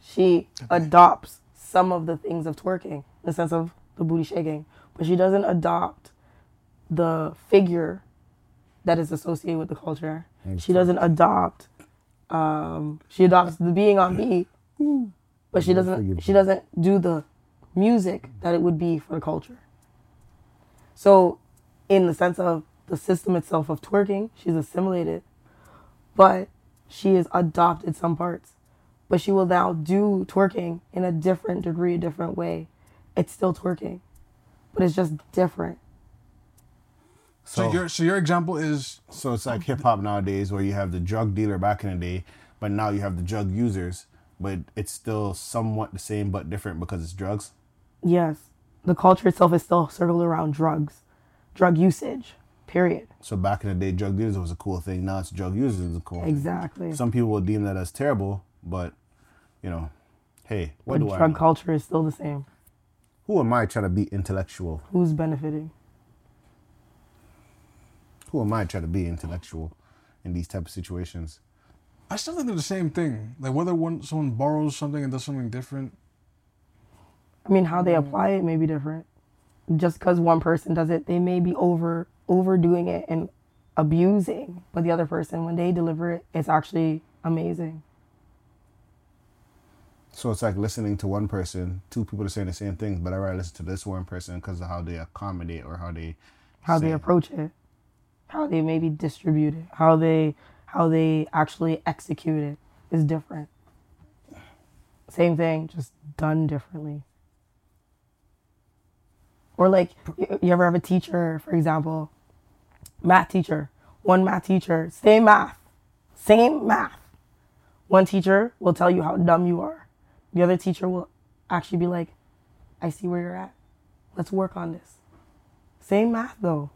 [SPEAKER 2] She adopts some of the things of twerking, in the sense of the booty shaking, but she doesn't adopt the figure that is associated with the culture. She doesn't adopt. Um, she adopts the being on beat, but she doesn't. She doesn't do the music that it would be for the culture. So, in the sense of the system itself of twerking, she's assimilated, but she has adopted some parts. But she will now do twerking in a different degree, a different way. It's still twerking, but it's just different.
[SPEAKER 3] So,
[SPEAKER 1] So-
[SPEAKER 3] your so your example is
[SPEAKER 1] So it's
[SPEAKER 2] Oh.
[SPEAKER 1] like hip hop nowadays, where you have the drug dealer back in the day, but now you have the drug users, but it's still somewhat the same but different because it's drugs.
[SPEAKER 2] Yes, the culture itself is still circled around drugs, drug usage, period.
[SPEAKER 1] So back in the day, drug dealers was a cool thing. Now it's drug users is a cool. thing.
[SPEAKER 2] Exactly.
[SPEAKER 1] Some people will deem that as terrible, but you know, hey, what
[SPEAKER 2] but
[SPEAKER 1] do I?
[SPEAKER 2] drug
[SPEAKER 1] know?
[SPEAKER 2] culture is still the same.
[SPEAKER 1] Who am I trying to be intellectual?
[SPEAKER 2] Who's benefiting?
[SPEAKER 1] Who am I trying to be intellectual in these type of situations?
[SPEAKER 3] I still think they're the same thing. Like whether one someone borrows something and does something different.
[SPEAKER 2] I mean, how they apply it may be different. Just because one person does it, they may be over overdoing it and abusing, but the other person, when they deliver it, it's actually amazing.
[SPEAKER 1] So it's like listening to one person. Two people are saying the same things, but I rather listen to this one person because of how they accommodate or how they
[SPEAKER 2] How
[SPEAKER 1] say
[SPEAKER 2] they
[SPEAKER 1] it.
[SPEAKER 2] approach it, how they maybe distribute it, how they how they actually execute it is different. Same thing, just done differently. Or like you, you ever have a teacher, for example, math teacher, one math teacher, same math, same math. One teacher will tell you how dumb you are. The other teacher will actually be like, I see where you're at. Let's work on this. Same math though.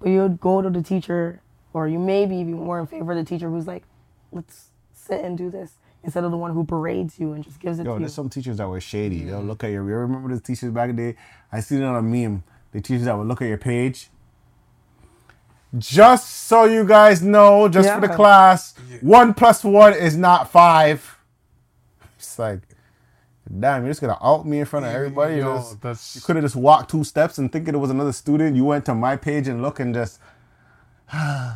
[SPEAKER 2] But you would go to the teacher, or you may be even more in favor of the teacher who's like, let's sit and do this, instead of the one who berades you and just gives it
[SPEAKER 1] Yo,
[SPEAKER 2] to you.
[SPEAKER 1] there's some teachers that were shady. Yo, look at your. You remember the teachers back in the day? I seen it on a meme. The teachers that would look at your page. Just so you guys know, just for the
[SPEAKER 2] Yeah.
[SPEAKER 1] class, one plus one is not five. It's like, damn, you're just gonna out me in front of everybody. You
[SPEAKER 3] Yo,
[SPEAKER 1] just-
[SPEAKER 3] that's-
[SPEAKER 1] you could have just walked two steps and thinking it was another student. You went to my page and look and just.
[SPEAKER 2] Yeah.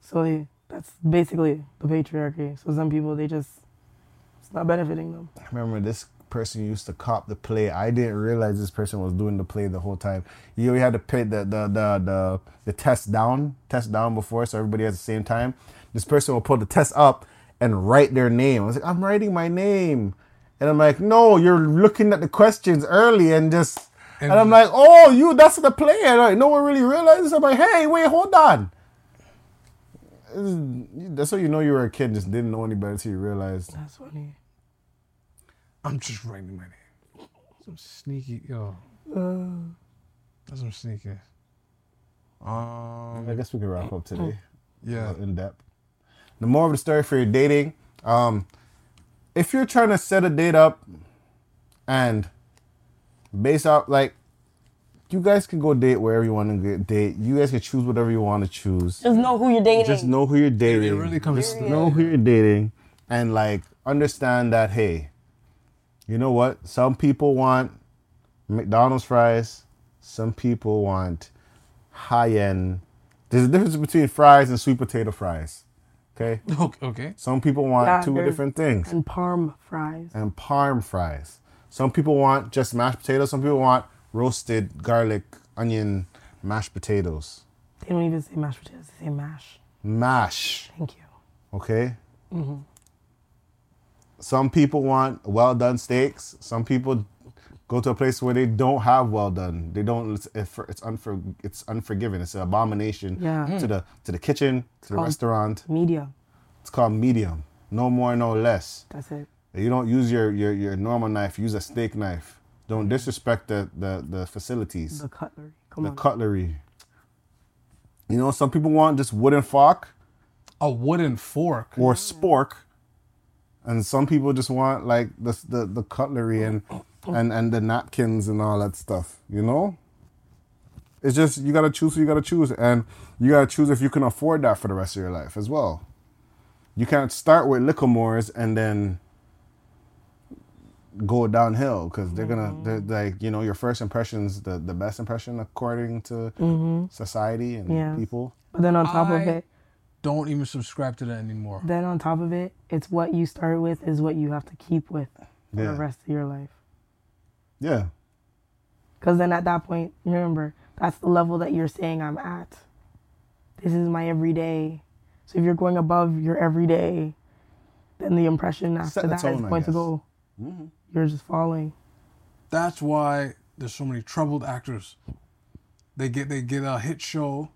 [SPEAKER 2] So they, that's basically the patriarchy. So some people they just it's not benefiting them.
[SPEAKER 1] I remember this person used to cop the play. I didn't realize this person was doing the play the whole time. You had to pay the the the the, the test down, test down before, so everybody has the same time. This person will pull the test up and write their name. I was like, I'm writing my name, and I'm like, no, you're looking at the questions early and just. And, I'm like, oh, you, that's the play. And like, no one really realizes. I'm like, hey, wait, hold on. That's how you know you were a kid, just didn't know any better until you realized.
[SPEAKER 2] That's funny.
[SPEAKER 3] I'm just writing my name. Some sneaky yo. That's some sneaky. Um
[SPEAKER 1] I guess we can wrap up today.
[SPEAKER 3] yeah.
[SPEAKER 1] in depth. The more of the story for your dating, um, if you're trying to set a date up and based off like you guys can go date wherever you want to date. You guys can choose whatever you want to choose.
[SPEAKER 2] Just know who you're dating.
[SPEAKER 1] Just know who you're dating.
[SPEAKER 3] It really comes
[SPEAKER 1] Just know who you're dating and like understand that hey, you know what? Some people want McDonald's fries. Some people want high end. There's a difference between fries and sweet potato fries. Okay.
[SPEAKER 3] Okay, okay.
[SPEAKER 1] Some people want
[SPEAKER 2] Yeah,
[SPEAKER 1] two
[SPEAKER 2] there's-
[SPEAKER 1] different things
[SPEAKER 2] and parm fries.
[SPEAKER 1] and parm fries. Some people want just mashed potatoes. Some people want roasted garlic, onion, mashed potatoes.
[SPEAKER 2] They don't even say mashed potatoes. They say mash.
[SPEAKER 1] Mash.
[SPEAKER 2] Thank you.
[SPEAKER 1] Okay.
[SPEAKER 2] Mm-hmm.
[SPEAKER 1] Some people want well done steaks. Some people go to a place where they don't have well done. They don't. It's it's, unfor, it's unforgiven. It's an abomination
[SPEAKER 2] Yeah. Mm.
[SPEAKER 1] to the to the kitchen to the
[SPEAKER 2] called-
[SPEAKER 1] restaurant.
[SPEAKER 2] Media.
[SPEAKER 1] It's called medium. No more, no less.
[SPEAKER 2] That's it.
[SPEAKER 1] You don't use your your, your normal knife. Use a steak knife. Don't disrespect the the, the facilities
[SPEAKER 2] Hmm. The cutlery. Come
[SPEAKER 1] the
[SPEAKER 2] on.
[SPEAKER 1] cutlery. You know, some people want just wooden fork
[SPEAKER 3] A wooden fork.
[SPEAKER 1] or spork, and some people just want like the the, the cutlery and, and and the napkins and all that stuff. You know, it's just you gotta choose. who You gotta choose, and you gotta choose if you can afford that for the rest of your life as well. You can't start with Liquimores and then go downhill because they're gonna they're, like you know your first impressions the the best impression according to society and
[SPEAKER 2] Yeah.
[SPEAKER 1] people.
[SPEAKER 2] But then on top
[SPEAKER 3] I-
[SPEAKER 2] of it,
[SPEAKER 3] don't even subscribe to that anymore.
[SPEAKER 2] Then on top of it, it's what you start with is what you have to keep with for
[SPEAKER 1] Yeah.
[SPEAKER 2] the rest of your life.
[SPEAKER 1] Yeah.
[SPEAKER 2] Because then at that point, remember, that's the level that you're saying I'm at. This is my everyday. So if you're going above your everyday, then the impression after
[SPEAKER 1] Set the
[SPEAKER 2] that is
[SPEAKER 1] tone, I
[SPEAKER 2] going to
[SPEAKER 1] guess.
[SPEAKER 2] go, you're just falling.
[SPEAKER 3] That's why there's so many troubled actors. They get they get a hit show,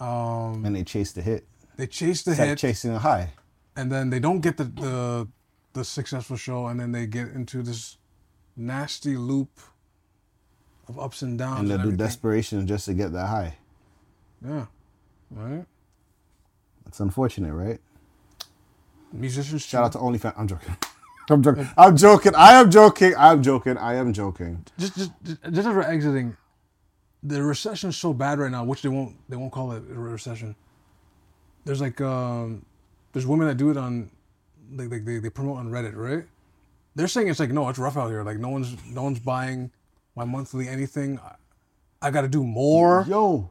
[SPEAKER 1] And they chase the hit.
[SPEAKER 3] they chase the
[SPEAKER 1] It's like
[SPEAKER 3] hit,
[SPEAKER 1] chasing a high.
[SPEAKER 3] and then they don't get the, the the successful show, and then they get into this nasty loop of ups and
[SPEAKER 1] And
[SPEAKER 3] downs. And,
[SPEAKER 1] they'll do
[SPEAKER 3] everything.
[SPEAKER 1] desperation just to get that high.
[SPEAKER 3] Yeah, right.
[SPEAKER 1] It's unfortunate, right?
[SPEAKER 3] Musicians.
[SPEAKER 1] Shout out to OnlyFans. I'm joking. I'm joking. I'm joking. I am joking. I am joking. I am joking.
[SPEAKER 3] just, just just just as we're exiting, the recession's so bad right now, which they won't they won't call it a recession. There's like um, there's women that do it on, like like they, they promote on Reddit, right? They're saying it's like no, it's rough out here. Like no one's no one's buying my monthly anything. I, I got to do more.
[SPEAKER 1] Yo,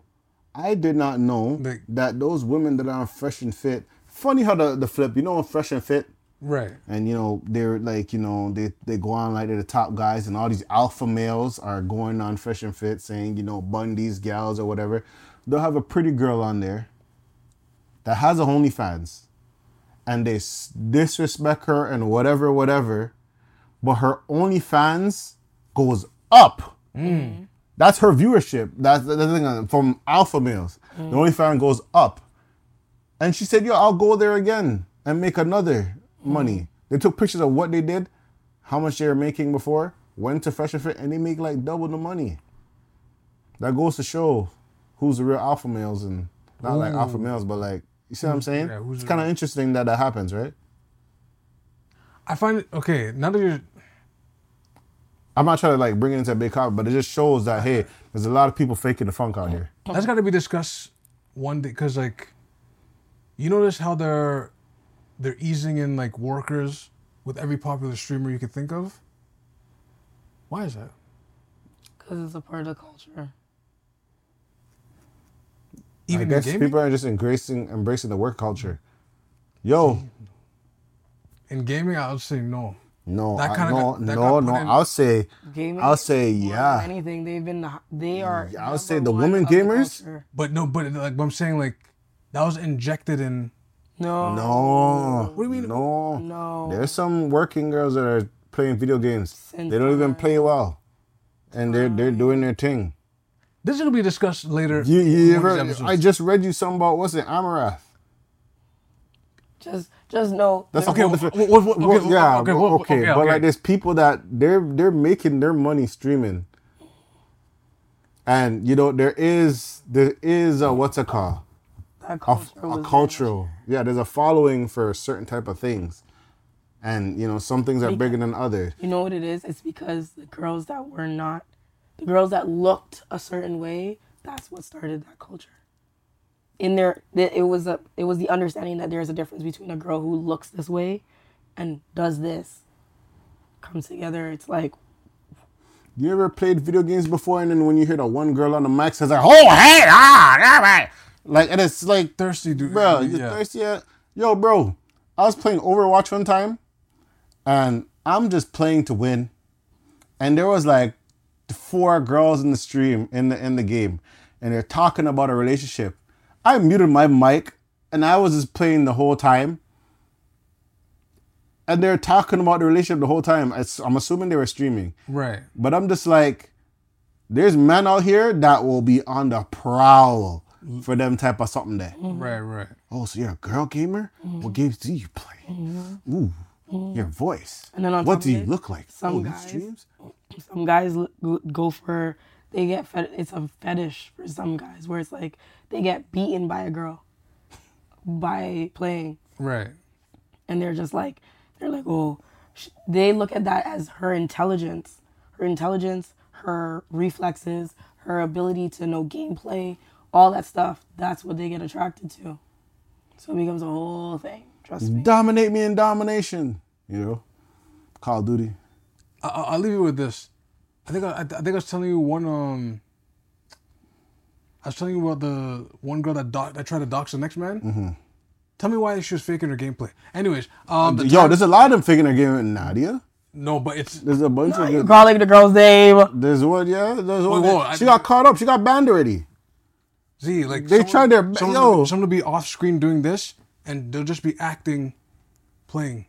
[SPEAKER 1] I did not know
[SPEAKER 3] They-
[SPEAKER 1] that those women that are on Fresh and Fit. Funny how the, the flip, you know, on Fresh and Fit,
[SPEAKER 3] Right.
[SPEAKER 1] and you know they're like you know they they go on like they're the top guys and all these alpha males are going on fresh and fit saying you know bun these gals or whatever they'll have a pretty girl on there that has a OnlyFans and they s- disrespect her and whatever whatever but her OnlyFans goes up
[SPEAKER 3] Mm.
[SPEAKER 1] that's her viewership that's the the thing uh, from alpha males
[SPEAKER 3] Mm.
[SPEAKER 1] the OnlyFans goes up and she said, "Yo, I'll go there again and make another
[SPEAKER 3] Mm.
[SPEAKER 1] money." They took pictures of what they did, how much they were making before, went to Fresh and Fit, and they make like double the money. That goes to show who's the real alpha males and not like alpha males, but like you see what I'm saying?
[SPEAKER 3] Mm. Yeah, who's
[SPEAKER 1] it's
[SPEAKER 3] the
[SPEAKER 1] kind of interesting that that happens, right?
[SPEAKER 3] I find it okay. Now that you're
[SPEAKER 1] I'm not trying to like bring it into a big cop, but it just shows that hey, there's a lot of people faking the funk out here.
[SPEAKER 3] that's got to be discussed one day because like you notice how they're they're easing in like workers with every popular streamer you could think of why is that
[SPEAKER 2] Because it's a part of the culture.
[SPEAKER 1] I
[SPEAKER 3] even in
[SPEAKER 1] guess
[SPEAKER 3] gaming
[SPEAKER 1] people are just embracing embracing the work culture. Yo,
[SPEAKER 3] in gaming i would say no
[SPEAKER 1] no,
[SPEAKER 3] That
[SPEAKER 1] I-
[SPEAKER 3] kinda
[SPEAKER 1] no,
[SPEAKER 3] got- that
[SPEAKER 1] no,
[SPEAKER 3] got
[SPEAKER 1] no.
[SPEAKER 3] put in-
[SPEAKER 1] I'll say,
[SPEAKER 2] Gaming
[SPEAKER 1] I'll say,
[SPEAKER 2] more than
[SPEAKER 1] yeah.
[SPEAKER 2] anything, they've been, the, they are.
[SPEAKER 1] Yeah, I would say the
[SPEAKER 2] number one
[SPEAKER 1] women
[SPEAKER 2] of the
[SPEAKER 1] gamers?
[SPEAKER 2] culture.
[SPEAKER 3] but no but like what i'm saying like that was injected in
[SPEAKER 2] No.
[SPEAKER 1] No.
[SPEAKER 3] What do you mean?
[SPEAKER 1] No.
[SPEAKER 2] No.
[SPEAKER 1] There's some working girls that are playing video games. they don't even play well, and they're they're doing their thing.
[SPEAKER 3] this is gonna be discussed later
[SPEAKER 1] You,
[SPEAKER 3] in
[SPEAKER 1] you
[SPEAKER 3] one of
[SPEAKER 1] ever,
[SPEAKER 3] these episodes.
[SPEAKER 1] I just read you something about what's it Amarath.
[SPEAKER 2] Just, just know.
[SPEAKER 1] That's
[SPEAKER 2] there-
[SPEAKER 1] okay.
[SPEAKER 3] Okay,
[SPEAKER 1] Different,
[SPEAKER 3] wh- wh- wh- okay,
[SPEAKER 1] wh- yeah,
[SPEAKER 3] wh- okay,
[SPEAKER 1] but-
[SPEAKER 3] wh-
[SPEAKER 1] okay,
[SPEAKER 3] okay,
[SPEAKER 1] But
[SPEAKER 3] okay.
[SPEAKER 1] like, there's people that they're they're making their money streaming, and you know there is there is a what's it called
[SPEAKER 2] that
[SPEAKER 1] a,
[SPEAKER 2] culture
[SPEAKER 1] a
[SPEAKER 2] was
[SPEAKER 1] cultural. Yeah, there's a following for certain type of things, and you know some things are bigger than others.
[SPEAKER 2] You know what it is? It's because the girls that were not, the girls that looked a certain way, that's what started that culture. In there, th- it was a, it was the understanding that there is a difference between a girl who looks this way, and does this. Comes together, it's like
[SPEAKER 1] You ever played video games before, and then when you hear the one girl on the mic says like, "Oh hey ah all right," like and it's like,
[SPEAKER 3] thirsty dude
[SPEAKER 1] bro, you
[SPEAKER 3] yeah.
[SPEAKER 1] thirsty? At? Yo, bro, I was playing Overwatch one time, and I'm just playing to win, and there was like four girls in the stream in the in the game, and they're talking about a relationship. I muted my mic, and I was just playing the whole time. And they're talking about the relationship the whole time. I s- I'm assuming they were streaming.
[SPEAKER 3] right
[SPEAKER 1] But I'm just like, there's men out here that will be on the prowl for them type of something there.
[SPEAKER 3] right right
[SPEAKER 1] Oh, so you're a girl gamer?
[SPEAKER 2] Mm-hmm.
[SPEAKER 1] What games do you play? Ooh, your voice.
[SPEAKER 2] And then on top
[SPEAKER 1] what do
[SPEAKER 2] of
[SPEAKER 1] you
[SPEAKER 2] it,
[SPEAKER 1] look like?
[SPEAKER 2] some
[SPEAKER 1] oh, you
[SPEAKER 2] guys-
[SPEAKER 1] streams?
[SPEAKER 2] some guys l- go- go for they get fet- it's a fetish for some guys where it's like they get beaten by a girl by playing
[SPEAKER 3] right
[SPEAKER 2] and they're just like they're like oh sh-. they look at that as her intelligence her intelligence her reflexes her ability to know gameplay all that stuff that's what they get attracted to so it becomes a whole thing
[SPEAKER 1] Mm.
[SPEAKER 2] trust me
[SPEAKER 1] Dominate me in domination. You know, Call of Duty.
[SPEAKER 3] I- I- I'll leave you with this. I think I, I think I was telling you one.
[SPEAKER 1] Mm-hmm.
[SPEAKER 3] Um, I was telling you about the one girl that doc, that tried to dox the next man. Tell me why she was faking her gameplay. Anyways, um, the
[SPEAKER 1] Yo,
[SPEAKER 3] time-
[SPEAKER 1] there's a lot of them faking their game with Nadia.
[SPEAKER 3] no, but it's
[SPEAKER 1] There's a bunch of good.
[SPEAKER 2] Garlic the girl's name.
[SPEAKER 1] There's one, yeah. There's one.
[SPEAKER 3] whoa, I-
[SPEAKER 1] she got caught up. She got banned already.
[SPEAKER 3] Z like
[SPEAKER 1] They tried their be-
[SPEAKER 3] someone,
[SPEAKER 1] yo.
[SPEAKER 3] someone to be off screen doing this, and they'll just be acting, playing.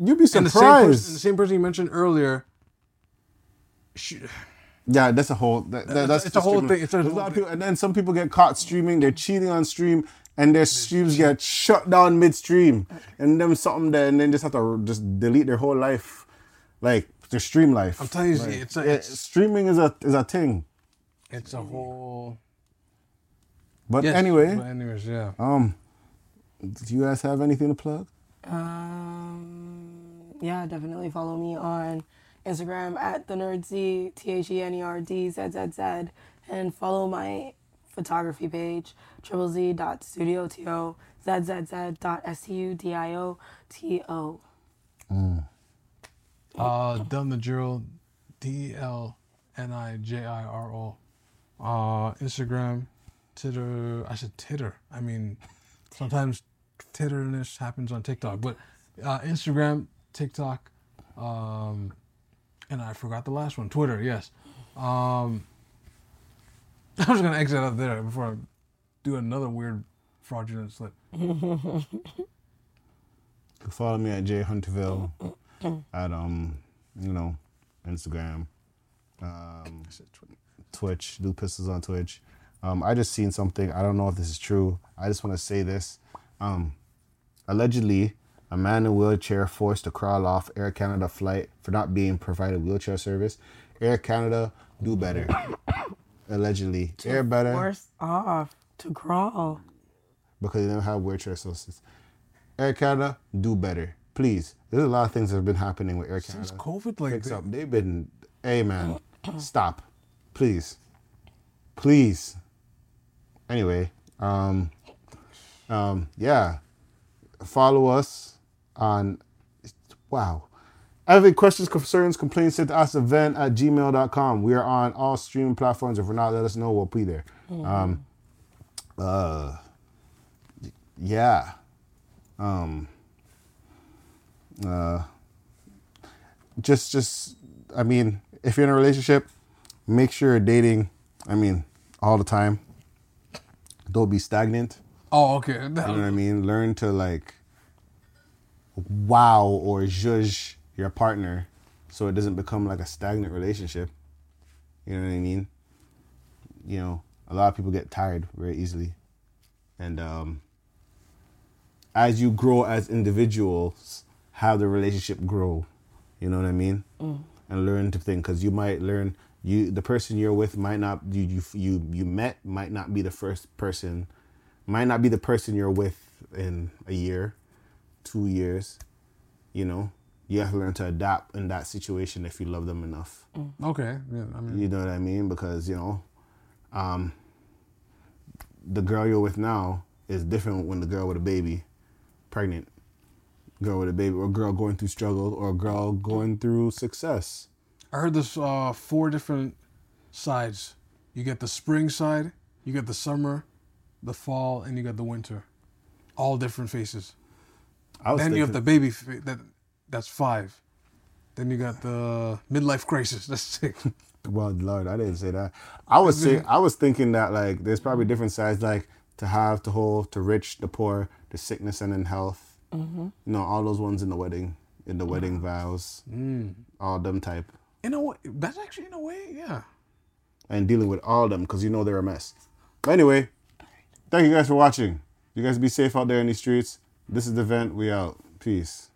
[SPEAKER 1] You'd be
[SPEAKER 3] And the, same person, the
[SPEAKER 1] surprised.
[SPEAKER 3] same person you mentioned earlier. She,
[SPEAKER 1] Yeah, that's a whole. That, that, that's
[SPEAKER 3] it's a whole
[SPEAKER 1] the-
[SPEAKER 3] thing. It's a
[SPEAKER 1] There's
[SPEAKER 3] whole
[SPEAKER 1] lot of
[SPEAKER 3] thing.
[SPEAKER 1] people, and then some people get caught streaming. They're cheating on stream, and their streams get shut down midstream, and them something that, and then just have to r- just delete their whole life, like their stream life.
[SPEAKER 3] I'm telling you, Z, it's a it's,
[SPEAKER 1] streaming is a is a thing.
[SPEAKER 3] it's a whole.
[SPEAKER 1] But
[SPEAKER 3] Yes,
[SPEAKER 1] anyway,
[SPEAKER 3] but anyways, yeah.
[SPEAKER 1] um, do you guys have anything to plug?
[SPEAKER 2] Um, yeah, definitely follow me on Instagram at the nerd Z T H E N E R D Z Z Z, and follow my photography page triple Z dot studio T O Z Z Z dot S T U D I O T O.
[SPEAKER 3] Uh, Dun the Drill, D L N I J I R O. Uh, Instagram, Titter. I said Titter. I mean, sometimes titterness happens on TikTok, but uh, Instagram, TikTok, um, and I forgot the last one. Twitter, yes. Um, I was gonna exit out there before I do another weird fraudulent slip.
[SPEAKER 1] You can follow me at Jay Hunterville at um, you know, Instagram, um,
[SPEAKER 3] I said Twitter.
[SPEAKER 1] Twitch, Lupus is on Twitch. Um, I just seen something. I don't know if this is true. I just want to say this. Um, allegedly, a man in a wheelchair forced to crawl off Air Canada flight for not being provided wheelchair service. Air Canada, do better. allegedly, air better
[SPEAKER 2] Worse off to crawl.
[SPEAKER 1] because they don't have wheelchair assistance. Air Canada, do better, please. There's a lot of things that have been happening with Air
[SPEAKER 3] Since
[SPEAKER 1] Canada.
[SPEAKER 3] COVID, like
[SPEAKER 1] Fix
[SPEAKER 3] they-
[SPEAKER 1] up. They've been, hey man, stop, please, please. Anyway, um, um, yeah, follow us on. Wow. Having questions, concerns, complaints, send to us event at gmail.com. We are on all streaming platforms. If we're not, let us know. We'll be there. Um, uh, y- yeah. Um, uh, just, just, I mean, if you're in a relationship, make sure you're dating, I mean, all the time. Don't be stagnant.
[SPEAKER 3] Oh, okay.
[SPEAKER 1] You know what I mean? Learn to like wow or judge your partner so it doesn't become like a stagnant relationship. You know what I mean? You know, a lot of people get tired very easily. And um as you grow as individuals, have the relationship grow. You know what I mean? And learn to think because you might learn you the person you're with might not you you you you met might not be the first person, might not be the person you're with in a year, two years. You know, you have to learn to adapt in that situation if you love them enough.
[SPEAKER 3] Okay. Yeah, I mean,
[SPEAKER 1] You know what I mean? Because, you know, um, the girl you're with now is different when the girl with a baby, pregnant, girl with a baby, or girl going through struggle, or girl going through success.
[SPEAKER 3] I heard this uh, four different sides. You get the spring side, you get the summer, the fall, and you got the winter. All different faces.
[SPEAKER 1] I was
[SPEAKER 3] Then you have the
[SPEAKER 1] thinking-
[SPEAKER 3] baby. Fa- that that's five. Then you got the midlife crisis. That's six.
[SPEAKER 1] well, Lord, I didn't say that. I was say, I was thinking that like there's probably different sides like to have, to hold, to rich, the poor, the sickness and in health. Mm-hmm. You know, all those ones in the wedding, in the wedding vows, all them type,
[SPEAKER 3] In a way, that's actually in a way, yeah.
[SPEAKER 1] and dealing with all them because you know they're a mess. But anyway, thank you guys for watching. You guys be safe out there in these streets. This is the vent. We out. Peace.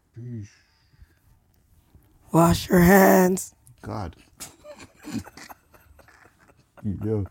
[SPEAKER 2] Wash your hands.
[SPEAKER 1] God. Yo.